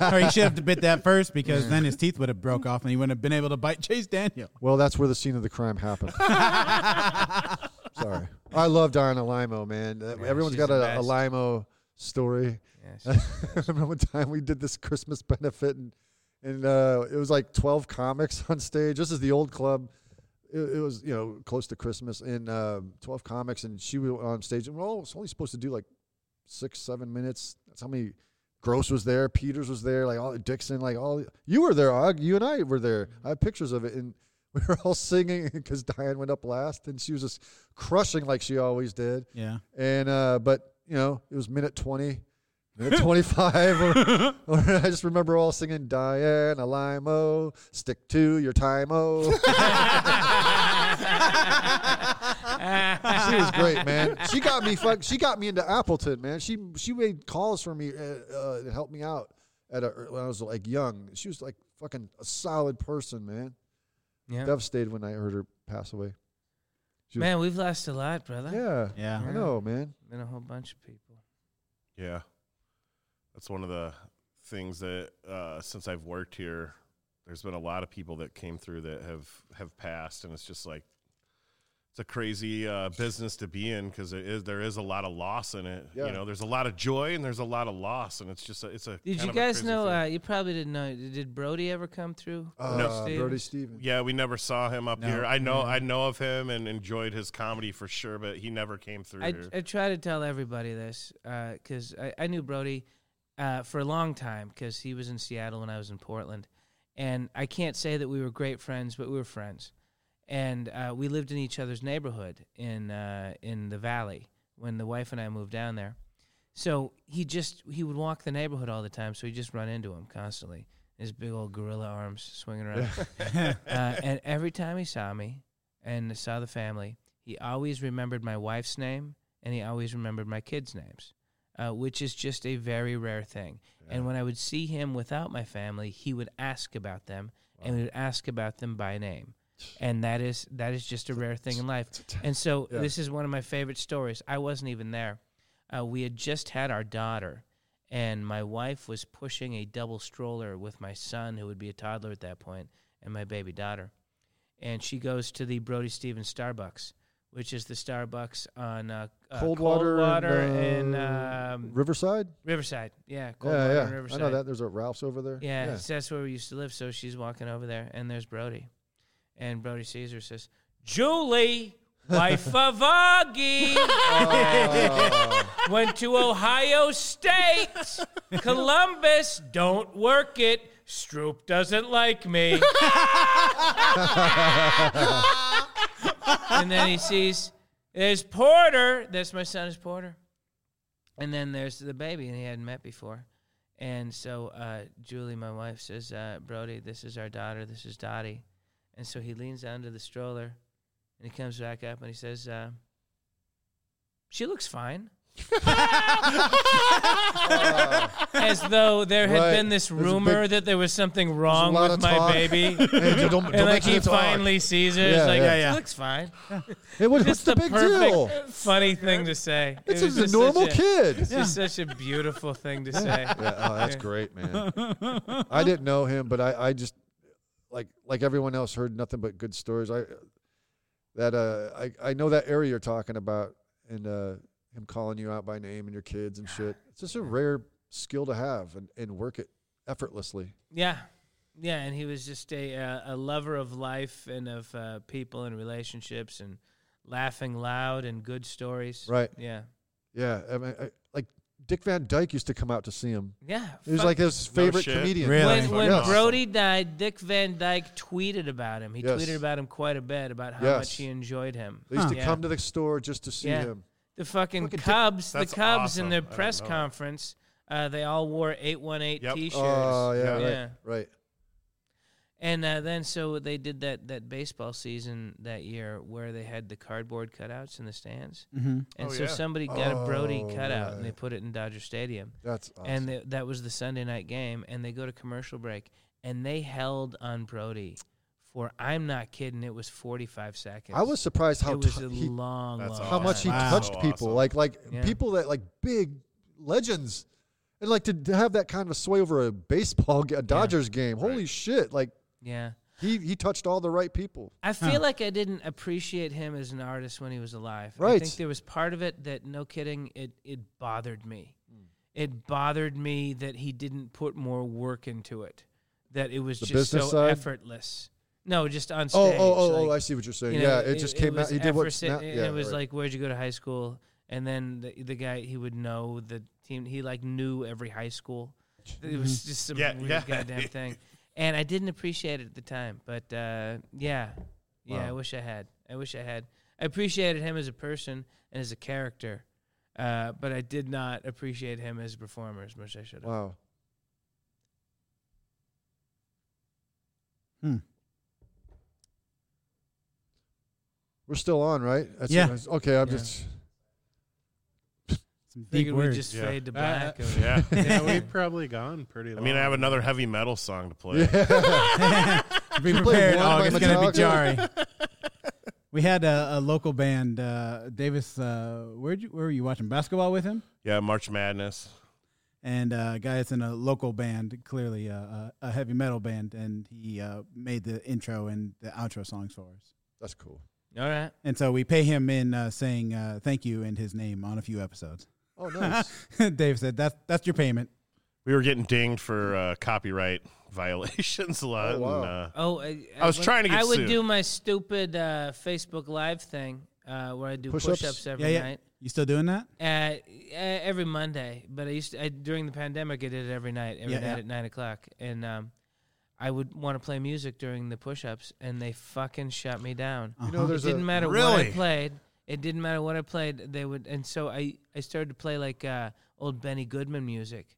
or he should have bit that first because then his teeth would have broke off and he wouldn't have been able to bite Chase Daniel.
Well, that's where the scene of the crime happened. Sorry. I love Diana Limo, man. Uh,
Yeah,
Everyone's
she's
got
the
a, a
best.
Limo story.
Yeah,
I remember one time we did this Christmas benefit, and, and uh, it was like 12 comics on stage. This is the old club. It, it was, you know, close to Christmas, and um, 12 comics, and she was on stage, and we're all it's only supposed to do like six, seven minutes. That's how many. Gross was there, Peters was there, like all Dixon, like all you were there, Og. You and I were there. I have pictures of it, and we were all singing because Diane went up last, and she was just crushing like she always did.
Yeah.
And uh, but you know, it was minute twenty, minute twenty-five. or, or I just remember all singing Diane Alimo, stick to your time oh. she was great, man. She got me fuck. She got me into Appleton, man. She she made calls for me uh, uh, to help me out at a, when I was like young. She was like fucking a solid person, man.
yeah.
Devastated when I heard her pass away.
man, we've lost a lot, brother.
Yeah,
Yeah.
I know, man.
Been a whole bunch of people.
Yeah. That's one of the things that uh, since I've worked here, there's been a lot of people that came through that have have passed, and it's just like it's a crazy uh, business to be in because it is there is a lot of loss in it.
Yeah.
You know, there's a lot of joy and there's a lot of loss, and it's just a, it's a.
Did
kind
you
of a
guys
crazy
know?
thing.
Uh, you probably didn't know. Did Brody ever come through?
Uh,
No.
Brody Stevens.
yeah, we never saw him up
No.
here. I know, I know of him and enjoyed his comedy for sure, but he never came through
I,
here.
I try to tell everybody this uh, because I, I knew Brody uh, for a long time because he was in Seattle when I was in Portland, And I can't say that we were great friends, but we were friends. And uh, we lived in each other's neighborhood in uh, in the valley when the wife and I moved down there. So he just he would walk the neighborhood all the time. So he just run into him constantly. His big old gorilla arms swinging around. uh, and every time he saw me and saw the family, he always remembered my wife's name and he always remembered my kids' names, uh, which is just a very rare thing. And when I would see him without my family, he would ask about them and we would ask about them by name. And that is that is just a rare thing in life. And so this is one of my favorite stories. I wasn't even there. Uh, we had just had our daughter, and my wife was pushing a double stroller with my son, who would be a toddler at that point, and my baby daughter. And she goes to the Brody Stevens Starbucks, which is the Starbucks on uh, uh,
Coldwater
Coldwater
and,
and,
uh,
um,
Riverside?
Riverside. Yeah, Coldwater
Yeah,
and
yeah. I
Riverside.
know that. There's a Ralph's over there.
Yeah, so that's where we used to live. So she's walking over there, and there's Brody, and Brody sees her, says, "Julie, wife of Augie, went to Ohio State, Columbus. Don't work it. Stroop doesn't like me." and then he sees there's Porter. That's my son is Porter. And then there's the baby, and he hadn't met before. And so uh, Julie, my wife, says, uh, Brody, this is our daughter. This is Dottie. And so he leans down to the stroller and he comes back up and he says, uh, She looks fine. As though there had
Right.
been this
There's a
rumor
big-
that there was something
There's a
wrong
lot
with
of
my
talk.
baby.
Hey, don't- don't
And like
mention
he
the talk.
finally sees her.
Yeah,
it's like,
yeah,
yeah.
"She looks fine.
Hey, what- what's
Just
the,
the,
big
perfect
deal?
funny thing to say. It
This
was
is a
just
normal
such
kid.
It's just such a beautiful thing to say.
Yeah, oh, that's great, man. I didn't know him, but I, I just like like everyone else heard nothing but good stories. I that uh I, I know that area you're talking about and uh him calling you out by name and your kids and shit. It's just a rare skill to have and, and work it effortlessly.
Yeah, yeah, and he was just a uh, a lover of life and of uh, people and relationships and laughing loud and good stories.
Right.
Yeah.
Yeah. I mean, I, like Dick Van Dyke used to come out to see him.
Yeah.
He was
fuck-
like his favorite
shit.
comedian.
Really?
when,
Fucking
when
awesome.
Brody died, Dick Van Dyke tweeted about him. He
Yes.
tweeted about him quite a bit about how
Yes.
much he enjoyed him.
They used to
Yeah.
come to the store just to see
Yeah.
him.
The fucking
Fucking Dick-
Cubs, the
That's
Cubs in
awesome.
their
I didn't
press
know that.
conference, uh, they all wore eight one eight
Yep.
t-shirts.
Oh yeah,
Yeah.
right,
Yeah.
right.
And uh, then so they did that that baseball season that year where they had the cardboard cutouts in the stands,
Mm-hmm.
and
Oh,
so
yeah.
somebody got a Brody
Oh,
cutout and they
right.
put it in Dodger Stadium,
That's awesome.
and th- that was the Sunday night game, and they go to commercial break, and they held on Brody for I'm not kidding, it was 45 seconds.
I was surprised how
it was
tou-
a
he,
long,
That's
long
how much he
time.
Wow.
touched
So
people,
awesome.
like like
Yeah.
people that like big legends, and like to, to have that kind of sway over a baseball, ga- a Dodgers game. Holy shit! Like
yeah.
he he touched all the right people.
I feel like I didn't appreciate him as an artist when he was alive. I
Right.
think there was part of it that, no kidding, it it bothered me.
Hmm.
It bothered me that he didn't put more work into it. That it was
The
just so
business side?
effortless. No, just on
Oh
stage.
oh oh, oh! I
like,
see what you're saying.
you know,
yeah, it, just came out.
was
He did what?
effortless,
Snap-
and
yeah,
it was
right.
like, where'd you go to high school? And then the, the guy he would know the team. He like knew every high school. It
Mm-hmm.
was just some
Yeah,
weird
yeah.
goddamn thing. And I didn't appreciate it at the time, but uh, yeah, yeah. I
Wow.
wish I had. I wish I had. I appreciated him as a person and as a character, uh, but I did not appreciate him as a performer as much as I should have.
wow.
Hmm.
We're still on, right? That's
Yeah.
what I was- okay, I'm
Yeah.
just.
Some deep
Figured
words.
we just
Yeah.
fade to
Uh,
black.
uh,
over-
Yeah.
yeah, we've probably gone pretty.
I
Long.
mean, I have another heavy metal song to play.
Be
played
prepared,
one
dog.
by
It's gonna be
Metallica.
jarring. we had a, a local band, uh, Davis. Uh, where you, where were you watching basketball with him?
Yeah, March Madness.
And uh, a guy that's in a local band, clearly uh, a, a heavy metal band, and he uh, made the intro and the outro songs for us.
That's cool.
All right.
And so we pay him in uh, saying uh, thank you and his name on a few episodes.
Oh, nice.
Dave said, "That's that's your payment."
We were getting dinged for uh, copyright violations a lot.
Oh, wow.
and, uh,
Oh, I,
I was
when-
trying to get
I would
sued.
do my stupid uh, Facebook Live thing uh, where I do
Push-ups?
push-ups, every
Yeah, yeah.
night.
You still doing that?
Uh, uh, every Monday, but I used to, I, during the pandemic I did it every night, every
Yeah,
night
yeah.
at nine o'clock, and um, I would want to play music during the push-ups, and they fucking shut me down.
You know, there's
it didn't
a
matter what I
Really?
played. It didn't matter what I played. They would, and so I, I started to play like uh, old Benny Goodman music,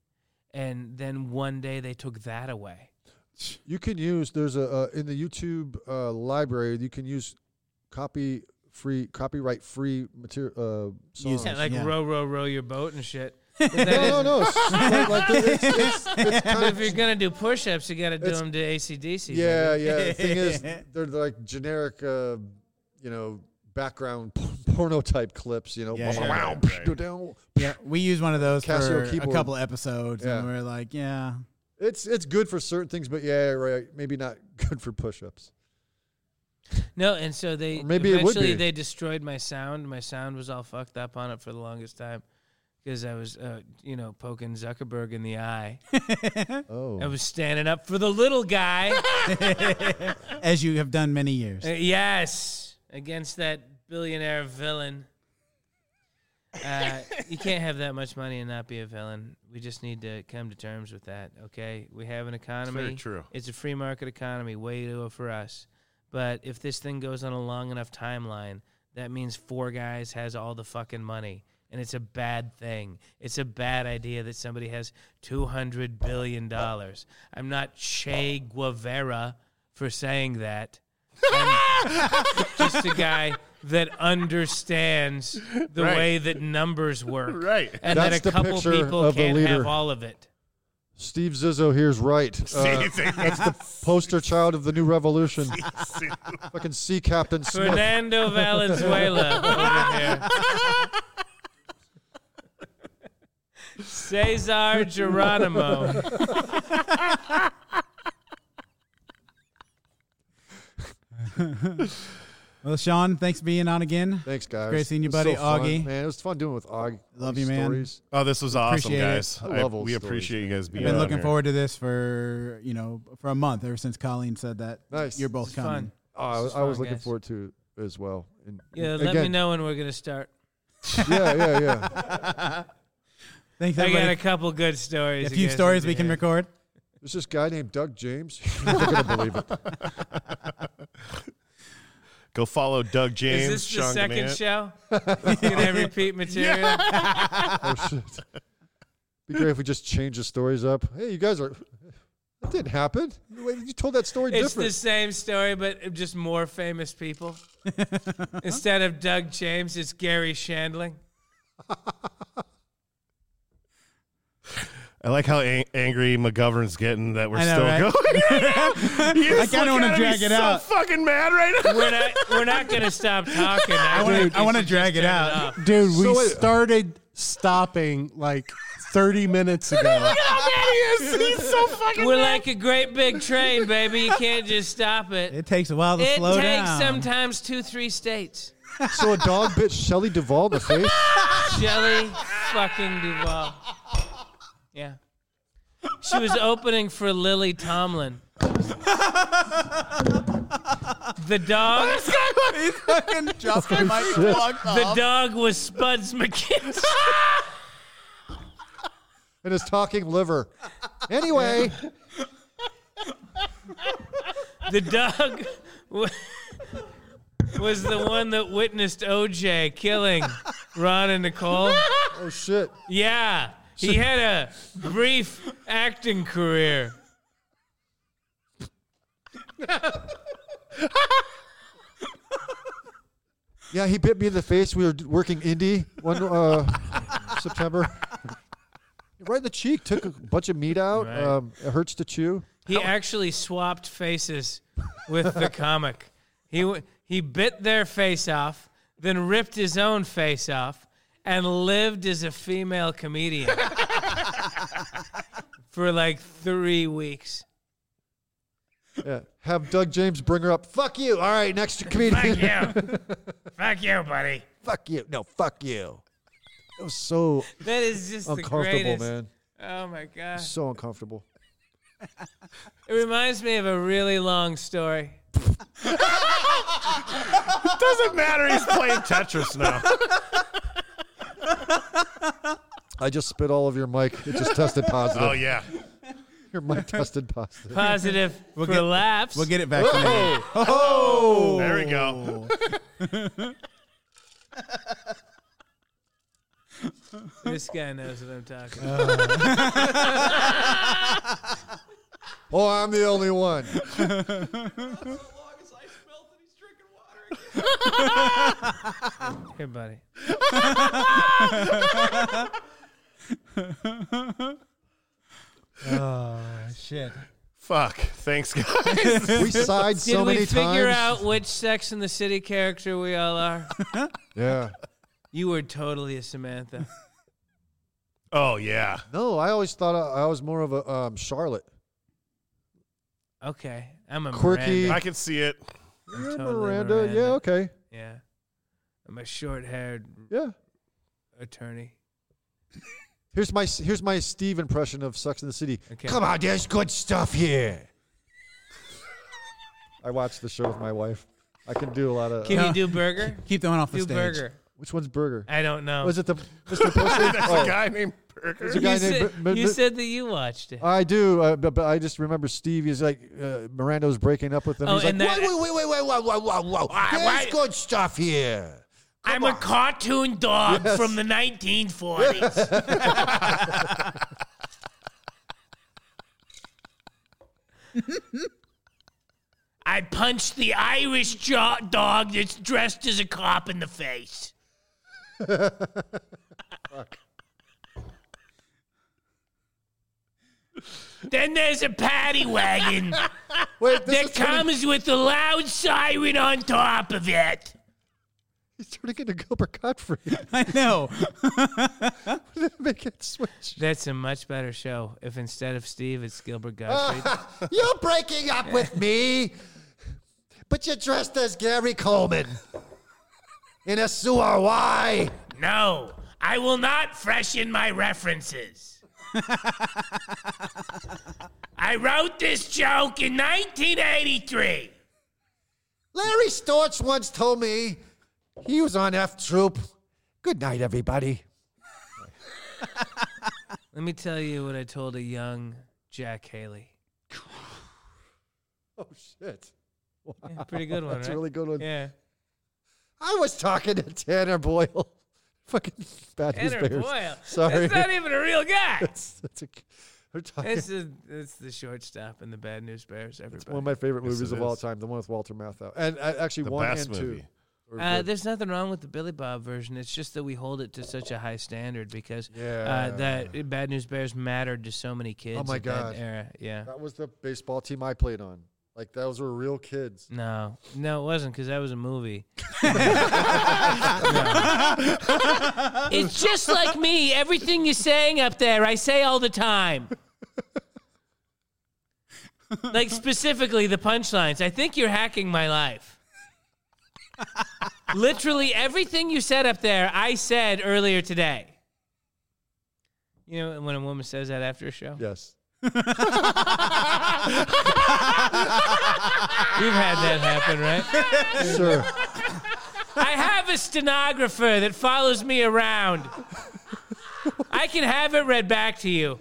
and then one day they took that away.
you can use there's a uh, in the YouTube uh, library you can use copy free copyright free material uh, songs.
Yeah, like
Yeah.
row, row, row your boat and shit. But that
no, no,
isn't-
no. it's- like, like, it's, it's, it's kind
But if
of,
you're gonna do push-ups, you gotta do
It's-
them to ACDC.
yeah, yeah. The thing is, they're they're like generic, uh, you know, background porno type clips. You know,
Yeah, yeah.
wow,
Right,
go down.
Yeah, we used one of those
Casio
for a
keyboard.
couple of episodes, and
Yeah.
we are like, yeah,
It's it's good for certain things, but yeah, right. Maybe not good for push-ups.
No, and so they
Or maybe it would
eventually
be.
they destroyed my sound. My sound was all fucked up on it for the longest time because I was, uh, you know, poking Zuckerberg in the eye.
Oh,
I was standing up for the little guy.
as you have done many years.
Uh, yes, against that billionaire villain. Uh, you can't have that much money and not be a villain. We just need to come to terms with that. Okay, we have an economy.
very true.
It's a free market economy. Way to go for us. But if this thing goes on a long enough timeline, that means four guys has all the fucking money. And it's a bad thing. It's a bad idea that somebody has $200 billion. I'm not Che Guevara for saying that. I'm just a guy that understands the
Right.
way that numbers work.
Right.
And
That's
that a
the
couple
picture
people
of a
can't have
leader.
all of it.
Steve Zizzo here's right. Uh,
that's
poster child of the new revolution. Fucking sea captain Smith.
Fernando Valenzuela over here. Cesar Geronimo.
Well, Sean, thanks for being on again.
Thanks, guys.
Great seeing you,
It was
buddy.
so fun,
Augie.
man, it was fun doing with Augie.
Love
Augie
you, man.
Stories.
Oh, this was awesome,
Appreciate it.
guys.
I love old
we
stories,
appreciate you guys
I've
being.
been
on
looking
here.
forward to this for you know for a month ever since Colleen said that
Nice.
you're both
It's
coming.
fun.
Oh, I,
This is
I was
fun,
looking
guys.
forward to it as well. And
Yeah,
again,
let me know when we're gonna start.
Yeah, yeah, yeah.
Thanks
I got
everybody.
a couple good stories.
a
you
few
guys
stories
need
we
to
can
hear.
record.
There's this guy named Doug James. You're never gonna believe it.
Go follow Doug James.
Is this the
Sean
second
Gannett.
show? You can have repeat material.
Oh shit. Be great if we just change the stories up. Hey, you guys are. That didn't happen. Wait, You told that story
It's
different.
the same story, but just more famous people. Instead of Doug James, it's Gary Shandling.
I like how an- angry McGovern's getting that we're
I know,
still
right?
going. You
I
just
kinda
look
wanna
at him,
drag
he's
it
so
out.
Fucking mad right now.
We're not, we're not going to stop talking.
I
think
want to
you
I want to
should
drag
just
it
turn
out.
off.
Dude, we
So it-
started stopping like 30 minutes ago.
He's so fucking.
We're like a great big train, baby. You can't just stop it.
It takes a while to
It
slow
takes
down.
sometimes two, three states.
so a dog bit Shelley Duvall in the face.
Shelly fucking Duvall. Yeah. She was opening for Lily Tomlin. The dog,
He's fucking dropped the
shit.
microphone.
the dog was Spuds McKenzie.
and his talking liver. Anyway,
The dog wa- was the one that witnessed OJ killing Ron and Nicole.
oh shit.
Yeah, he had a brief acting career.
Yeah, he bit me in the face. We were d- working indie one uh, September. Right in the cheek, took a bunch of meat out.
Right.
Um, it hurts to chew.
He actually swapped faces with the comic. He w- he bit their face off, then ripped his own face off, and lived as a female comedian for like three weeks.
Yeah. Have Doug James bring her up. Fuck you. All right, next comedian.
Fuck you, fuck you, buddy.
fuck you. No, fuck you. It was so
That is just the
uncomfortable,
greatest.
man.
Oh my gosh.
So uncomfortable.
It reminds me of a really long story.
Doesn't matter. He's playing Tetris now.
Oh,
I just spit all over your mic. It just tested positive.
Oh yeah.
You're my tested positive.
Positive for
get-
laps.
We'll get it vaccinated. Oh,
There we go.
this guy knows what I'm talking about.
Oh, I'm the only one.
Here, buddy.
shit.
Fuck. Thanks, guys.
We sighed
Did
so
we
many
figure
times.
out which Sex in the City character we all are?
Yeah.
you were totally a Samantha.
oh yeah.
No, I always thought I, I was more of a um, Charlotte.
Okay, I'm a
Quirky.
Miranda.
I can see it.
I'm
Yeah,
totally
Miranda.
Miranda.
Yeah. Okay.
Yeah, I'm a short-haired
Yeah.
attorney.
Here's my here's my Steve impression of Sex in the City.
Okay.
Come on, there's good stuff here. I watched the show with my wife. I can do a lot of.
Can
Uh,
you do burger?
Keep the one off the
Do
stage.
burger.
which one's Burger?
I don't know.
Was it the Mr. Pussy?
There's a guy named Burger.
a guy
you,
named
said,
Br- Br-
you
Br-
said that you watched it.
I do, uh, but, but I just remember Steve. He's like uh, Miranda was breaking up with him.
Oh,
he's like,
and that-
wait, wait, wait, wait, wait, wait, wait, wait, wait. There's
why-
good stuff here.
I'm a cartoon dog from the 1940s. I punched the Irish jo- dog that's dressed as a cop in the face. then there's a paddy wagon
Wait, this
that
is turning,
comes with a loud siren on top of it.
he's turning into Gilbert Godfrey.
I know.
Make it switch.
That's a much better show if instead of Steve, it's Gilbert Gottfried.
You're breaking up with me, but you're dressed as Gary Coleman in a sewer. Why?
no, I will not freshen my references. I wrote this joke in 1983.
Larry Storch once told me he was on F Troop. Good night, everybody.
Let me tell you what I told a young Jack Haley.
Oh shit!
pretty good one,
That's
right?
a really good one.
yeah.
I was talking to Tanner Boyle. Fucking bad news
Tanner
bears.
Boyle.
Sorry.
That's not even a real guy.
That's- that's a- we're talking-
It's the, it's the shortstop in the Bad News Bears, everybody.
one of my favorite
Yes,
movies
it
of all
is.
time, the one with Walter Matthau, and uh, actually
The
one
Bass
and
movie.
two. are
Uh,
good.
there's nothing wrong with the Billy Bob version. It's just that we hold it to such a high standard because
Yeah. Oh
uh, that Bad News Bears mattered to so many kids.
my
at
God.
That era, yeah.
that was the baseball team I played on. Like those were real kids.
No, no, it wasn't because that was a movie. it's just like me. Everything you're saying up there, I say all the time. Like specifically the punchlines. I think you're hacking my life. Literally everything you said up there, I said earlier today. You know when a woman says that after a show?
Yes.
You've had that happen, right?
Sure.
I have a stenographer that follows me around. I can have it read back to you.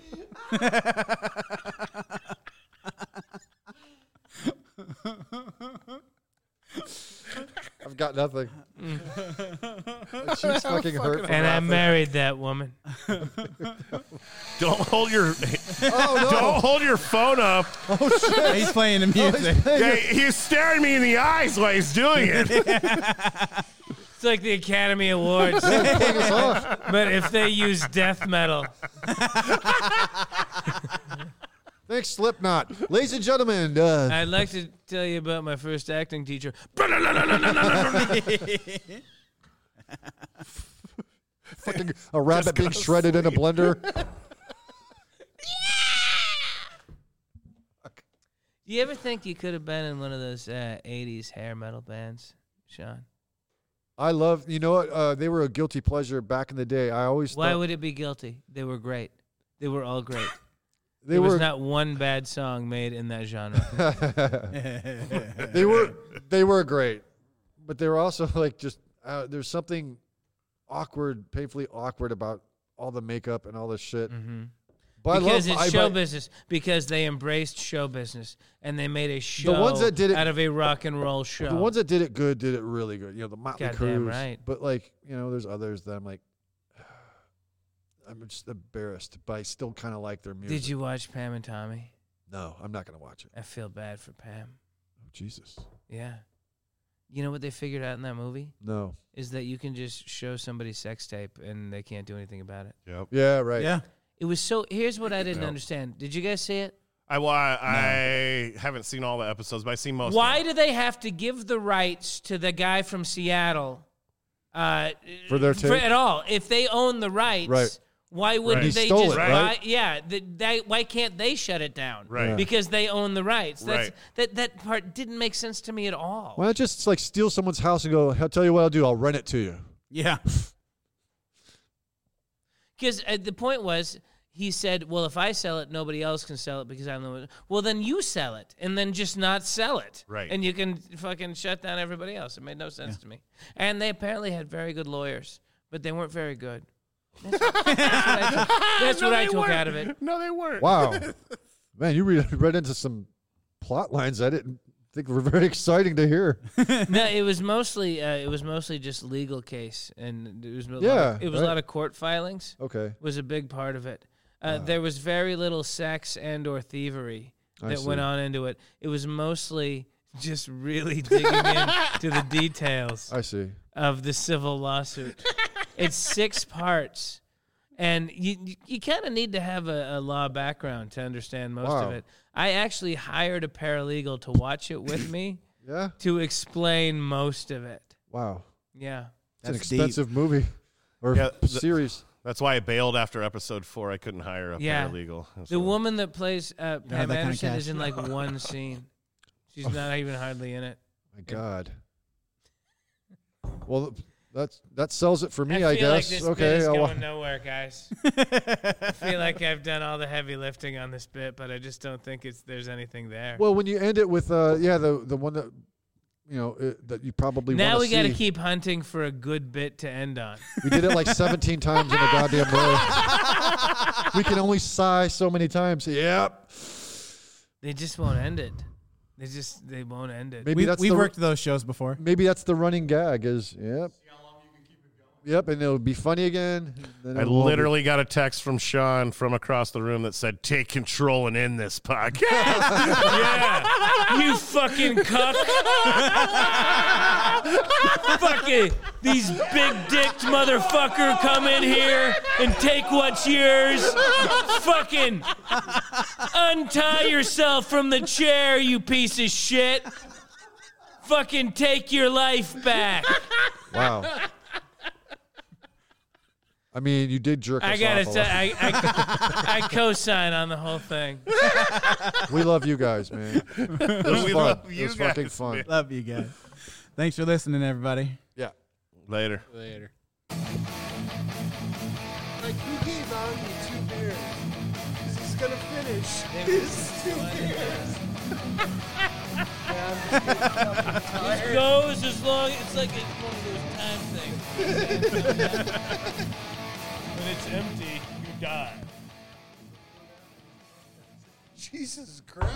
I've got nothing. My cheeks fucking hurt. from
Mm. And I
laughing.
married that woman.
Don't hold your don't
Oh
hold your phone up.
He's playing the
Oh,
music.
no!
Yeah, he's staring me in the eyes while he's doing it.
It's like the Academy Awards,
Take us off.
but if they use death metal.
Thanks, Slipknot. Ladies and gentlemen, uh,
I'd like to tell you about my first acting teacher.
fucking a rabbit being shredded in a blender.
Do you ever think you could have been in one of those uh, 80s hair metal bands, Sean?
I love. You know what? Uh, they were a guilty pleasure back in the day. I always
Why
thought
would it be guilty? They were great. They were all great.
they
There was
were.
not one bad song made in that genre.
they were. They were great, but they were also like just. Uh, there's
Mm-hmm.
something awkward, painfully awkward about all the makeup and all this shit. But I
Mm. because
love-
it's
I-
show
but-
business. Because they embraced show business and they made a show
ones that did it-
out of a rock and roll show.
The ones that did it good did it really good. You know, the Motley
Goddamn
Crue.
right.
But like, you know, there's others that I'm like, I'm just embarrassed, but I still kind of like their music.
did you watch Pam and Tommy?
No, I'm not gonna watch it.
I feel bad for Pam.
Oh, Jesus.
Yeah. You know what they figured out in that movie
No.
is that you can just show somebody sex tape and they can't do anything about it.
Yep.
Yeah. Right.
Yeah.
It was so. Here's what I didn't
No.
understand. Did you guys see it?
I, well, I, I haven't seen all the episodes, but I've seen most. of
Why
them.
do they have to give the rights to the guy from Seattle uh,
For their tape?
at all? If they own the rights,
Right.
why wouldn't
Right.
they
He stole
just
it,
buy?
right?
Yeah, th they, why can't they shut it down?
Right. Yeah.
because they own the rights. That's,
Right.
That that part didn't make sense to me at all.
Why not just like steal someone's house and go? I'll tell you what I'll do. I'll rent it to you.
Yeah.
Because uh, the point was, he said, "Well, if I sell it, nobody else can sell it because I'm the one." Well, then you sell it, and then just not sell it,
Right.
And you can fucking shut down everybody else. It made no sense to me. And they apparently had very good lawyers, but they weren't very good. That's what, that's what I, took out of it.
No, they weren't.
Wow. Man, you read, read into some plot lines I didn't think were very exciting to hear.
No, it was mostly uh, it was mostly just legal case, and it was a lot
Yeah,
of, it was a
right.
lot of court filings.
Okay.
was a big part of it. Uh, There was very little sex and or thievery that
see.
went on into it. It was mostly just really digging into the details
I see.
of the civil lawsuit. it's six parts, and you you, you kind of need to have a, a law background to understand most
Wow.
of it. I actually hired a paralegal to watch it with me
Yeah.
to explain most of it.
Wow.
Yeah.
It's an
That's deep.
expensive movie or
Yeah, the-
series.
That's why I bailed after episode four. I couldn't hire a
Yeah.
paralegal. That's
The
why.
woman that plays uh,
don't have
Pam
that kind of
Anderson is
cash.
in like one scene. She's not even hardly in it.
My God. Well, that's that sells it for me, I,
feel
guess.
Like this bit
okay.
is
I'll-
going nowhere, guys. I feel like I've done all the heavy lifting on this bit, but I just don't think it's there's anything there.
well, when you end it with uh, yeah, the the one that you know uh that you probably
now
wanna
we got to
see.
keep hunting for a good bit to end on.
We did it like 17 times in a goddamn row. we can only sigh so many times. Yep.
they just won't end it. They just they won't end it.
Maybe
We,
that's
we've
the,
worked those shows before.
Maybe that's the running gag. Is yep. Yep, and it'll be funny again. Then
I
it won't be.
literally got a text from Sean from across the room that said, "Take control and end this podcast."
you fucking cuck! fucking these big dicked motherfucker come in here and take what's yours. fucking untie yourself from the chair, you piece of shit. Fucking take your life back.
Wow. I mean, you did jerk
I
us
gotta
off a
say,
lot.
I, I, I co-sign on the whole thing.
we love you guys, man. It was
We
fun.
love
it
you
was fucking
guys,
fun.
man.
Love you guys. Thanks for listening, everybody.
Yeah.
Later.
Later.
Like, he gave on the two beers. 'Cause he's gonna finish his two beers.
Goes as long. It's like it's one of those time things. when it's empty, you die.
Jesus Christ.